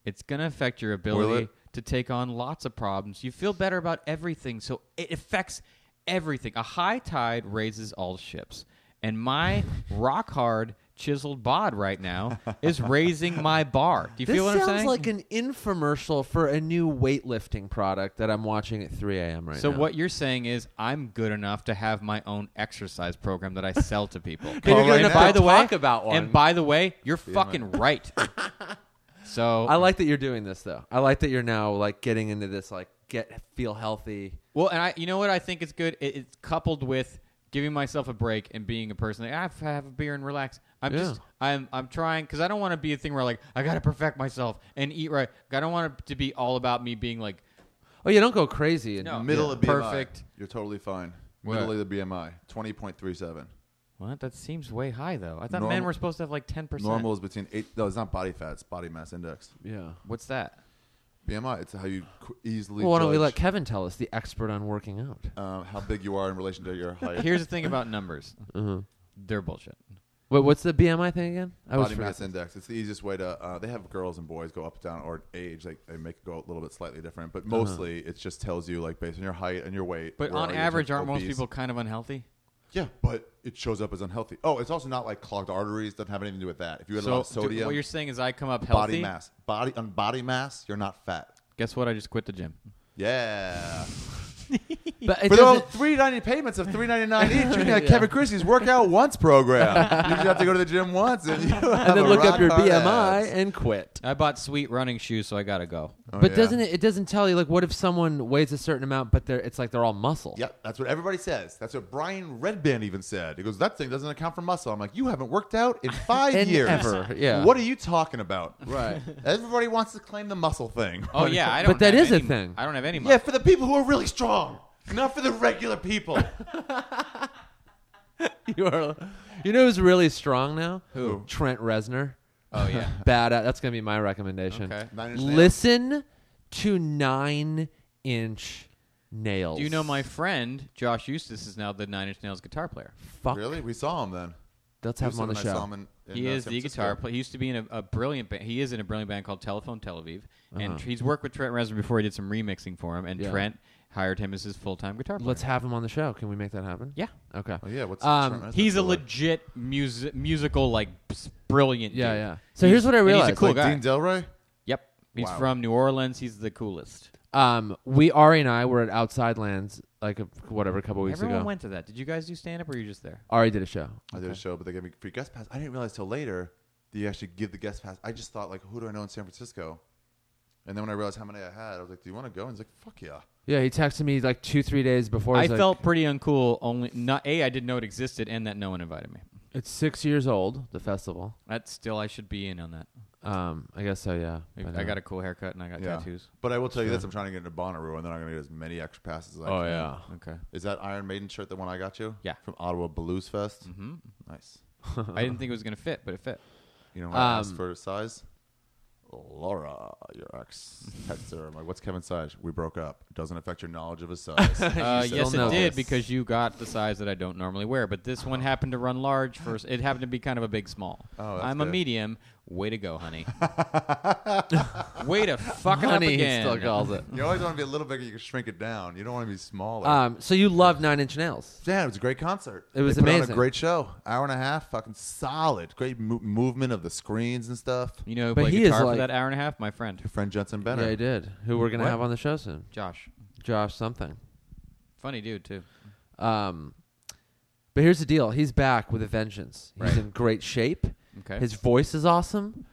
It's going to affect your ability it? to take on lots of problems. You feel better about everything, so it affects everything. A high tide raises all ships, and [laughs] my rock hard chiseled bod right now is raising my bar. Do you this feel what I'm sounds saying? like an infomercial for a new weightlifting product that I'm watching at 3 a.m. right So now. what you're saying is I'm good enough to have my own exercise program that I sell [laughs] to people. Then you're good and enough by to the way, talk about one. And by the way, you're [laughs] fucking right. So I like that you're doing this though. I like that you're now like getting into this like get feel healthy. well, and I you know what I think is good. It, it's coupled with giving myself a break and being a person. That, I have, have a beer and relax. I'm Yeah. just I'm I'm trying because I don't want to be a thing where like I gotta perfect myself and eat right. I don't want it to be all about me being like Oh, yeah, don't go crazy. And No. Middle Yeah. of BMI. Perfect. You're totally fine. What? Middle of the BMI, twenty point three seven. what that seems way high though. I thought men Normal- were supposed to have like ten percent. Normal is between eight. No, it's not body fat. It's body mass index. yeah. What's that? BMI. It's how you qu- easily. Well, why don't we judge, let Kevin tell us, the expert on working out? um, how big you are in relation to your height? Here's the thing about [laughs] numbers. Uh-huh. They're bullshit. Wait, what's the BMI thing again? I always body forget. mass index. It's the easiest way to. Uh, they have girls and boys go up, down, or age. Like they make it go a little bit slightly different, but Uh-huh. mostly it just tells you like based on your height and your weight. But where on are you in average, terms aren't of most obese. people kind of unhealthy? Yeah, but it shows up as unhealthy. Oh, it's also not like clogged arteries. Doesn't have anything to do with that. If you had a lot of do- sodium, what you're saying is I come up healthy. body mass, body on body mass, you're not fat. Guess what? I just quit the gym. Yeah. But it For those doesn't- three ninety payments of three ninety nine each, [laughs] you can have Kevin Christie's workout once program. you just have to go to the gym once and you [laughs] have and then a look up your rock-hard BMI ass. and quit. I bought sweet running shoes, so I gotta go. Oh, but yeah. doesn't it? It doesn't tell you like what if someone weighs a certain amount, but they're it's like they're all muscle. Yep, that's what everybody says. That's what Brian Redband even said. He goes, "That thing doesn't account for muscle." I'm like, "You haven't worked out in five [laughs] In years, ever, yeah. [laughs] What are you talking about? Right. [laughs] Everybody wants to claim the [laughs] muscle thing. Oh yeah, I But don't. that have is a any- thing. I don't have any. yeah, Money. for the people who are really strong, not for the regular [laughs] people. [laughs] you are. You know who's really strong now? Who? Trent Reznor. Oh yeah. [laughs] Bad. At, that's gonna be my recommendation. Okay. Nine inch nails. Listen to Nine Inch Nails. Do you know my friend Josh Eustace is now the Nine Inch Nails guitar player? fuck? Really? We saw him then. Let's have him on the Houston and I saw show. him in- in, He uh, is San the Francisco. guitar player. He used to be in a, a brilliant band. He is in a brilliant band called Telephone Tel Aviv, and he's worked with Trent Reznor before. He did some remixing for him, and Uh-huh. Yeah. Trent hired him as his full time guitar player. Let's have him on the show. Can we make that happen? yeah. Okay. Oh yeah, what's Um, Trent Reznor He's a feel like? legit music, musical, like s- brilliant. Yeah, dude. yeah. So He's- here's what I and realized. He's a cool like guy. Dean Delray. Yep. He's Wow. from New Orleans. He's the coolest. Um, we Ari and I were at Outside Lands like a, whatever a couple weeks Everyone ago. went to that. Did you guys do stand up or were you just there? Ari did a show. I did Oh, a show, but they gave me free guest pass. I didn't realize till later that you actually give the guest pass. I just thought like, who do I know in San Francisco? And then when I realized how many I had, I was like, do you want to go? And he's like, fuck yeah. Yeah, he texted me like two, three days before. I He's like, felt pretty uncool. Only not a. I didn't know it existed, and that no one invited me. it's six years old. The festival. That's still I should be in on that. Um, I guess so. Yeah. But, I uh, got a cool haircut and I got tattoos. But I will tell you this: I'm trying to get into Bonnaroo, and then I'm going to get as many extra passes as I Oh can. yeah. Okay. [laughs] Is that Iron Maiden shirt the one I got you? Yeah. From Ottawa Blues Fest. Mm-hmm. Nice. [laughs] I didn't think it was gonna fit, but it fit. You know, I asked Um, for a size. Laura, your ex texted her. I'm like, what's Kevin size? We broke up. Doesn't affect your knowledge of his [laughs] size. Uh, still yes, know it did this. because you got the size that I don't normally wear. But this one happened to run large. [laughs] First, it happened to be kind of a big small. Oh, that's I'm a good. medium. Way to go, honey. [laughs] Way to fuck it up Honey, he again. still calls [laughs] it. you always want to be a little bigger. You can shrink it down. You don't want to be smaller. Um, so you love Nine Inch Nails. yeah, it was a great concert. It was They put on amazing. a great show. Hour and a half, fucking solid. Great mo- movement of the screens and stuff. You know, who But played he is guitar like- for that hour and a half, my friend Your friend Judson Bennett. Yeah, I did. Who we're gonna What? have on the show soon? Josh. Josh something. Funny dude too. Um, but here's the deal: he's back with a vengeance. He's Right. in great shape. Okay. His voice is awesome.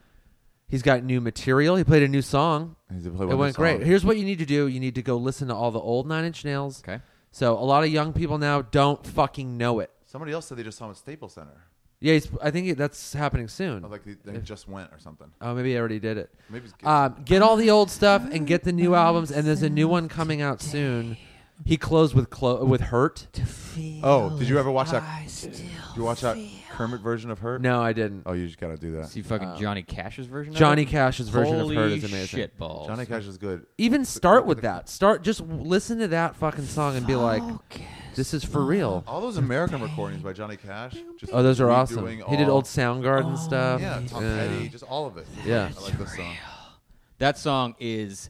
He's got new material. He played a new song. He's played one it new went great. song. Here's what you need to do: you need to go listen to all the old Nine Inch Nails. Okay. So a lot of young people now don't fucking know it. Somebody else said they just saw him at Staples Center. Yeah, he's, I think that's happening soon. Oh, like they, they just went or something. Oh, maybe I already did it. Maybe it's Um, get all the old stuff and get the new albums, and there's a new one coming out soon. He closed with clo- with Hurt. Oh, did you ever watch that? Did you watch that Kermit version of Hurt? No, I didn't. Oh, you just gotta do that. See fucking Johnny Cash's version. of Uh, Johnny it? Cash's version Holy of Hurt is amazing. Shit balls. Johnny Cash is good. Even start with that. Start just w- listen to that fucking song and be like, "This is for real." All those American recordings by Johnny Cash. Just Oh, those are redoing awesome. He did all- old Soundgarden stuff. Yeah, Tom Yeah. Petty, just all of it. Yeah. I like this song. that song is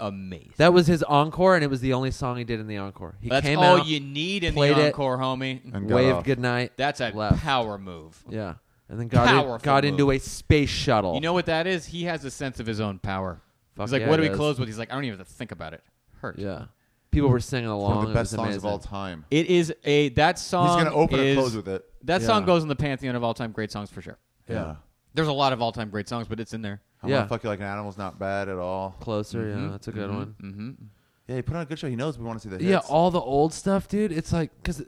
amazing. That was his encore, and it was the only song he did in the encore. He That's came all out, you need in played the it, encore, homie. And got waved off. goodnight. That's a left. power move. Yeah, and then got in, Powerful got into move. a space shuttle. You know what that is? He has a sense of his own power. Fuck he's like, yeah, what do he we does. close with? He's like, I don't even have to think about it. Hurt. Yeah. People were singing along. One of the It best was songs of amazing. all time. It is a that song. He's gonna open is- and close with it. That Yeah. song goes in the pantheon of all time great songs for sure. Yeah. There's a lot of all time great songs, but it's in there. I Yeah. wanna fuck you like an animal's not bad at all. Closer, yeah, Mm-hmm. that's a good one. Yeah, he put on a good show. He knows we want to see Mm-hmm. the hits. Yeah, all the old stuff, dude. It's like because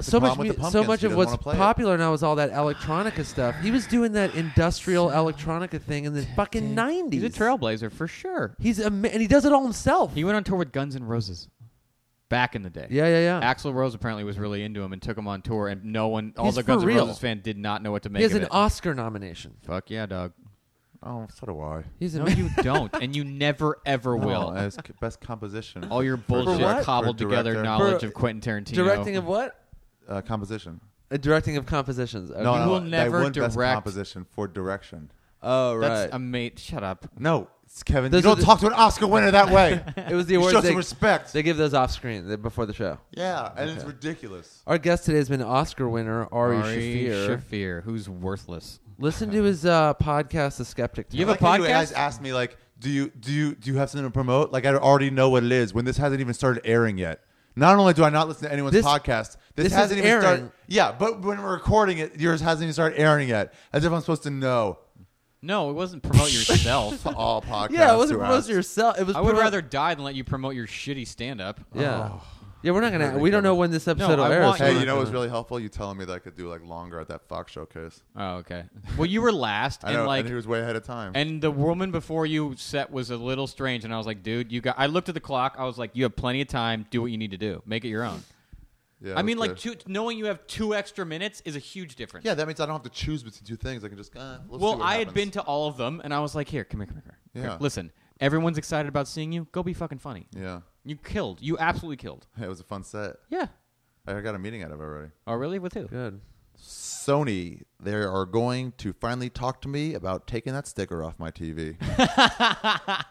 so much, problem with mu- the so Pumpkins, much he of doesn't what's wanna play it. popular now is all that electronica stuff. He was doing that industrial electronica thing in the fucking nineties. He's a trailblazer for sure. He's ama- and he does it all himself. He went on tour with Guns N' Roses back in the day. yeah, yeah, yeah. Axl Rose apparently was really into him and took him on tour, and no one, all He's the Guns for N' real. Roses fan did not know what to make He has of an it. Oscar nomination. Fuck yeah, dog. Oh, so do I. He's No, ama- you don't, and you never ever Well, will. as c- best composition. all your bullshit what? cobbled For together director. knowledge For of Quentin Tarantino. directing of what? uh, composition. Uh, directing of compositions. Okay. You will they never won best direct- composition for direction. Oh That's right. a mate. Shut up. No, it's Kevin. Those are you don't the- talk to an Oscar winner that way. [laughs] it was [laughs] the You awards. show they, some respect. They give those off screen the- before the show. yeah, and it's ridiculous. Our guest today has been Oscar winner Ari, Shafir. Shafir, who's worthless. Listen to his uh, podcast, The Skeptic. You Town. have a like how You podcast? guys asked me like, do you do you do you have something to promote? Like I already know what it is when this hasn't even started airing yet. Not only do I not listen to anyone's This- podcast, this, this is hasn't even airing. started. Yeah, but when we're recording it, yours hasn't even started airing yet. As if I'm supposed to know No, it wasn't promote [laughs] yourself. to all podcasts. yeah, it wasn't who promoted asked. to yourself. It was. I would promo- rather die than let you promote your shitty stand up. Yeah. Yeah, we're not gonna. We don't know when this episode No, will I air. want- so Hey, we're you not know uh, what's gonna- really helpful? You telling me that I could do like longer at that Fox showcase. Oh, okay. Well, you were last, I and know, like, and he was way ahead of time. and the woman before you set was a little strange, and I was like, dude, you got. I looked at the clock. I was like, you have plenty of time. Do what you need to do. Make it your own. yeah, I it mean, was like, good. two, knowing you have two extra minutes is a huge difference. yeah, that means I don't have to choose between two things. I can just uh, let's see Well, what I had happens. been to all of them, and I was like, here, come here, come here. Come here. Yeah. Listen, everyone's excited about seeing you. Go be fucking funny. yeah, [laughs] You killed. You absolutely killed. it was a fun set. Yeah. I got a meeting out of it already. Oh, really? With who? Good. Sony, they are going to finally talk to me about taking that sticker off [laughs] my TV.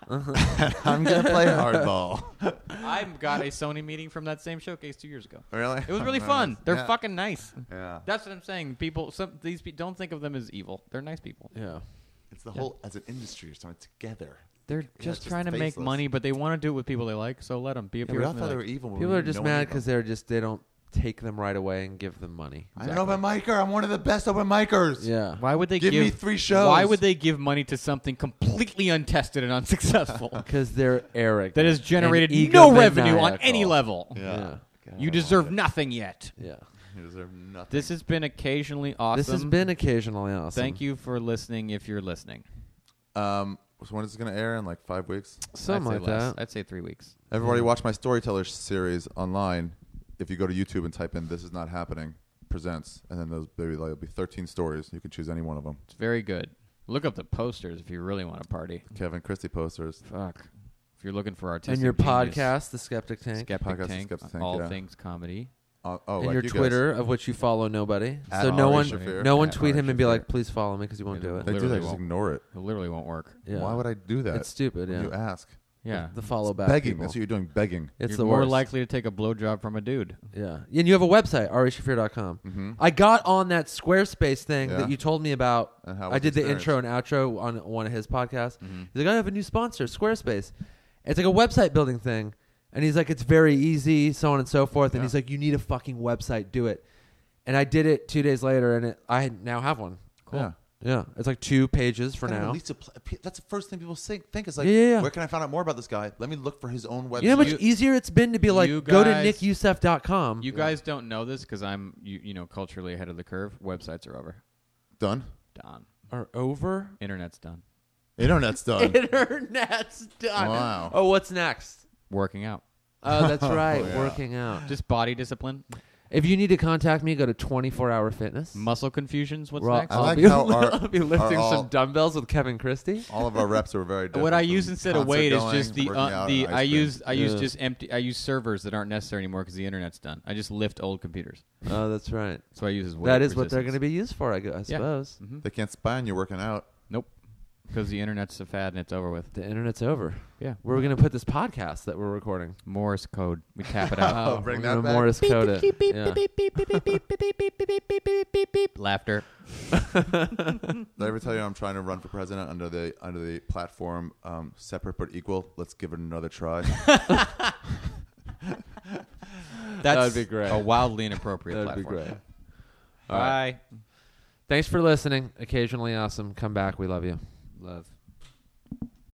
I'm gonna [laughs] play hardball. I got a Sony meeting from that same showcase two years ago. Really? It was really Oh, Nice. fun. They're Yeah. fucking nice. Yeah. That's what I'm saying. People, some these people don't think of them as evil. They're nice people. Yeah. It's the whole as an industry or something together. They're it's just just trying to make faceless. money, but they want to do it with people they like. So let them be a Yeah, we all thought they were like. evil. when we People are didn't just know mad any of because them. they're just they don't take them right away and give them money. I'm an open micer. I'm one of the best open micers. Yeah. Why would they give, Give me three shows. Why would they give money to something completely untested and unsuccessful [laughs] Because they're arrogant. that has and generated no revenue on egomaniacal. any level? Yeah. God, You deserve nothing yet. Yeah. You deserve nothing. This has been occasionally awesome. This has been occasionally awesome. Thank you for listening. If you're listening, um, so when is it gonna air? In like five weeks. Something I'd like say less. that. I'd say three weeks. Everybody, watch my storyteller series online. If you go to YouTube and type in "This is not happening," presents, and then those maybe there'll be 13 stories. You can choose any one of them. It's very good. Look up the posters if you really want to party. Kevin Christie posters. Fuck. If you're looking for artistic And your genius, podcast, The Skeptic Tank, Skeptic Podcast is Tank, Skeptic Tank, all yeah. things comedy. Oh, oh and like your you guys. Twitter, of which you follow nobody. At so no Ari one, Shaffir. no one At tweet Ari him and be Shaffir. like, "Please follow me," because you won't Yeah, do it. They do Literally that. Just won't. ignore it. It literally won't work. Yeah. Why would I do that? It's stupid. When Yeah. You ask. Yeah. The follow back. Begging. people. That's what you're doing. Begging. It's you're the more worst. likely to take a blowjob from a dude. Yeah. And you have a website, arishafir.com. I got on that Squarespace thing Mm-hmm. Yeah. that you told me about. And how I was did the Mm-hmm. the intro and outro on one of his podcasts. He's like, I have a new sponsor, Squarespace. It's like a website building thing. And he's like, it's very easy, so on and so forth. And Yeah. he's like, you need a fucking website, do it. And I did it two days later, and it, I now have one. Cool. Yeah. Yeah. It's like two pages for Kind of now. at least a pl- pe- that's the first thing people think. Think is like, Yeah, yeah, yeah. where can I find out more about this guy? Let me look for his own website. You know how much easier it's been to be like, you go to guys- nickyoussef.com. You guys don't know this because I'm you, you know culturally ahead of the curve. Websites are over. e-, done. Done. are over. Internet's done. [laughs] Internet's done. Internet's done. Wow. Oh, what's next? Working out. Oh, [laughs] that's right. yeah. Working out. Just body discipline. If you need to contact me, go to 24 Hour Fitness. Muscle confusions. What's Well, next? I I'll, like be, how our- [laughs] I'll be lifting our all- some dumbbells with Kevin Christie. [laughs] All of our reps are very. Different what I from use instead of concert weight going, is just the working uh, out, the and I ice cream. use I use Yeah. just empty I use servers that aren't necessary anymore because the internet's done. I just lift old computers. Oh, that's right. That's what I use as weight. That is what they're going to be used for, I, gu- I suppose. hmm They can't spy on you working out. Nope, because the internet's a fad and it's over with. The internet's over. Yeah, Where are we going to put this podcast that we're recording? Morse code. We tap it [laughs] out. Oh, bring we're that gonna back. Morris code it. Yeah. Laughter. Did I ever tell you I'm trying to run for president under the under the platform um, separate but equal? Let's give it another try. That's be great. A wildly inappropriate That'd be platform. great. Bye. Thanks for listening. Occasionally awesome. Come back. We love you. Love.